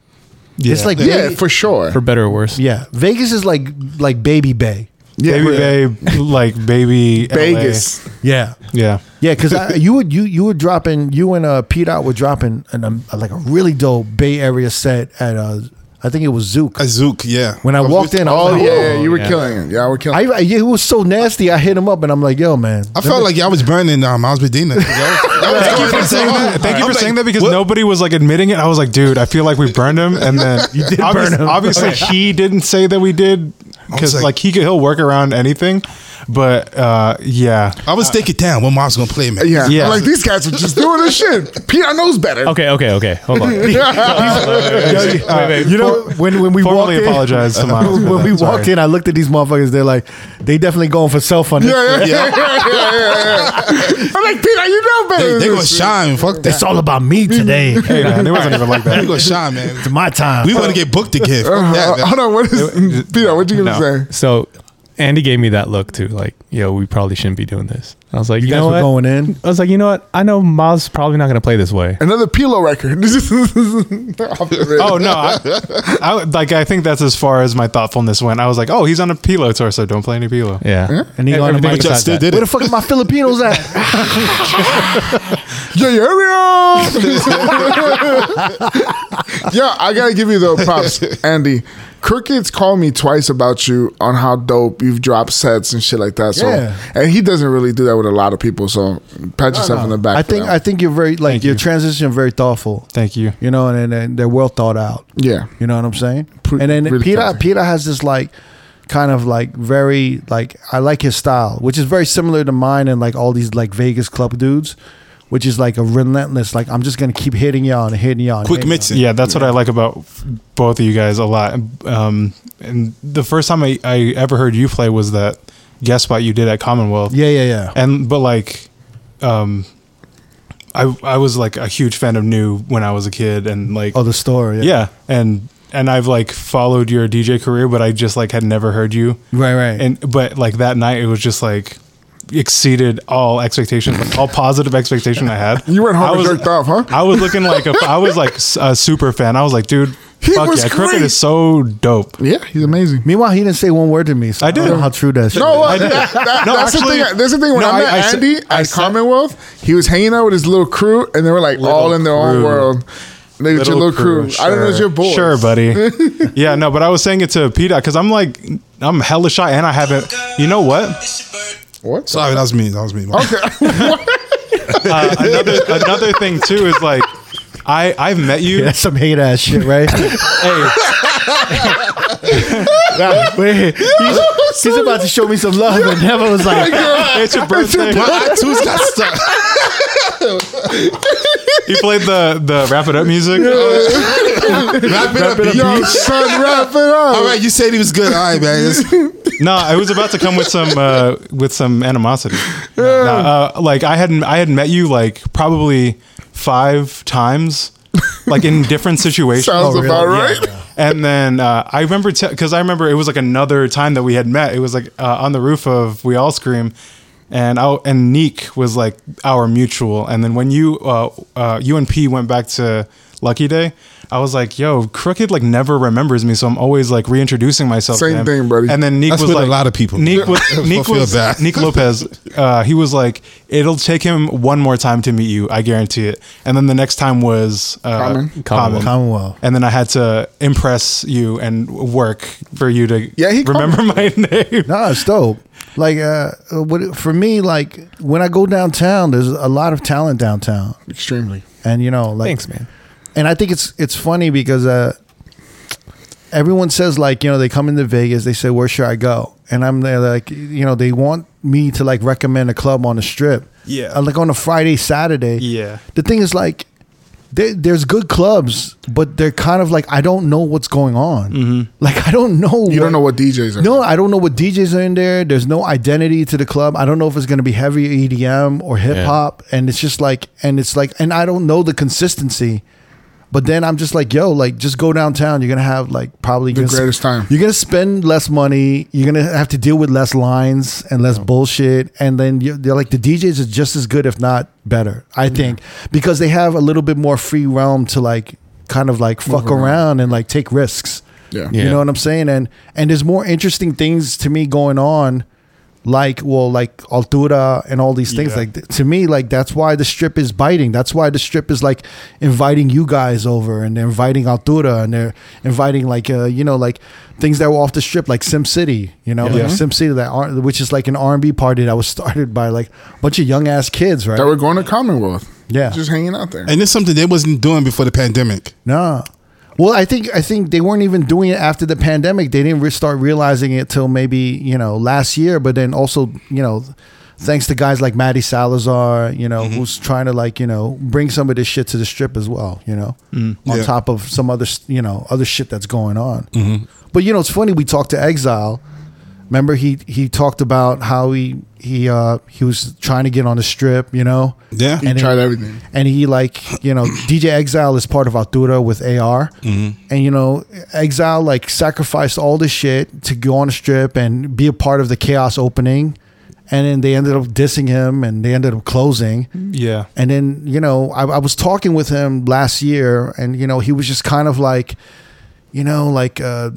Speaker 1: It's like
Speaker 2: Yeah, for sure.
Speaker 5: For better or worse.
Speaker 1: yeah, Vegas is like like baby Bay.
Speaker 2: yeah,
Speaker 4: baby
Speaker 2: yeah.
Speaker 4: babe, like baby LA.
Speaker 2: Vegas.
Speaker 1: Yeah,
Speaker 4: Yeah,
Speaker 1: Yeah, because you would you you were dropping you and uh Pete out were dropping an, um, like a really dope Bay Area set at uh I think it was Zook.
Speaker 3: Azook, yeah.
Speaker 1: When I
Speaker 3: Uh, was
Speaker 1: walked
Speaker 3: with-
Speaker 1: in, I was
Speaker 2: Oh
Speaker 1: like,
Speaker 2: yeah,
Speaker 1: "Whoa."
Speaker 2: you were
Speaker 5: yeah.
Speaker 2: killing him. Yeah, I were killing. him.
Speaker 1: I, I yeah, it was so nasty. I hit him up and I'm like, yo, man.
Speaker 3: I felt like y'all was burning um, Miles Medina. Thank
Speaker 4: you for saying that. Thank you for saying that because nobody was Oh, like admitting it. I was like, dude, I feel like we burned him, and then you did
Speaker 1: burn him.
Speaker 4: Obviously, he didn't say that we did because
Speaker 3: like-
Speaker 4: like, he could he'll work around anything, but uh, yeah,
Speaker 3: I was thinking, damn, when Miles gonna play, man?
Speaker 2: Yeah.
Speaker 4: Yeah.
Speaker 2: I'm like these guys are just doing this shit. Pete, I knows better.
Speaker 5: Okay. Okay. Okay. Hold on.
Speaker 4: Uh,
Speaker 1: you know when when we walked
Speaker 4: formally
Speaker 1: in,
Speaker 4: apologize to Miles.
Speaker 1: when we walked in, I looked at these motherfuckers. They're like, they definitely going for cell phone.
Speaker 2: Yeah, yeah, yeah, yeah, yeah, yeah. I'm like Pete, you know better.
Speaker 3: They,
Speaker 2: than
Speaker 3: they gonna
Speaker 2: this.
Speaker 3: shine. Fuck that.
Speaker 1: It's all about me today.
Speaker 4: hey man, it wasn't even like
Speaker 3: They
Speaker 4: that.
Speaker 3: gonna shine, man.
Speaker 1: It's my time.
Speaker 3: We want to get booked again. Fuck that,
Speaker 2: Uh,
Speaker 3: man.
Speaker 2: hold on, what is Pete? What you gonna
Speaker 5: No.
Speaker 2: say?
Speaker 5: So Andy gave me that look too, like, yo, we probably shouldn't be doing this. I was like, you,
Speaker 1: guys
Speaker 5: know
Speaker 1: were
Speaker 5: what?
Speaker 1: going in?
Speaker 5: I was like, you know what? I know Miles is probably not going to play this way.
Speaker 2: Another Pilo record. Off the rip.
Speaker 4: Oh no, I, I would- like I think that's as far as my thoughtfulness went. I was like, oh, he's on a pilo tour, so don't play any pilo.
Speaker 5: Yeah.
Speaker 1: And he on the
Speaker 5: Everything
Speaker 1: mic.
Speaker 5: besides
Speaker 3: Y'all still
Speaker 5: that.
Speaker 3: did
Speaker 1: Where the
Speaker 3: it.
Speaker 1: fuck are my Filipinos at?
Speaker 2: Yo, yo, yo. Yo, I gotta give you the props, Andy. Crickets called me twice about you on how dope you've dropped sets and shit like that. So,
Speaker 1: Yeah.
Speaker 2: and he doesn't really do that with a lot of people. So, pat yourself on the back.
Speaker 1: I
Speaker 2: for
Speaker 1: think
Speaker 2: that.
Speaker 1: I think you're very like your transition very thoughtful.
Speaker 4: Thank you.
Speaker 1: You know, and, and they're well thought out.
Speaker 2: yeah,
Speaker 1: You know what I'm saying?
Speaker 2: Pre-
Speaker 1: and then
Speaker 2: really
Speaker 1: Peter
Speaker 2: touching.
Speaker 1: Peter has this like kind of like very like I like his style, which is very similar to mine and like all these like Vegas club dudes, which is like a relentless like I'm just gonna keep hitting y'all and hitting y'all. and
Speaker 3: Quick
Speaker 1: hitting
Speaker 3: mixing.
Speaker 4: Yeah, that's what I like about both of you guys a lot. Um, and the first time I, I ever heard you play was that guest spot you did at Commonwealth.
Speaker 1: y'all. Yeah, yeah, yeah.
Speaker 4: And but like, um, I I was like a huge fan of New when I was a kid, and like
Speaker 1: Oh, the store. Yeah.
Speaker 4: yeah, and and I've like followed your DJ career, but I just like had never heard you.
Speaker 1: Right, right.
Speaker 4: And but like that night, it was just like exceeded all expectations, like, all positive expectation I had.
Speaker 2: You went home
Speaker 4: I
Speaker 2: and
Speaker 4: was,
Speaker 2: jerked off, huh?
Speaker 4: I was looking like a, I was like s- a super fan. I was like, dude,
Speaker 2: He
Speaker 4: fuck
Speaker 2: was
Speaker 4: yeah, Crippin
Speaker 2: great.
Speaker 4: is so dope.
Speaker 2: Yeah, he's amazing.
Speaker 1: Meanwhile, he didn't say one word to me. So I,
Speaker 4: I
Speaker 1: don't
Speaker 4: did.
Speaker 1: know how true that shit
Speaker 2: No,
Speaker 1: is.
Speaker 2: uh, that, that,
Speaker 4: No,
Speaker 2: that's
Speaker 4: actually-
Speaker 2: the thing. That's the thing. When
Speaker 4: No,
Speaker 2: I met
Speaker 4: I- I said-
Speaker 2: Andy
Speaker 4: I
Speaker 2: at
Speaker 4: said-
Speaker 2: Commonwealth, he was hanging out with his little crew, and they were like all in their own
Speaker 4: crew.
Speaker 2: world. Nigga, it's your little crew. I don't know, it's your boy.
Speaker 4: Sure, buddy. yeah, no, but I was saying it to Peter because I'm like, I'm hella shy and I haven't. You know what?
Speaker 2: What?
Speaker 3: Sorry, that was me. That was me.
Speaker 2: Okay.
Speaker 4: Uh, another another thing too is like, I I've met you.
Speaker 1: That's some hate ass shit, right?
Speaker 4: Hey,
Speaker 1: Wait, he's, he's about to show me some love, and Neva was like,
Speaker 4: it's your birthday.
Speaker 3: My iTunes got stuck.
Speaker 4: You played the the wrap it up music.
Speaker 3: Wrap it up, Oh, B.
Speaker 2: Yo, son, wrap it up.
Speaker 3: All right, you said he was good. All right, man. It's-
Speaker 4: no, I was about to come with some uh, with some animosity. No, uh, like I hadn't I had met you like probably five times, like in different situations.
Speaker 2: Sounds about right.
Speaker 4: And then uh, I remember because I remember it was like another time that we had met. It was like uh, on the roof of We All Scream, and I, and Neek was like our mutual. And then when you uh, uh, you and P went back to Lucky Day, I was like, "Yo, Crooked like never remembers me, so I'm always like reintroducing myself." to
Speaker 2: Same
Speaker 4: him.
Speaker 2: thing, buddy.
Speaker 4: And then Neek
Speaker 3: That's
Speaker 4: was
Speaker 3: with a
Speaker 4: like,
Speaker 3: lot of people.
Speaker 4: Neek was
Speaker 3: I
Speaker 4: Neek
Speaker 3: feel
Speaker 4: was
Speaker 3: bad.
Speaker 4: Neek Lopez. Uh, he was like, "It'll take him one more time to meet you. I guarantee it." And then the next time was uh,
Speaker 2: Common.
Speaker 4: Common.
Speaker 1: Commonwealth.
Speaker 4: And then I had to impress you and work for you to
Speaker 2: Yeah, he called-
Speaker 4: remember my name.
Speaker 1: Nah, it's dope. Like, uh, what, for me, like, when I go downtown, there's a lot of talent downtown.
Speaker 2: Extremely.
Speaker 1: And, you know, like,
Speaker 5: Thanks, man.
Speaker 1: and I think it's it's funny because uh, everyone says like you know they come into Vegas, they say where should I go, and I'm there like you know they want me to like recommend a club on the strip,
Speaker 4: Yeah.
Speaker 1: Uh, like on a Friday Saturday,
Speaker 4: Yeah.
Speaker 1: The thing is like. there there's good clubs, but they're kind of like I don't know what's going on.
Speaker 4: Mm-hmm.
Speaker 1: Like I don't know.
Speaker 2: You don't know what DJs are.
Speaker 1: No, I don't know what DJs are in there. There's no identity to the club. I don't know if it's going to be heavy EDM or hip hop. And it's just like, and it's like, and I don't know the consistency. But then I'm just like, yo, like just go downtown. You're gonna have like probably the
Speaker 2: greatest time.
Speaker 1: You're gonna spend less money. You're gonna have to deal with less lines and less bullshit. And then you they're like the DJs are just as good, if not better. I think because they have a little bit more free realm to like kind of like fuck around. and like take risks.
Speaker 2: Yeah.
Speaker 1: You
Speaker 5: Yeah.
Speaker 1: know what I'm saying? And and there's more interesting things to me going on, like well, like altura and all these things.
Speaker 4: Yeah.
Speaker 1: Like th- to me, like that's why the strip is biting. That's why the strip is like inviting you guys over and they're inviting altura and they're inviting like uh, you know like things that were off the strip like Sim City. You know, like Sim City that are which is like an R&B party that was started by like a bunch of young ass kids, right?
Speaker 2: That we're going to Commonwealth.
Speaker 1: Yeah.
Speaker 2: Just hanging out there.
Speaker 3: And it's something they wasn't doing before the pandemic.
Speaker 1: No. Well, I think I think they weren't even doing it after the pandemic. They didn't re- start realizing it till maybe you know last year. But then also you know, thanks to guys like Maddie Salazar, you know,
Speaker 3: Mm-hmm.
Speaker 1: who's trying to like you know bring some of this shit to the strip as well. You know, on
Speaker 3: Mm-hmm. Yeah.
Speaker 1: top of some other s- you know other shit that's going on.
Speaker 3: Mm-hmm.
Speaker 1: But you know, it's funny. We talked to Exile. Remember, he he talked about how he he uh he was trying to get on the strip. You know,
Speaker 3: Yeah.
Speaker 1: And
Speaker 2: Tried
Speaker 1: it-
Speaker 2: everything.
Speaker 1: and he like you know DJ Exile is part of Altura with AR, and you know Exile like sacrificed all this shit to go on a strip and be a part of the Chaos opening, and then they ended up dissing him and they ended up closing,
Speaker 4: Yeah.
Speaker 1: and then you know I, I was talking with him last year, and you know he was just kind of like, you know like uh,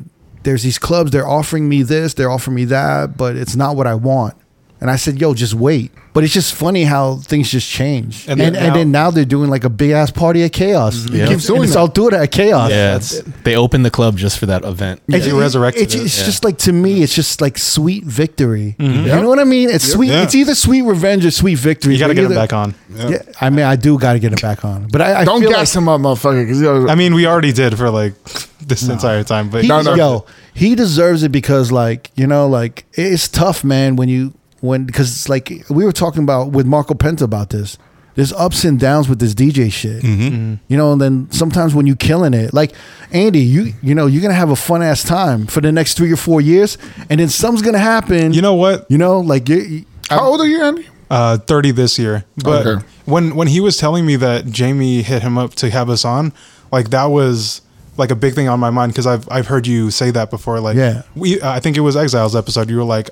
Speaker 1: there's these clubs they're offering me this they're offering me that, but it's not what I want. And I said, "Yo, just wait." But it's just funny how things just change. And and,
Speaker 4: And then
Speaker 1: and
Speaker 4: now-
Speaker 1: then now they're doing like a big ass party at Chaos. Yeah.
Speaker 5: Keeps
Speaker 1: doing it's Altura at Chaos.
Speaker 5: Yeah, it's- they opened the club just for that event.
Speaker 1: It's,
Speaker 4: You resurrected
Speaker 1: It's,
Speaker 4: it,
Speaker 1: it's
Speaker 5: yeah.
Speaker 1: just like to me, it's just like sweet victory.
Speaker 2: Mm-hmm.
Speaker 1: You know what I mean? It's sweet.
Speaker 3: Yeah.
Speaker 1: It's either sweet revenge or sweet victory.
Speaker 4: You got to
Speaker 1: But
Speaker 4: get him
Speaker 1: either-
Speaker 4: back on.
Speaker 1: Yeah. I mean, I do got to get it back on. But I, I
Speaker 2: Don't
Speaker 1: feel
Speaker 2: gas
Speaker 1: like
Speaker 2: him up, motherfucker. Because
Speaker 4: I mean, we already did for like this entire time, but
Speaker 1: he,
Speaker 2: No, no.
Speaker 1: yo, he deserves it because like you know, like it's tough, man. When you when because it's like we were talking about with Marco Penta about this. There's ups and downs with this DJ shit,
Speaker 4: Mm-hmm.
Speaker 1: you know. And then sometimes when you killing it, like Andy, you you know you're gonna have a fun ass time for the next three or four years, and then something's gonna happen.
Speaker 4: you know what?
Speaker 1: you know, like you.
Speaker 2: how old are you, Andy?
Speaker 4: Uh, Thirty this year, but
Speaker 2: Okay.
Speaker 4: when when he was telling me that Jamie hit him up to have us on, like that was like a big thing on my mind because I've I've heard you say that before. Like,
Speaker 1: Yeah.
Speaker 4: we uh, I think it was Exiles episode. You were like,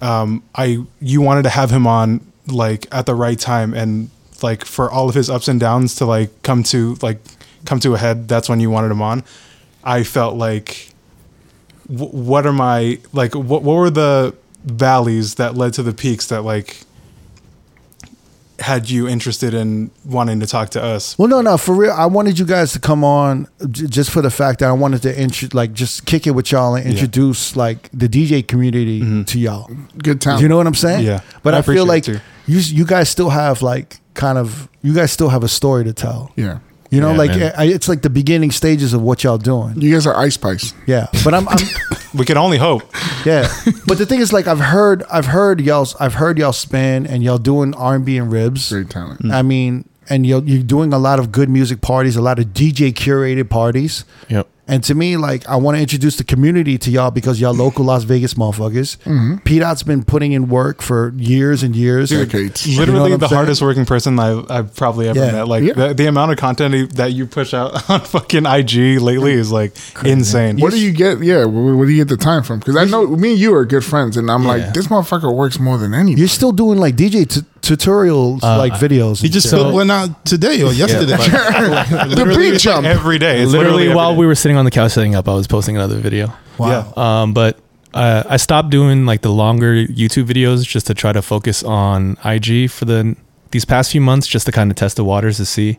Speaker 4: um, I you wanted to have him on like at the right time and like for all of his ups and downs to like come to like come to a head. That's when you wanted him on. I felt like, wh- what are my like? What what were the valleys that led to the peaks that like had you interested in wanting to talk to us?
Speaker 1: Well, no, no, for real. I wanted you guys to come on j- just for the fact that I wanted to intro, like just kick it with y'all and introduce like the DJ community to y'all.
Speaker 2: Good time.
Speaker 1: You know what I'm saying?
Speaker 4: Yeah.
Speaker 1: But
Speaker 4: I
Speaker 1: I, feel
Speaker 4: appreciate
Speaker 1: like
Speaker 4: it,
Speaker 1: you
Speaker 4: too.
Speaker 1: you guys still have like kind of you guys still have a story to tell.
Speaker 2: Yeah.
Speaker 1: You know,
Speaker 5: Yeah,
Speaker 1: like
Speaker 5: man.
Speaker 1: I, it's like the beginning stages of what y'all doing.
Speaker 2: You guys are ice spice.
Speaker 1: Yeah. But I'm, I'm
Speaker 4: We can only hope.
Speaker 1: Yeah, but the thing is, like, I've heard, I've heard y'all, I've heard y'all spin and y'all doing R and B and ribs.
Speaker 2: Great talent.
Speaker 1: I mean, and you're you're doing a lot of good music parties, a lot of DJ curated parties.
Speaker 5: Yep.
Speaker 1: And to me, like, I want to introduce the community to y'all because y'all local Las Vegas motherfuckers. P-Dot's been putting in work for years and years.
Speaker 2: Decades.
Speaker 1: You know
Speaker 4: literally
Speaker 1: what I'm
Speaker 4: the
Speaker 1: saying?
Speaker 4: hardest working person I, I've probably ever
Speaker 1: Yeah.
Speaker 4: met. Like
Speaker 2: Yeah.
Speaker 4: the, the amount of content he- that you push out on fucking IG lately is like insane.
Speaker 2: What do you get? Yeah, where, where do you get the time from? Because I know me and you are good friends, and I'm like, this motherfucker works more than anybody.
Speaker 1: You're still doing like DJ t- tutorials, like videos.
Speaker 3: He just
Speaker 5: So-
Speaker 3: put one out today or yesterday.
Speaker 2: the beat jump.
Speaker 4: every day? It's
Speaker 5: literally,
Speaker 4: every
Speaker 5: while
Speaker 4: day.
Speaker 5: we were sitting on the couch setting up, I was posting another video.
Speaker 4: yeah.
Speaker 5: Um, but uh, I stopped doing like the longer YouTube videos just to try to focus on IG for the these past few months, just to kind of test the waters to see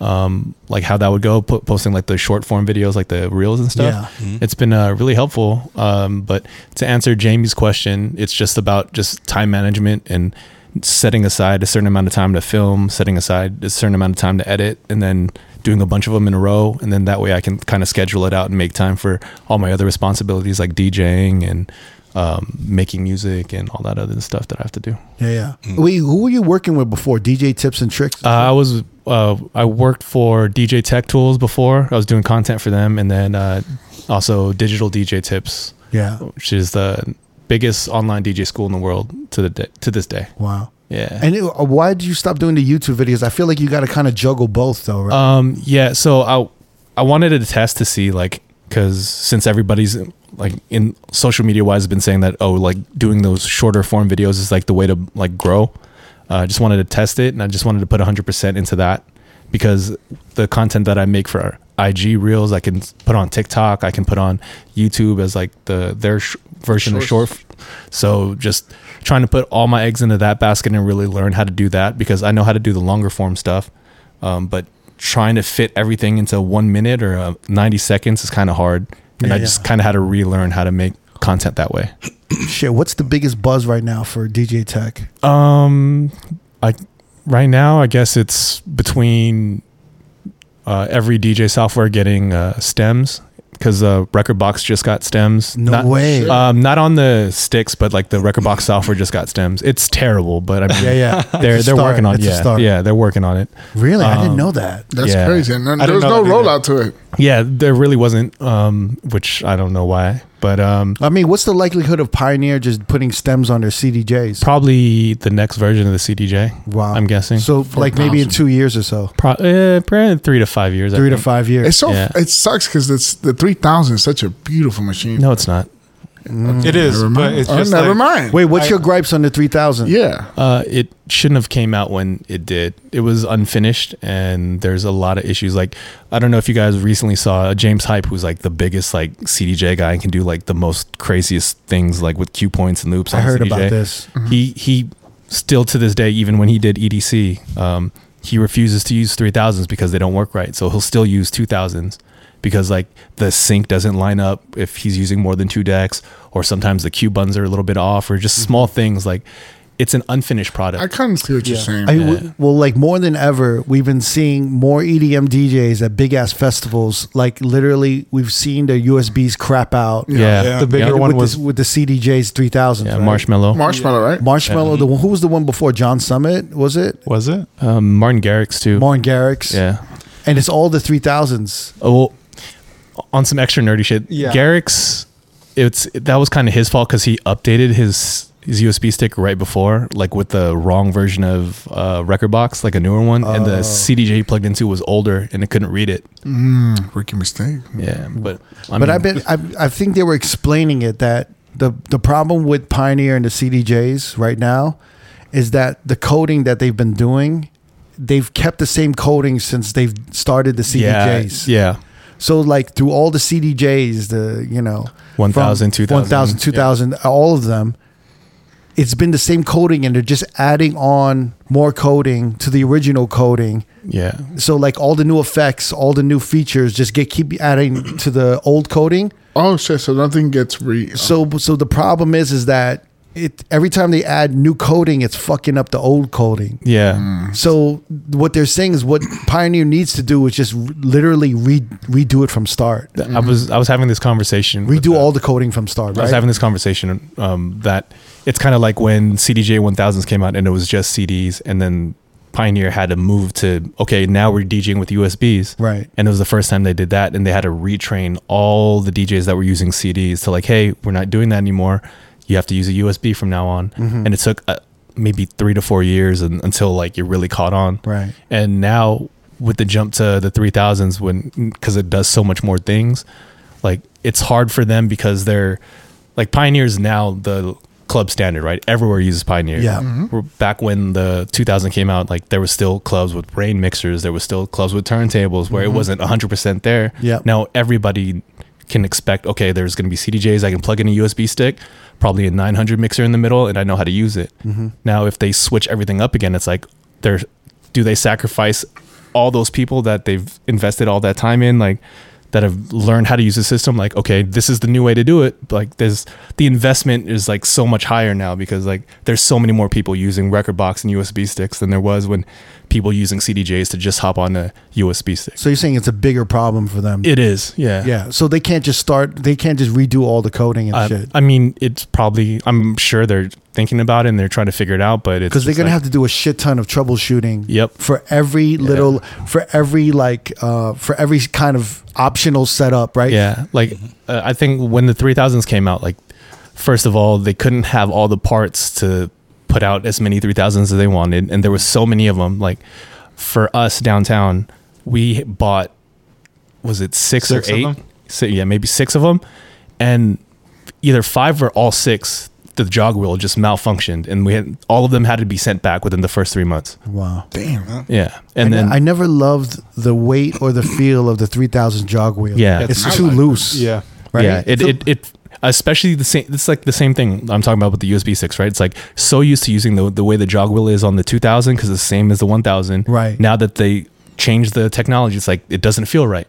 Speaker 5: um, like how that would go. Po- posting like the short form videos, like the reels and stuff.
Speaker 1: Yeah.
Speaker 5: It's been uh, really helpful. Um, but to answer Jamie's question, it's just about just time management and setting aside a certain amount of time to film, setting aside a certain amount of time to edit, and then doing a bunch of them in a row. And then that way I can kind of schedule it out and make time for all my other responsibilities like DJing and um, making music and all that other stuff that I have to do.
Speaker 1: yeah, yeah. Wait, who were you working with before? DJ tips and tricks.
Speaker 5: Uh, I was uh, I worked for DJ Tech Tools before. I was doing content for them, and then uh, also digital DJ tips,
Speaker 1: yeah.
Speaker 5: which is the biggest online DJ school in the world to the day, to this day.
Speaker 1: Wow.
Speaker 5: Yeah.
Speaker 1: And it, uh, why did you stop doing the YouTube videos? I feel like you got to kind of juggle both, though, right?
Speaker 5: Um, yeah. So I, I wanted to test to see like, cause since everybody's like in social media wise has been saying that, oh, like doing those shorter form videos is like the way to like grow. Uh, I just wanted to test it and I just wanted to put hundred percent into that because the content that I make for IG reels, I can put on TikTok, I can put on YouTube as like the, their sh- version of short. So just trying to put all my eggs into that basket and really learn how to do that because I know how to do the longer form stuff um, but trying to fit everything into one minute or uh, 90 seconds is kind of hard and i
Speaker 1: Yeah,
Speaker 5: just
Speaker 1: yeah.
Speaker 5: kind of had to relearn how to make content that way
Speaker 1: Shit, what's the biggest buzz right now for DJ Tech?
Speaker 5: um i right now i guess it's between uh, every dj software getting uh, stems because uh, record box just got stems
Speaker 1: No
Speaker 5: Not-
Speaker 1: way.
Speaker 5: um, not on the sticks but like the record box software just got stems it's terrible but i mean
Speaker 1: Yeah, yeah.
Speaker 5: they're
Speaker 1: It's a
Speaker 5: they're
Speaker 1: start.
Speaker 5: working on
Speaker 1: It's a
Speaker 5: yeah
Speaker 1: start.
Speaker 5: yeah they're working on it
Speaker 1: Really, I
Speaker 5: Um,
Speaker 1: didn't know that.
Speaker 2: That's
Speaker 5: Yeah.
Speaker 2: crazy. And then there
Speaker 4: didn't
Speaker 2: was
Speaker 4: know
Speaker 2: no
Speaker 4: that either.
Speaker 2: rollout to it.
Speaker 5: yeah there really wasn't um which i don't know why but um
Speaker 1: I mean, what's the likelihood of Pioneer just putting stems on their CDJs?
Speaker 5: probably the next version of the cdj i'm guessing so
Speaker 1: So, like maybe in two years or so,
Speaker 5: Pro- eh, probably three to five years I
Speaker 1: three to
Speaker 5: think.
Speaker 1: five years.
Speaker 2: It's so
Speaker 5: Yeah.
Speaker 2: it sucks because it's the three thousand is such a beautiful machine.
Speaker 5: no it's not
Speaker 4: It is,
Speaker 2: never
Speaker 4: but
Speaker 2: mind.
Speaker 4: it's
Speaker 2: Oh,
Speaker 4: just
Speaker 2: never
Speaker 4: like,
Speaker 2: mind.
Speaker 1: Wait, what's your gripes on the three thousand?
Speaker 2: yeah,
Speaker 5: uh it shouldn't have came out when it did it was unfinished and there's a lot of issues like i don't know if you guys recently saw uh, james hype who's like the biggest like cdj guy and can do like the most craziest things like with cue points and loops
Speaker 1: I
Speaker 5: on
Speaker 1: heard
Speaker 5: CDJ.
Speaker 1: about this.
Speaker 5: Mm-hmm. he he still to this day even when he did edc um he refuses to use 3000s because they don't work right so he'll still use 2000s because like the sync doesn't line up if he's using more than two decks or sometimes the cue buttons are a little bit off or just small things like it's an unfinished product
Speaker 2: I kind of see what you're saying.
Speaker 1: I mean, w- well, like more than ever, we've been seeing more E EDM DJs at big ass festivals. Like literally, we've seen their USBs crap out.
Speaker 5: yeah,
Speaker 4: The bigger
Speaker 5: yeah.
Speaker 4: one
Speaker 1: with,
Speaker 4: was
Speaker 1: the, with the CDJs three thousand.
Speaker 5: yeah, marshmallow
Speaker 2: Marshmallow, right?
Speaker 1: Marshmallow. The one, who was the one before John Summit? Was it
Speaker 4: was it?
Speaker 5: um, martin garrix too
Speaker 1: Martin Garrix?
Speaker 5: yeah
Speaker 1: and it's all the three thousands.
Speaker 5: Oh, well, on some extra nerdy shit.
Speaker 4: Yeah.
Speaker 5: Garrick's, it's that was kind of his fault because he updated his his USB stick right before, like with the wrong version of uh, Record Box, like a newer one, and
Speaker 1: Oh.
Speaker 5: the CDJ he plugged into was older and it couldn't read it.
Speaker 2: Rookie mistake.
Speaker 5: Yeah, but I
Speaker 1: but
Speaker 5: mean,
Speaker 1: I bet I, I think they were explaining it that the the problem with Pioneer and the CDJs right now is that the coding that they've been doing, they've kept the same coding since they've started the
Speaker 5: yeah,
Speaker 1: CDJs.
Speaker 5: yeah,
Speaker 1: So like through all the CDJs, the you know from
Speaker 5: 1,000, 2,000,
Speaker 1: 1,000, 2,000, all of them, it's been the same coding, and they're just adding on more coding to the original coding.
Speaker 5: yeah.
Speaker 1: So like all the new effects, all the new features, just get keep adding to the old coding.
Speaker 2: Oh shit! So nothing gets re. uh,
Speaker 1: So so the problem is is that it every time they add new coding, it's fucking up the old coding.
Speaker 5: Yeah.
Speaker 1: Mm. So what they're saying is what Pioneer needs to do is just literally re- redo it from start.
Speaker 5: Th- I was I was having this conversation. with,
Speaker 1: Redo
Speaker 5: uh,
Speaker 1: all the coding from start,
Speaker 5: I
Speaker 1: right?
Speaker 5: was having this conversation um, that it's kind of like when CDJ 1000s came out and it was just CDs, and then Pioneer had to move to okay, now we're DJing with USBs,
Speaker 1: Right.
Speaker 5: And it was the first time they did that, and they had to retrain all the DJs that were using CDs to like, hey, we're not doing that anymore. You have to use a USB from now on,
Speaker 1: Mm-hmm.
Speaker 5: and it took uh, maybe three to four years and, until like you really caught on,
Speaker 1: Right.
Speaker 5: And now with the jump to the 3000s when because it does so much more things like it's hard for them because they're like pioneers now the club standard right everywhere uses pioneer
Speaker 1: Yeah.
Speaker 5: We're back when the 2000 came out like there was still clubs with brain mixers there was still clubs with turntables where
Speaker 1: Mm-hmm.
Speaker 5: it wasn't 100% there
Speaker 1: Yeah.
Speaker 5: now everybody can expect okay there's going to be cdjs i can plug in a usb stick probably a 900 mixer in the middle and i know how to use it now if they switch everything up again it's like they're do they sacrifice all those people that they've invested all that time in like that have learned how to use the system like okay this is the new way to do it like there's the investment is like so much higher now because like there's so many more people using record box and usb sticks than there was when people using cdjs to just hop on a usb stick
Speaker 1: so you're saying it's a bigger problem for them.
Speaker 5: it is yeah
Speaker 1: yeah. So they can't just start. They can't just redo all the coding and
Speaker 5: I,
Speaker 1: shit.
Speaker 5: I mean it's probably i'm sure they're thinking about it and they're trying to figure it out but it's
Speaker 1: because they're
Speaker 5: just
Speaker 1: gonna
Speaker 5: like-
Speaker 1: have to do a shit ton of troubleshooting.
Speaker 5: Yep.
Speaker 1: For every little, for every like, uh, for every kind of optional setup, right?
Speaker 5: Yeah, like uh, I think when the 3000s came out, like first of all, they couldn't have all the parts to put out as many 3000s as they wanted, and there was so many of them. Like for us downtown, we bought was it six, or
Speaker 4: Six of
Speaker 5: eight?
Speaker 4: them?
Speaker 5: Si- yeah, maybe six of them, and either five or all six. The jog wheel just malfunctioned, and we had all of them had to be sent back within the first three months.
Speaker 1: Wow.
Speaker 2: Damn.
Speaker 5: Yeah, and then
Speaker 1: I never loved the weight or the feel of the 3000 jog wheel.
Speaker 5: Yeah.
Speaker 1: It's
Speaker 4: That's-
Speaker 1: too
Speaker 4: I like-
Speaker 1: loose.
Speaker 4: Yeah.
Speaker 1: Right.
Speaker 5: Yeah, it,
Speaker 1: So-
Speaker 5: it it especially the same. It's like the same thing I'm talking about with the USB sticks, right? It's like so used to using the the way the jog wheel is on the 2000 because it's the same as the 1000.
Speaker 1: Right.
Speaker 5: now that they changed the technology, it's like it doesn't feel right.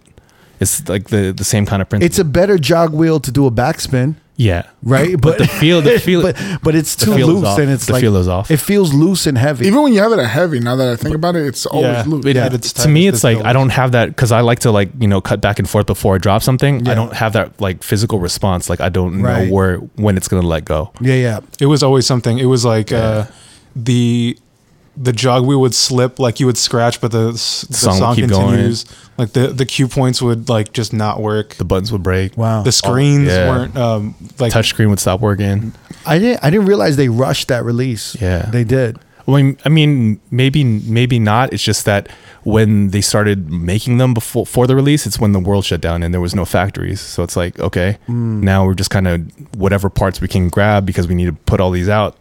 Speaker 5: It's like the the same kind of principle.
Speaker 1: It's a better jog wheel to do a backspin,
Speaker 5: yeah,
Speaker 1: right?
Speaker 5: But the feel, the feel,
Speaker 1: but, but it's
Speaker 5: the
Speaker 1: too
Speaker 5: feel is
Speaker 1: loose
Speaker 5: off.
Speaker 1: and it's
Speaker 5: The
Speaker 1: like
Speaker 5: feel is off.
Speaker 1: It feels loose and heavy.
Speaker 2: Even when you have it at heavy, now that I think about it, it's always
Speaker 4: Yeah.
Speaker 2: loose.
Speaker 5: It-
Speaker 4: Yeah.
Speaker 5: it's-
Speaker 4: It's
Speaker 5: to me,
Speaker 4: tight,
Speaker 5: it's
Speaker 4: it
Speaker 5: like
Speaker 4: feels-
Speaker 5: I don't have that because I like to like you know cut back and forth before I drop something. I
Speaker 1: Yeah.
Speaker 5: don't have that like physical response. Like I don't
Speaker 1: Right.
Speaker 5: know where when it's gonna let go.
Speaker 1: yeah, yeah.
Speaker 4: It was always something. It was like uh, the the jog wheel would slip, like you would scratch, but the, s- the
Speaker 5: song
Speaker 4: song,
Speaker 5: would keep going.
Speaker 4: continues. Like the the cue points would like just not work.
Speaker 5: The buttons would break.
Speaker 1: Wow.
Speaker 4: The screens
Speaker 5: yeah.
Speaker 4: weren't um, like
Speaker 5: Touchscreen would stop working.
Speaker 1: I didn't I didn't realize they rushed that release.
Speaker 5: Yeah.
Speaker 1: They did.
Speaker 5: Well, I'm- I mean, maybe maybe not. It's just that when they started making them before for the release, it's when the world shut down and there was no factories. So it's like, okay,
Speaker 1: Mm.
Speaker 5: now we're just kind of whatever parts we can grab because we need to put all these out.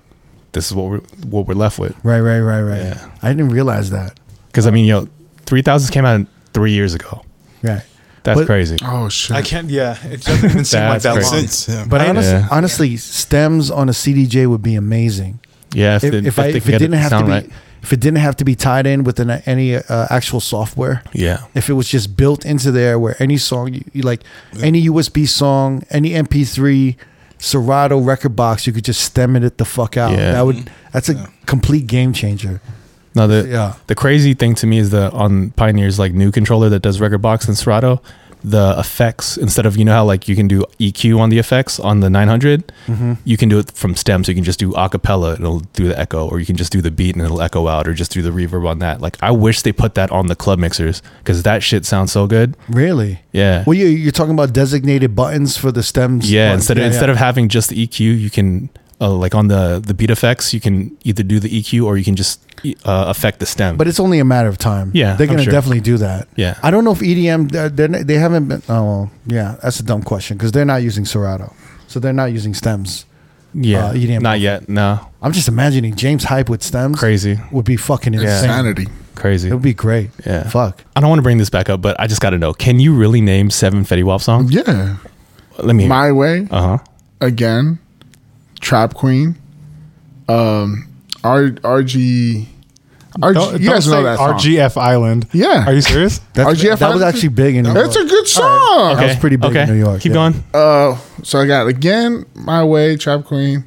Speaker 5: This is what we're what we're left with.
Speaker 1: Right, right, right, right.
Speaker 5: Yeah.
Speaker 1: I didn't realize that.
Speaker 5: Because I mean, you know, three thousands came out three years ago.
Speaker 1: Right.
Speaker 5: That's
Speaker 1: But-
Speaker 5: crazy.
Speaker 2: Oh shit.
Speaker 4: I can't. Yeah, it doesn't even seem like
Speaker 5: That's
Speaker 4: that
Speaker 5: crazy.
Speaker 4: long.
Speaker 3: Since yeah.
Speaker 1: But honest,
Speaker 5: Yeah.
Speaker 1: honestly, stems on a CDJ would be amazing.
Speaker 5: Yeah,
Speaker 1: if,
Speaker 5: they-
Speaker 1: if, I,
Speaker 5: they
Speaker 1: if it
Speaker 5: can get
Speaker 1: didn't have to
Speaker 5: sound
Speaker 1: be
Speaker 5: right.
Speaker 1: if it didn't have to be tied in with an, any uh, actual software
Speaker 5: yeah,
Speaker 1: if it was just built into there where any song you, you like any usb song any mp3 serato record box you could just stem it the fuck out
Speaker 5: Yeah.
Speaker 1: that would that's a complete game changer
Speaker 5: No, the
Speaker 1: Yeah.
Speaker 5: the crazy thing to me is the on Pioneer's like new controller that does record box and Serato, the effects instead of you know how like you can do EQ on the effects on the 900,
Speaker 1: Mm-hmm.
Speaker 5: you can do it from stem, so you can just do acapella and it'll do the echo, or you can just do the beat and it'll echo out, or just do the reverb on that. Like I wish they put that on the club mixers because that shit sounds so good.
Speaker 1: really
Speaker 5: Yeah,
Speaker 1: well you, you're talking about designated buttons for the stems
Speaker 5: yeah.
Speaker 1: button.
Speaker 5: Instead of, instead of having just the EQ, E you can uh, like on the the beat effects, you can either do the EQ or you can just uh, affect the stem.
Speaker 1: But it's only a matter of time.
Speaker 5: Yeah,
Speaker 1: they're
Speaker 5: I'm
Speaker 1: gonna
Speaker 5: sure.
Speaker 1: definitely do that.
Speaker 5: Yeah.
Speaker 1: I don't know if EDM they're, they're, not- they haven't been. Oh, well, yeah, that's a dumb question because they're not using Serato, so they're not using stems.
Speaker 5: yeah,
Speaker 1: uh, EDM.
Speaker 5: not yet. No,
Speaker 1: I'm just imagining James hype with stems.
Speaker 5: Crazy.
Speaker 1: would be fucking insane.
Speaker 2: Insanity.
Speaker 5: crazy.
Speaker 1: It would be great.
Speaker 5: Yeah.
Speaker 1: Fuck.
Speaker 5: I don't want to bring this back up, but I just got to know: Can you really name seven Fetty Wap songs?
Speaker 2: Yeah.
Speaker 5: Let me.
Speaker 2: My way
Speaker 5: uh huh.
Speaker 2: again. Trap Queen. Um R RG RG
Speaker 4: Don't-
Speaker 2: you
Speaker 4: don't
Speaker 2: guys know
Speaker 4: say
Speaker 2: that song.
Speaker 4: RGF Island.
Speaker 2: Yeah.
Speaker 4: Are you serious?
Speaker 1: That's,
Speaker 2: RGF
Speaker 1: that was
Speaker 2: Island?
Speaker 1: actually big in New
Speaker 2: That's a
Speaker 1: York.
Speaker 2: good song.
Speaker 1: That was pretty big in New York,
Speaker 5: Keep
Speaker 1: yeah.
Speaker 5: going.
Speaker 2: Uh so I got again, My Way, Trap Queen.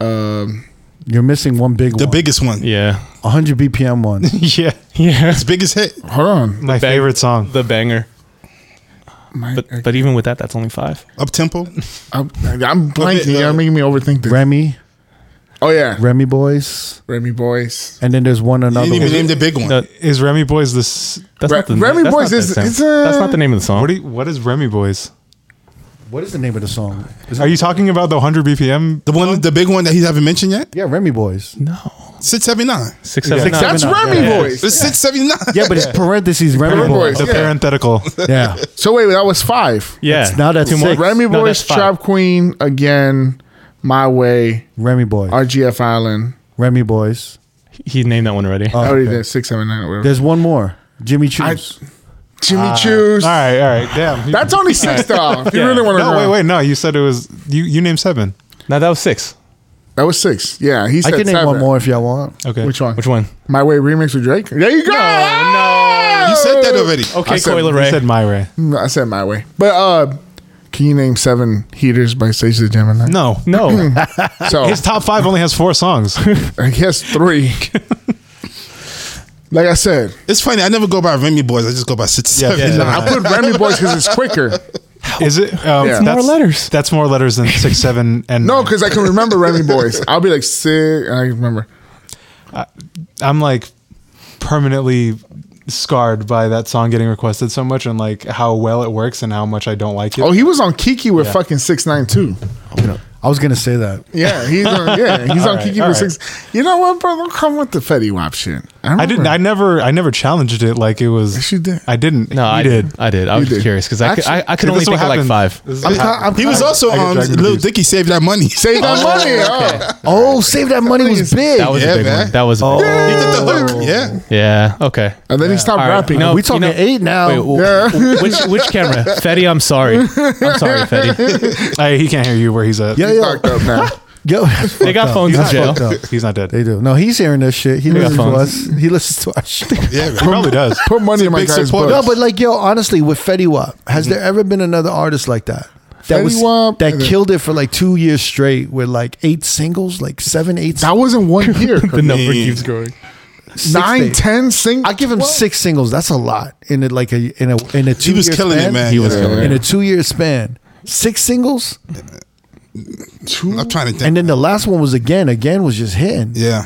Speaker 2: Um
Speaker 1: You're missing one big
Speaker 3: The
Speaker 1: one.
Speaker 3: biggest one.
Speaker 5: Yeah.
Speaker 1: 100 BPM one.
Speaker 4: yeah.
Speaker 5: Yeah.
Speaker 3: His biggest hit.
Speaker 2: hold on.
Speaker 4: My favorite song.
Speaker 5: The banger.
Speaker 2: My,
Speaker 5: But but even with that, that's only five.
Speaker 3: Up tempo.
Speaker 2: I'm, I'm blanking. You're making me overthink this.
Speaker 1: Remy,
Speaker 2: oh yeah.
Speaker 1: Remy Boys.
Speaker 2: Remy Boys.
Speaker 1: And then there's one
Speaker 3: You
Speaker 1: another
Speaker 3: didn't even
Speaker 1: one.
Speaker 3: name the big one.
Speaker 5: No,
Speaker 4: Is Remy Boys this?
Speaker 5: That's
Speaker 2: Re-
Speaker 5: not the
Speaker 2: Remy
Speaker 5: that's
Speaker 2: Boyce
Speaker 5: not
Speaker 2: is-
Speaker 5: that
Speaker 2: it's
Speaker 5: song.
Speaker 2: a-
Speaker 5: that's not the name of the song.
Speaker 4: What, do you, what is Remy Boys?
Speaker 1: What is the name of the song? Is it-
Speaker 4: Are you talking about the 100 BPM?
Speaker 3: The one, the big one that he haven't mentioned yet.
Speaker 1: yeah, Remy Boys.
Speaker 5: no.
Speaker 3: Six seventy nine.
Speaker 5: Six seven.
Speaker 1: Six,
Speaker 5: nine.
Speaker 1: seven,
Speaker 2: That's
Speaker 1: nine.
Speaker 2: Remy
Speaker 1: Yeah.
Speaker 2: Boys.
Speaker 3: It's six seventy nine.
Speaker 1: Yeah, but it's parentheses Remy,
Speaker 2: Remy
Speaker 1: Boys.
Speaker 2: Boys.
Speaker 4: The
Speaker 2: Yeah.
Speaker 4: parenthetical.
Speaker 1: Yeah.
Speaker 2: So wait, that was five.
Speaker 5: Yeah.
Speaker 1: That's- now that's
Speaker 5: Two more.
Speaker 1: six.
Speaker 2: Remy
Speaker 5: No,
Speaker 2: Boys,
Speaker 5: that's five.
Speaker 2: Trap Queen, again, My Way,
Speaker 1: Remy Boys.
Speaker 2: RGF Island.
Speaker 1: Remy Boys.
Speaker 5: He named that one already.
Speaker 2: I
Speaker 1: Oh,
Speaker 2: already
Speaker 1: okay.
Speaker 2: did six, seven, nine, whatever.
Speaker 1: There's one more. Jimmy Choo's.
Speaker 2: Jimmy Choo's.
Speaker 4: All right, all right. Damn.
Speaker 2: That's only six though. If you
Speaker 5: Yeah.
Speaker 2: really want to
Speaker 4: No,
Speaker 2: know.
Speaker 4: wait, wait. No, you said it was you. You named seven.
Speaker 5: now that was six.
Speaker 2: That was six. Yeah, he
Speaker 1: I
Speaker 2: said
Speaker 1: can name
Speaker 2: seven.
Speaker 1: one more if y'all want.
Speaker 4: Okay.
Speaker 2: Which one?
Speaker 5: Which one?
Speaker 2: My Way remix with Drake. There you go.
Speaker 5: no.
Speaker 3: You said that already.
Speaker 2: I
Speaker 5: Okay,
Speaker 2: said-
Speaker 5: Coil
Speaker 4: You
Speaker 5: Ray.
Speaker 4: said My Ray.
Speaker 2: No, I said My Way. But uh can you name seven heaters by Stage the Gemini?
Speaker 4: No.
Speaker 5: No.
Speaker 2: So
Speaker 4: His top five only has four songs.
Speaker 2: I guess three. like I said,
Speaker 3: It's funny. I never go by Remy Boys. I just go by six seventy nine.
Speaker 4: yeah.
Speaker 2: I put Remy Boys because it's quicker.
Speaker 4: Is it? Um,
Speaker 2: Yeah. It's
Speaker 4: that's,
Speaker 2: more
Speaker 5: letters.
Speaker 4: That's more letters than six, seven, and
Speaker 2: No,
Speaker 4: nine.
Speaker 2: because I can remember Remy Boys. I'll be like sick. I can remember.
Speaker 4: I'm like permanently scarred by that song getting requested so much and like how well it works and how much I don't like it.
Speaker 2: Oh, he was on Kiki with fucking six nine two.
Speaker 1: I was going to say that.
Speaker 2: Yeah, he's on, yeah, he's on
Speaker 4: right,
Speaker 2: Kiki
Speaker 4: all
Speaker 2: with
Speaker 4: right.
Speaker 2: six. You know what, bro? Don't come with the Fetty Wap shit. don't
Speaker 4: I didn't. I
Speaker 2: remember.
Speaker 4: never. I never challenged it. Like it was.
Speaker 2: Yes, you did.
Speaker 4: I didn't.
Speaker 5: No,
Speaker 4: You
Speaker 5: I did. I did. I was
Speaker 2: did.
Speaker 5: just curious because I, could- I,
Speaker 2: Actually,
Speaker 5: I could
Speaker 4: This
Speaker 5: only
Speaker 4: is what
Speaker 5: think of like
Speaker 4: happened.
Speaker 5: five.
Speaker 4: This is
Speaker 2: I'm
Speaker 4: what
Speaker 2: ca-
Speaker 4: happened.
Speaker 2: I'm
Speaker 3: He was
Speaker 2: ca-
Speaker 3: also
Speaker 4: I get
Speaker 3: on
Speaker 4: dragged into
Speaker 3: Lil
Speaker 4: these.
Speaker 3: Dicky saved that money.
Speaker 2: Save that money. oh.
Speaker 1: Oh, Save That Money was big.
Speaker 5: That was
Speaker 3: Yeah,
Speaker 5: a big
Speaker 3: man.
Speaker 5: one. That was. A big one.
Speaker 4: Oh.
Speaker 3: He did the
Speaker 2: Oh.
Speaker 3: hook. Yeah.
Speaker 5: Yeah. Okay.
Speaker 2: And then he stopped
Speaker 5: All right.
Speaker 2: rapping.
Speaker 5: No,
Speaker 1: we talking
Speaker 5: you know-
Speaker 1: eight now.
Speaker 5: Wait, w- which which camera? Fetty, I'm sorry. I'm sorry, Fetty.
Speaker 4: I- he can't hear you where he's at.
Speaker 1: yeah,
Speaker 2: He
Speaker 1: yeah.
Speaker 2: fucked up now.
Speaker 1: Yo,
Speaker 5: They got phones in
Speaker 1: That's
Speaker 5: jail.
Speaker 1: fucked up.
Speaker 4: He's not dead.
Speaker 1: They do. No, he's hearing this shit. He
Speaker 5: got
Speaker 1: listens to us.
Speaker 5: phones.
Speaker 1: He listens to our shit.
Speaker 3: Yeah. man.
Speaker 4: Probably does.
Speaker 2: Put money in my
Speaker 3: big
Speaker 2: guy's
Speaker 3: supporter.
Speaker 1: No,
Speaker 2: book.
Speaker 1: but like, yo, honestly, with Fetty Wap, has there ever been another artist like that? That
Speaker 2: Fetty
Speaker 1: was
Speaker 2: Wap-
Speaker 1: that killed it for like two years straight with like eight singles, like seven, eight,
Speaker 2: That wasn't one year.
Speaker 5: The number
Speaker 3: Yeah.
Speaker 5: keeps growing.
Speaker 1: six
Speaker 2: Nine,
Speaker 1: days.
Speaker 2: ten sing.
Speaker 1: I give him six singles. That's a lot in a, like a in a in a two.
Speaker 3: was killing it, man. He
Speaker 1: He
Speaker 3: was
Speaker 1: was
Speaker 3: killing
Speaker 1: in a two year span. Six singles,
Speaker 3: I'm trying to think.
Speaker 1: and then the last one was again. Again was just hitting.
Speaker 3: yeah.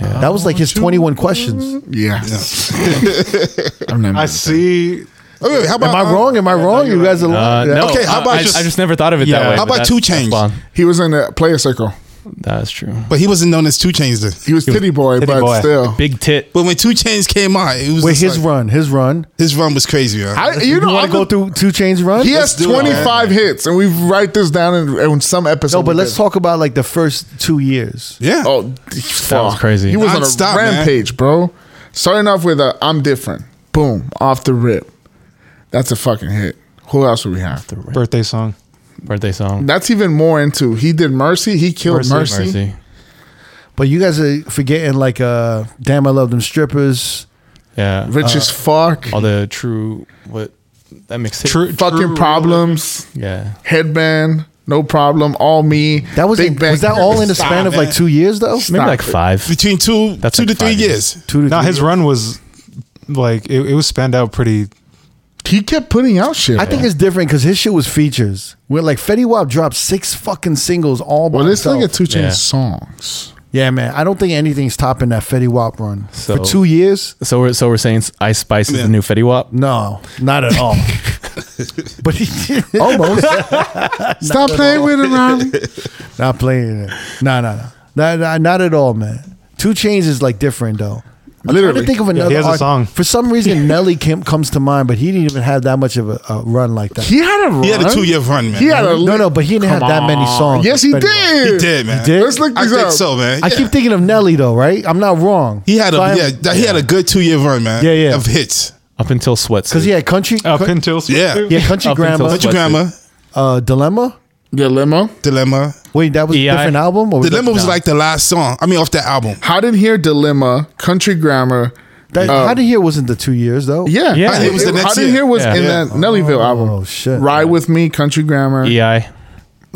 Speaker 1: That was like his twenty one questions.
Speaker 2: Yeah.
Speaker 3: Yeah.
Speaker 2: I'm not
Speaker 4: I see.
Speaker 3: Oh, wait, wait, how about
Speaker 1: Am I
Speaker 2: uh,
Speaker 3: um,
Speaker 1: wrong? Am I wrong? You guys are
Speaker 5: Uh,
Speaker 1: lying.
Speaker 5: no,
Speaker 3: Okay, how
Speaker 5: I-
Speaker 3: about
Speaker 5: I,
Speaker 3: just-
Speaker 5: I just never thought of it
Speaker 4: Yeah.
Speaker 5: that way.
Speaker 4: How
Speaker 5: but
Speaker 3: about
Speaker 5: that's-
Speaker 3: Two Chainz?
Speaker 5: that's wild.
Speaker 2: He was in the player circle.
Speaker 5: That's true.
Speaker 3: But he wasn't known as Two Chains then.
Speaker 2: He was Titty Boy,
Speaker 4: Titty
Speaker 2: but
Speaker 4: Boy.
Speaker 2: still.
Speaker 5: Big tit.
Speaker 3: But when Two Chains came out, it was
Speaker 1: Wait,
Speaker 3: just
Speaker 1: his
Speaker 3: like-
Speaker 1: run, his run.
Speaker 3: his run was crazy, man.
Speaker 2: I, you
Speaker 1: You
Speaker 2: know,
Speaker 1: want
Speaker 2: I'm
Speaker 1: to go through two chains run?
Speaker 2: He
Speaker 3: Let's
Speaker 2: has
Speaker 3: do it,
Speaker 2: 25 hits, and we write this down in, in some episode.
Speaker 1: No, but
Speaker 2: we
Speaker 1: let's
Speaker 2: did.
Speaker 1: talk about like the first two years.
Speaker 3: yeah.
Speaker 2: Oh,
Speaker 5: That was crazy.
Speaker 2: He was on a
Speaker 3: Non-stop, man.
Speaker 2: rampage, bro. Starting off with a "I'm different," boom, off the rip. That's a fucking hit. Who else would we have?
Speaker 4: Birthday song.
Speaker 5: Birthday song.
Speaker 2: That's even more into. He did Mercy. He killed Mercy.
Speaker 1: But you guys are forgetting like uh damn I love them strippers.
Speaker 5: Yeah. Uh,
Speaker 2: Rich
Speaker 1: Uh,
Speaker 2: as fuck.
Speaker 5: All the true what that makes it.
Speaker 4: True.
Speaker 2: Fucking problems.
Speaker 5: Yeah.
Speaker 2: Headband. No problem. All me.
Speaker 1: That was in,
Speaker 2: Big Bang
Speaker 1: was that all in the
Speaker 2: Stop,
Speaker 1: span of like
Speaker 3: man.
Speaker 1: two years though?
Speaker 5: Maybe
Speaker 2: Stop
Speaker 5: like
Speaker 2: it.
Speaker 5: five.
Speaker 3: Between two
Speaker 5: That's
Speaker 3: two
Speaker 5: like
Speaker 3: to three
Speaker 5: five
Speaker 3: years.
Speaker 5: years.
Speaker 1: Two to
Speaker 4: Now
Speaker 1: three
Speaker 4: his run was like it, it was spanned out pretty.
Speaker 2: He kept putting out shit.
Speaker 1: I think it's different because his shit was features. Where like Fetty Wap dropped six fucking singles all by
Speaker 2: Well, let's
Speaker 1: himself.
Speaker 2: look at Two Chainz
Speaker 5: Yeah.
Speaker 2: songs.
Speaker 1: yeah, man. I don't think anything's topping that Fetty Wap run
Speaker 5: So-
Speaker 1: for two years.
Speaker 5: So we're so we're saying Ice Spice is the new Fetty Wap.
Speaker 1: No, not at all. but he
Speaker 2: Almost. Stop playing with it, Ronnie.
Speaker 1: not playing it. No, no, no. Not, not, not at all, man. Two Chains is like different though. I'm trying
Speaker 2: Literally.
Speaker 1: to think of another
Speaker 4: has a
Speaker 1: art-
Speaker 4: song.
Speaker 1: For some reason, Nelly came, comes to mind, but he didn't even have that much of a, a run like that.
Speaker 2: He had a run.
Speaker 3: He had a two-year run, man.
Speaker 2: He had a
Speaker 1: no, no, but he didn't have that many songs.
Speaker 2: Yes, he
Speaker 1: But anyway.
Speaker 2: did.
Speaker 3: He did, man.
Speaker 1: He did?
Speaker 2: Let's look
Speaker 3: I
Speaker 2: these
Speaker 3: think
Speaker 2: up.
Speaker 3: so, man.
Speaker 1: I
Speaker 3: Yeah.
Speaker 1: keep thinking of Nelly though, right? I'm not wrong.
Speaker 3: He had a
Speaker 1: So I am-
Speaker 3: yeah, that- he had a good two year run, man.
Speaker 1: Yeah, yeah.
Speaker 3: Of hits.
Speaker 5: Up until sweats.
Speaker 1: Cause he had country,
Speaker 4: Up
Speaker 1: cou-
Speaker 4: until
Speaker 3: Yeah.
Speaker 1: yeah, country
Speaker 5: Oh, Up until
Speaker 1: grandma,
Speaker 3: Country Grammar,
Speaker 1: uh, dilemma.
Speaker 2: Your limo.
Speaker 3: Dilemma.
Speaker 1: Wait, that was a
Speaker 5: EI?
Speaker 1: different album. Or
Speaker 3: Dilemma was
Speaker 1: No.
Speaker 3: like the last song. I mean, off that album.
Speaker 2: How did hear dilemma? Country grammar.
Speaker 1: that,
Speaker 2: uh,
Speaker 1: How to Hear wasn't the two years though.
Speaker 2: Yeah,
Speaker 5: Yeah.
Speaker 2: How Did
Speaker 3: It was the
Speaker 2: Hear-
Speaker 3: next
Speaker 2: How did
Speaker 3: year.
Speaker 2: hear was
Speaker 5: Yeah.
Speaker 2: in
Speaker 3: Yeah.
Speaker 2: that Nellyville album.
Speaker 1: Oh, shit.
Speaker 2: Ride with me, country grammar.
Speaker 5: EI.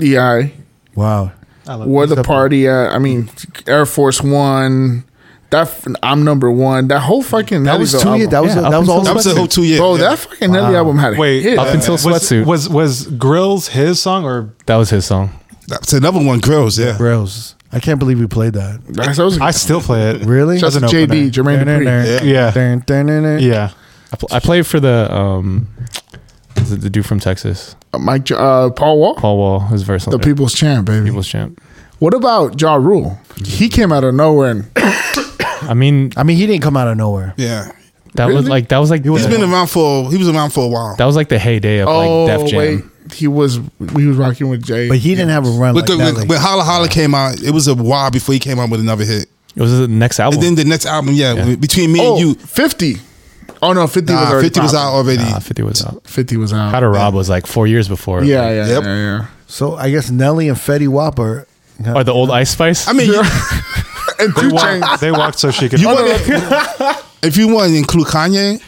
Speaker 2: EI.
Speaker 1: Wow.
Speaker 2: Where the party at? I mean, Air Force One. That f- I'm number one. That whole fucking
Speaker 1: That was
Speaker 2: Nellyville
Speaker 1: two
Speaker 2: album.
Speaker 1: years. That was
Speaker 5: Yeah,
Speaker 1: that
Speaker 5: up
Speaker 1: was
Speaker 5: until
Speaker 1: all.
Speaker 3: That was the whole two years.
Speaker 2: Bro,
Speaker 3: yeah.
Speaker 2: that fucking Nelly album had a
Speaker 4: Wait,
Speaker 2: hit.
Speaker 4: up
Speaker 5: until
Speaker 4: was,
Speaker 5: Sweatsuit.
Speaker 4: was was Grills his song or
Speaker 5: That was his song.
Speaker 3: That's another one, Grills, yeah.
Speaker 1: Rails. I can't believe we played that.
Speaker 2: That's- that was
Speaker 4: I still play it.
Speaker 1: Really?
Speaker 2: Shout out to
Speaker 4: an
Speaker 2: JD,
Speaker 4: opener.
Speaker 2: Jermaine Dupri.
Speaker 4: Yeah, yeah.
Speaker 5: I, pl- I played for the um, was it the dude from Texas,
Speaker 2: Uh, Mike, Jo- uh, Paul Wall,
Speaker 5: Paul Wall, his verse on
Speaker 2: the
Speaker 5: there.
Speaker 2: People's Champ, baby.
Speaker 5: People's champ.
Speaker 2: What about Ja Rule? He came out of nowhere and
Speaker 5: I mean,
Speaker 1: I mean, he didn't come out of nowhere.
Speaker 3: Yeah.
Speaker 5: that was like that was like
Speaker 3: He's
Speaker 5: the-
Speaker 3: been around for he was around for a while.
Speaker 5: that was like the heyday of
Speaker 2: oh
Speaker 5: like Def Jam.
Speaker 2: wait, he was he was rocking with Jay.
Speaker 1: But he didn't have a run like
Speaker 3: But the,
Speaker 1: that.
Speaker 3: when, when
Speaker 1: like-
Speaker 3: Holla Holla came out, it was a while before he came out with another hit.
Speaker 5: It was the next album.
Speaker 1: Oh.
Speaker 3: And then the next album, yeah,
Speaker 5: Yeah.
Speaker 3: between me
Speaker 2: oh,
Speaker 3: and you,
Speaker 2: 50. Oh no, 50 was
Speaker 3: nah,
Speaker 2: already
Speaker 3: 50 was out
Speaker 2: popping.
Speaker 3: already.
Speaker 5: Nah, Fifty was out.
Speaker 2: 50 was out.
Speaker 5: How to Rob was like four years before.
Speaker 2: yeah, yeah,
Speaker 3: Yep.
Speaker 2: yeah, yeah.
Speaker 1: so I guess Nelly and Fetty Wap are.
Speaker 5: Or the old Ice Spice.
Speaker 3: I mean, you,
Speaker 2: And
Speaker 4: They
Speaker 2: two chains.
Speaker 4: walked, they walked so she could.
Speaker 3: you wanna- if you want to include Kanye,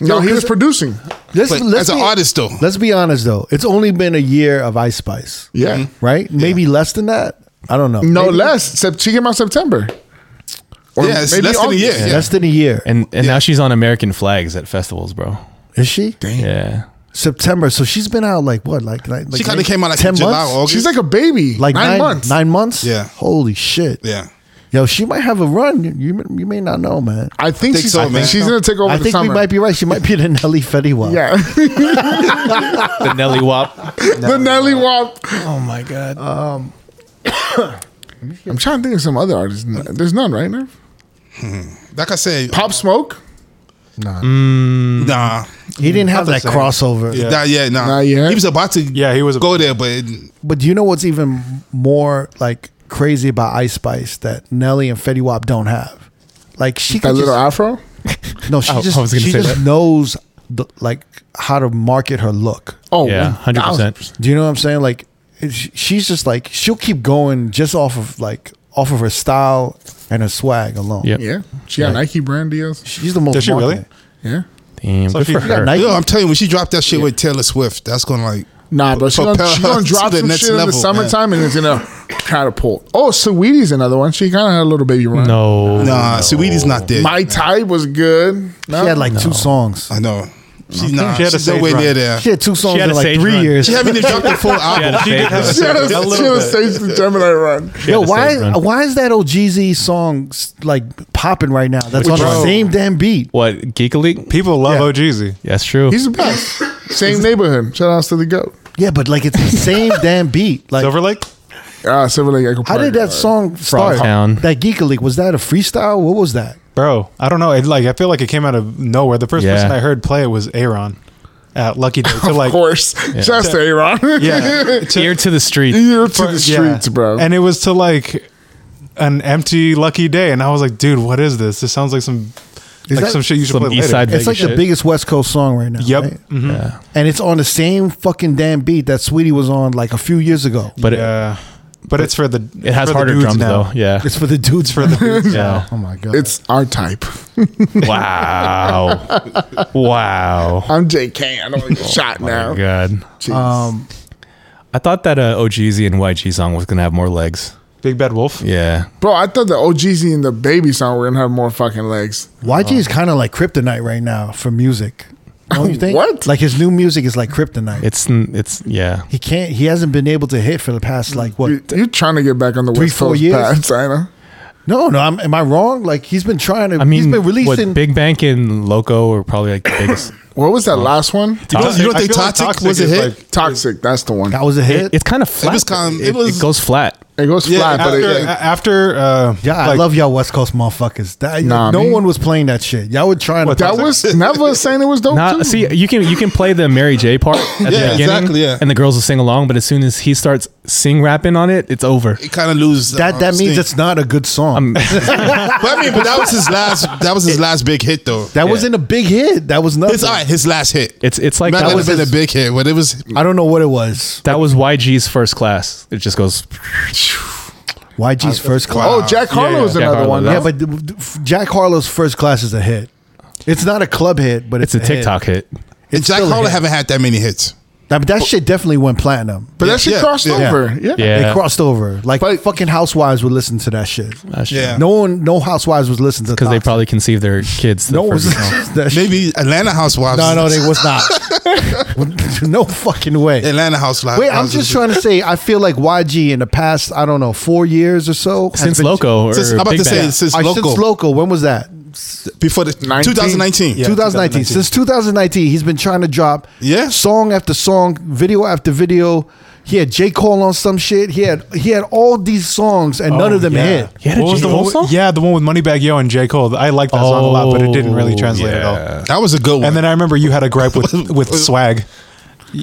Speaker 2: No, he was producing.
Speaker 1: Let's,
Speaker 3: but as an
Speaker 1: be-
Speaker 3: artist though,
Speaker 1: Let's be honest though. It's only been a year of Ice Spice,
Speaker 2: Yeah.
Speaker 1: right? Maybe less than that. I don't know.
Speaker 2: No
Speaker 1: Maybe
Speaker 2: less. Sep- she came out September. Or
Speaker 3: yeah, it's less than a
Speaker 2: August.
Speaker 3: year. Yeah.
Speaker 1: Less than a year. And
Speaker 5: and and now she's on American flags at festivals, bro.
Speaker 1: is she?
Speaker 5: Yeah.
Speaker 1: September. So she's been out like what? Like, like
Speaker 3: She
Speaker 1: like
Speaker 3: kind of
Speaker 1: nine-
Speaker 3: came out like
Speaker 1: 10
Speaker 3: in July,
Speaker 1: months?
Speaker 3: August.
Speaker 2: She's like a baby.
Speaker 1: Like
Speaker 2: nine, months.
Speaker 1: Nine months.
Speaker 3: Yeah.
Speaker 1: Holy shit.
Speaker 3: yeah.
Speaker 1: Yo, she might have a run. You, you, you may not know, man.
Speaker 2: I think,
Speaker 3: think
Speaker 2: she's,
Speaker 3: so, man.
Speaker 2: she's gonna take over
Speaker 1: I
Speaker 2: the
Speaker 1: think
Speaker 2: summer.
Speaker 1: we might be right. She might be the Nelly Fetty Wap.
Speaker 2: yeah,
Speaker 5: The Nelly Wop.
Speaker 2: the Nelly Wop.
Speaker 1: Oh my god.
Speaker 2: I'm trying to think of some other artists. No, There's none right now.
Speaker 3: Like I said,
Speaker 2: Pop Smoke.
Speaker 3: nah,
Speaker 1: he didn't have that
Speaker 4: same.
Speaker 1: crossover.
Speaker 4: Yeah.
Speaker 3: not yet, nah.
Speaker 2: Not yet.
Speaker 3: He was about to,
Speaker 4: Yeah, he was-
Speaker 3: go there, but it-
Speaker 1: But do you know what's even more like crazy about Ice Spice that Nelly and Fetty Wap don't have? Like she
Speaker 2: That
Speaker 1: could
Speaker 2: little
Speaker 1: just,
Speaker 2: afro.
Speaker 1: no, she
Speaker 5: Oh, I
Speaker 1: just
Speaker 5: was gonna
Speaker 1: she
Speaker 5: say
Speaker 1: just
Speaker 5: that.
Speaker 1: knows the, like how to market her look.
Speaker 2: Oh,
Speaker 5: Yeah, hundred percent.
Speaker 1: Do you know what I'm saying? Like it's- she's just like she'll keep going just off of like off of her style and her swag alone.
Speaker 5: Yep.
Speaker 2: Yeah, she got Nike brand deals.
Speaker 1: She's the most.
Speaker 4: Did she really?
Speaker 1: marketed.
Speaker 2: Yeah,
Speaker 5: Damn.
Speaker 4: So
Speaker 5: good
Speaker 4: she-
Speaker 5: for
Speaker 4: she
Speaker 1: got
Speaker 5: her.
Speaker 1: Nike.
Speaker 3: yo, I'm telling you, when she dropped that shit with Taylor Swift, that's gonna like,
Speaker 2: nah, bro. She
Speaker 3: Propel
Speaker 2: gonna, she gonna
Speaker 3: her
Speaker 2: drop
Speaker 3: to the
Speaker 2: some
Speaker 3: next
Speaker 2: shit in the
Speaker 3: level, man.
Speaker 2: summertime and it's gonna catapult. Oh, Sweetie's another one. She kind of had a little baby run.
Speaker 5: Oh, No.
Speaker 3: nah, Sweetie's not there.
Speaker 2: My type was good. No.
Speaker 1: She had like two songs.
Speaker 3: I know. She's not.
Speaker 4: She had a
Speaker 3: She's nowhere
Speaker 4: stage
Speaker 3: near
Speaker 4: run.
Speaker 3: there.
Speaker 1: She had two songs
Speaker 5: She had
Speaker 1: in
Speaker 5: a
Speaker 1: like
Speaker 5: stage
Speaker 1: three
Speaker 5: run.
Speaker 1: years.
Speaker 3: She haven't even dropped the full
Speaker 5: Yeah,
Speaker 3: album.
Speaker 5: she did have a
Speaker 2: she had a,
Speaker 5: stage- a
Speaker 2: she
Speaker 5: little
Speaker 2: had a
Speaker 5: bit.
Speaker 2: stage to Gemini run.
Speaker 5: She
Speaker 1: Yo,
Speaker 5: had a
Speaker 1: why
Speaker 5: stage run.
Speaker 1: why is that OGZ song s- like popping right now? That's on the
Speaker 4: one?
Speaker 1: same damn beat.
Speaker 5: What Geek League?
Speaker 4: People love
Speaker 1: Yeah.
Speaker 4: OGZ.
Speaker 5: That's true.
Speaker 2: He's the best. Same neighborhood. Shout outs to the goat.
Speaker 1: Yeah, but like it's the same damn beat. Like
Speaker 4: Silverlake.
Speaker 2: Ah, Silver Lake Echo
Speaker 1: how
Speaker 2: Park.
Speaker 1: did that song start?
Speaker 5: Frogtown.
Speaker 1: That Geeka Leak was that a freestyle? What was that?
Speaker 4: Bro, I don't know. It, like I feel like it came out of nowhere. The first
Speaker 5: Yeah.
Speaker 4: person I heard play it was Aaron at Lucky Day. To like
Speaker 2: Of course. Shout outs to Aaron.
Speaker 4: Yeah.
Speaker 5: Ear to the street.
Speaker 2: Ear to the
Speaker 4: Yeah.
Speaker 2: streets, bro.
Speaker 4: And it was to like an empty Lucky Day, and I was like, dude, what is this? This sounds like some like
Speaker 1: that
Speaker 4: some shit you should
Speaker 5: some
Speaker 4: play
Speaker 5: East
Speaker 4: later.
Speaker 5: Side-
Speaker 1: It's
Speaker 5: Vegas
Speaker 1: like the
Speaker 5: shit.
Speaker 1: biggest West Coast song right now.
Speaker 4: Yep.
Speaker 1: right?
Speaker 4: Mhm.
Speaker 5: Yeah.
Speaker 1: and it's on the same fucking damn beat that Sweetie was on like a few years ago.
Speaker 5: But it-
Speaker 4: Yeah. But, it's for the
Speaker 5: it, has harder drums though. Yeah.
Speaker 1: It's for the dudes for
Speaker 4: For the dudes
Speaker 5: Yeah.
Speaker 1: Oh my god!
Speaker 2: It's our type.
Speaker 5: Wow. wow.
Speaker 2: I'm JK. I don't get
Speaker 4: Oh
Speaker 2: shot now.
Speaker 5: God.
Speaker 2: Jeez.
Speaker 1: um,
Speaker 5: I thought that uh, OGZ and YG song was gonna have more legs.
Speaker 4: Big Bad Wolf.
Speaker 5: Yeah.
Speaker 2: bro, I thought the OGZ and the baby song were gonna have more fucking legs.
Speaker 1: YG is kind of like kryptonite right now for music. Don't you think?
Speaker 2: What?
Speaker 1: Like his new music is like kryptonite.
Speaker 5: It's n- it's yeah.
Speaker 1: he can't. He hasn't been able to hit for the past like what
Speaker 2: You, you're trying to get back on the West
Speaker 1: four
Speaker 2: Coast
Speaker 1: years?
Speaker 2: path, I know.
Speaker 1: No, no. I'm, am I wrong? Like he's been trying to.
Speaker 5: I mean,
Speaker 1: he's been releasing.
Speaker 5: what, Big Bank and Loco are probably like the biggest
Speaker 2: What was that last one?
Speaker 3: You don't, you don't
Speaker 4: I
Speaker 3: think
Speaker 4: feel like
Speaker 3: Toxic,
Speaker 4: Toxic
Speaker 3: was a
Speaker 4: is
Speaker 3: hit?
Speaker 4: like-
Speaker 2: Toxic. That's the one.
Speaker 1: That was a hit.
Speaker 5: It, it's kind of flat.
Speaker 3: was kind-
Speaker 5: it,
Speaker 3: it was-
Speaker 5: it goes flat.
Speaker 2: It goes
Speaker 3: Yeah,
Speaker 2: flat,
Speaker 4: after,
Speaker 2: but it,
Speaker 4: a- after uh,
Speaker 1: yeah, I
Speaker 4: like,
Speaker 1: love y'all West Coast motherfuckers. That,
Speaker 2: Nah,
Speaker 1: no
Speaker 2: me-
Speaker 1: one was playing that shit. Y'all were trying
Speaker 4: What,
Speaker 1: to.
Speaker 2: that was never saying it was dope.
Speaker 5: Nah,
Speaker 2: too.
Speaker 5: see, you can you can play the Mary J part at
Speaker 3: Oh, Yeah,
Speaker 5: the beginning,
Speaker 3: exactly, yeah.
Speaker 5: and the girls will sing along. But as soon as he starts sing rapping on it, it's over.
Speaker 3: It kind of lose the,
Speaker 1: That,
Speaker 3: um,
Speaker 1: that means
Speaker 3: sting.
Speaker 1: it's not a good song.
Speaker 3: But I mean, but that was his last. That was his last big hit, though.
Speaker 1: that wasn't a big hit. That was nothing.
Speaker 3: It's all right. His last hit.
Speaker 5: It's it's like
Speaker 3: Might
Speaker 5: that
Speaker 3: not
Speaker 5: was
Speaker 3: have been a big hit, but it was.
Speaker 1: I don't know what it was.
Speaker 5: that was YG's first class. It just goes.
Speaker 1: YG's first class.
Speaker 2: oh, Jack Harlow is
Speaker 5: yeah, Jack
Speaker 2: another
Speaker 5: Harlow,
Speaker 2: one.
Speaker 5: Oh, that
Speaker 2: Yeah,
Speaker 1: Yeah, but th- th- Jack Harlow's first class is a hit. It's not a club hit, but
Speaker 5: It's
Speaker 1: it's,
Speaker 5: a TikTok
Speaker 1: hit.
Speaker 5: hit.
Speaker 3: And Jack
Speaker 1: still a
Speaker 3: Harlow
Speaker 1: hit.
Speaker 3: haven't had that many hits.
Speaker 1: Now, but that shit definitely went platinum.
Speaker 2: but that shit
Speaker 3: yeah,
Speaker 2: crossed
Speaker 3: yeah.
Speaker 2: over. Yeah.
Speaker 5: Yeah,
Speaker 1: They crossed over. Like
Speaker 2: But-
Speaker 1: fucking housewives would listen to that shit.
Speaker 5: That's true.
Speaker 3: Yeah.
Speaker 1: No one, no housewives was listening to
Speaker 5: because they
Speaker 1: Toxic.
Speaker 5: probably conceived their kids. The
Speaker 1: no one was
Speaker 5: first
Speaker 1: listening to that shit.
Speaker 3: Maybe Atlanta Housewives.
Speaker 1: No, no, they was not. no fucking way.
Speaker 3: Atlanta Housewives.
Speaker 1: Wait, I'm just trying to say. I feel like YG in the past, I don't know, four years or so has
Speaker 5: since
Speaker 1: been-
Speaker 5: Loco or
Speaker 3: Since, I'm about
Speaker 5: Big
Speaker 3: to say
Speaker 5: Bang.
Speaker 3: since
Speaker 1: Uh,
Speaker 3: local
Speaker 1: Since local, when was that?
Speaker 3: before the 2019.
Speaker 1: 2019. Since 2019, he's been trying to drop
Speaker 3: Yeah.
Speaker 1: song after song, video after video. He had J Cole on some shit. He had he had all these songs, and none of them
Speaker 4: Oh, yeah.
Speaker 1: hit.
Speaker 5: He had a
Speaker 4: What was
Speaker 5: J.
Speaker 4: the
Speaker 5: Cole
Speaker 4: one with-
Speaker 5: song?
Speaker 4: Yeah, the one with Moneybag Yo and J. Cole. I liked that song a lot, but it didn't really
Speaker 5: Oh,
Speaker 4: translate
Speaker 5: yeah.
Speaker 4: at all.
Speaker 3: That was a good one.
Speaker 4: And then I remember you had a gripe with with swag.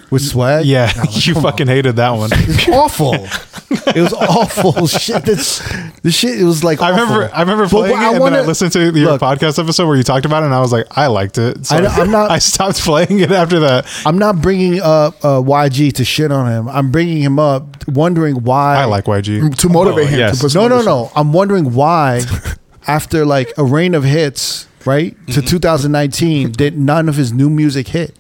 Speaker 1: With swag,
Speaker 4: Yeah,
Speaker 1: I was like,
Speaker 4: you
Speaker 1: come
Speaker 4: fucking hated that one.
Speaker 1: on. It's awful. it was awful shit. This the shit. It was like
Speaker 4: I remember
Speaker 1: awful.
Speaker 4: I remember
Speaker 1: But
Speaker 4: playing
Speaker 1: what
Speaker 4: it, and then
Speaker 1: wanna-
Speaker 4: I listened to your
Speaker 1: Look,
Speaker 4: podcast episode where you talked about it, and I was like, I liked it. So
Speaker 1: I- I'm not-
Speaker 4: I stopped playing it after that.
Speaker 1: I'm not bringing up uh, YG to shit on him. I'm bringing him up, wondering why.
Speaker 4: I like YG.
Speaker 2: To motivate him. To
Speaker 5: yes.
Speaker 2: put
Speaker 1: No,
Speaker 2: some
Speaker 1: no,
Speaker 2: motivation.
Speaker 1: no. I'm wondering why, after like a rain of hits, right to
Speaker 4: Mm-hmm.
Speaker 1: 2019, did none of his new music hit.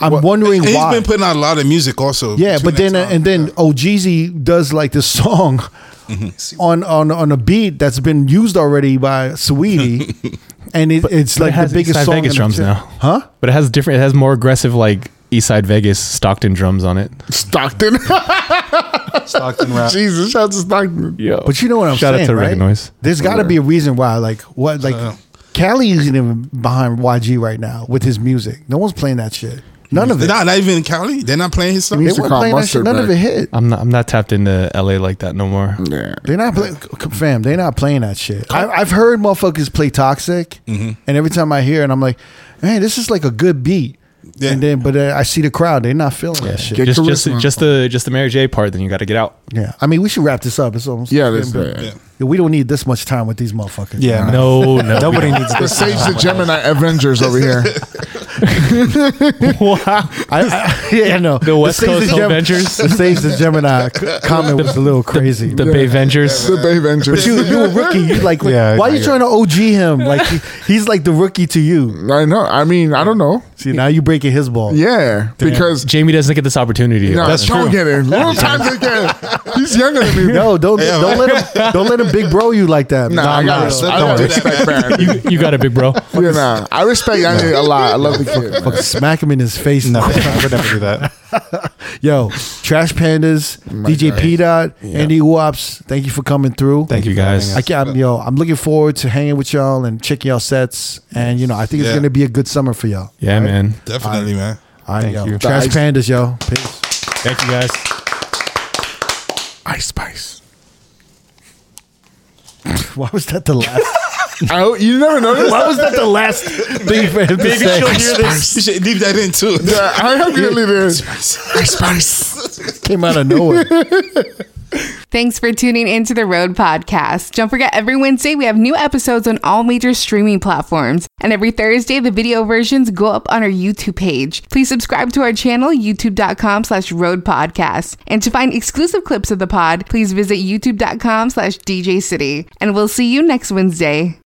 Speaker 1: I'm wondering
Speaker 3: And he's
Speaker 1: why.
Speaker 3: been putting out a lot of music also.
Speaker 1: yeah,
Speaker 3: between
Speaker 1: but then uh,
Speaker 3: that time.
Speaker 1: and then Ojeezy does like this song on on on a beat that's been used already by Saweetie, and it, it's
Speaker 5: But
Speaker 1: like
Speaker 5: it has
Speaker 1: the biggest
Speaker 5: Eastside
Speaker 1: song.
Speaker 5: Vegas
Speaker 1: in the
Speaker 5: drums
Speaker 1: shit.
Speaker 5: now,
Speaker 1: huh?
Speaker 5: But it has different. It has more aggressive like Eastside Vegas Stockton drums on it.
Speaker 2: Stockton.
Speaker 4: Stockton rap.
Speaker 2: Jesus, shout out to Stockton.
Speaker 5: Yeah,
Speaker 1: But you know what I'm
Speaker 5: Shout out
Speaker 1: saying,
Speaker 5: to
Speaker 1: right?
Speaker 5: Reggae Noise. Uh,
Speaker 1: There's got to be a reason why. Like what? Like Cali isn't even behind YG right now with his music. No one's playing that shit. None of
Speaker 3: They're
Speaker 1: it.
Speaker 3: not, not even in Cali. They're not playing his stuff.
Speaker 1: They
Speaker 2: used to
Speaker 1: weren't
Speaker 2: call
Speaker 1: playing that shit.
Speaker 2: mustard
Speaker 1: None of it
Speaker 2: back.
Speaker 1: hit.
Speaker 5: I'm not. I'm not tapped into LA like that no more.
Speaker 2: Yeah.
Speaker 1: They're not playing, fam. They're not playing that shit. I, I've heard motherfuckers play Toxic, and every time I hear it, I'm like, man, this is like a good beat.
Speaker 3: Yeah.
Speaker 1: And then, but uh, I see the crowd. They're not feeling that shit.
Speaker 2: Get
Speaker 5: Just, just,
Speaker 2: charisma.
Speaker 5: just the just the Mary J part. Then you got to get out.
Speaker 1: Yeah, I mean, we should wrap this up. It's almost
Speaker 2: Yeah, that's
Speaker 1: but-
Speaker 2: yeah.
Speaker 1: Yeah, we don't need this much time with these motherfuckers.
Speaker 4: Yeah, no,
Speaker 5: No, no.
Speaker 4: nobody needs
Speaker 2: The
Speaker 4: this.
Speaker 2: Sage the Gemini Avengers over here.
Speaker 1: I, I, yeah, no.
Speaker 5: The West
Speaker 1: Saves
Speaker 5: Coast
Speaker 1: the Gem-
Speaker 5: Avengers?
Speaker 1: The Saves the Gemini c- comment was a little crazy.
Speaker 5: the Bay Vengers.
Speaker 2: the Bay Avengers.
Speaker 1: but you, you a rookie. You like,
Speaker 4: Yeah,
Speaker 1: why are
Speaker 4: I
Speaker 1: you
Speaker 4: get
Speaker 1: trying to OG him? Like, he- he's like the rookie to you.
Speaker 2: I know. I mean, I don't know.
Speaker 1: See, now you breaking his ball.
Speaker 2: Yeah, because
Speaker 5: Jamie doesn't get this opportunity.
Speaker 2: no,
Speaker 4: That's
Speaker 2: don't
Speaker 4: true.
Speaker 2: get him. Little time to get him. He's younger than me.
Speaker 1: No, don't don't let him don't let him big bro you like that.
Speaker 2: Nah, I got
Speaker 3: no,
Speaker 2: I
Speaker 3: don't
Speaker 2: gotta
Speaker 3: do that,
Speaker 2: respect Baron.
Speaker 5: you, you got it, big bro.
Speaker 2: Yeah, nah. I respect Yanni a lot. I love the kid. man.
Speaker 1: Fucking smack him in his face.
Speaker 4: No, I would never do that.
Speaker 1: Yo, Trash Pandas, DJ P Dot, Andy Wops, thank you for coming through.
Speaker 4: Thank you
Speaker 5: you, guys.
Speaker 4: guys.
Speaker 1: I can't, I'm- yo, I'm looking forward to hanging with y'all and checking y'all sets. And you know, I think it's
Speaker 3: Yeah.
Speaker 1: gonna be a good summer for y'all.
Speaker 5: Yeah, man.
Speaker 3: Definitely, man.
Speaker 1: All right, yo.
Speaker 4: you.
Speaker 1: Trash
Speaker 2: Guys.
Speaker 1: Pandas, yo. Peace.
Speaker 5: Thank you, guys.
Speaker 2: Ice Spice.
Speaker 1: Why was that the last?
Speaker 2: Oh, you never noticed?
Speaker 1: why was that the last thing for him to say?
Speaker 3: You should leave that in too.
Speaker 2: Yeah, I am really did.
Speaker 3: Ice Spice.
Speaker 1: Came out of nowhere.
Speaker 7: Thanks for tuning into the Road Podcast. Don't forget, every Wednesday we have new episodes on all major streaming platforms. And every Thursday, the video versions go up on our YouTube page. Please subscribe to our channel, youtube.com slash road podcast. And to find exclusive clips of the pod, please visit youtube.com slash DJ City. And we'll see you next Wednesday.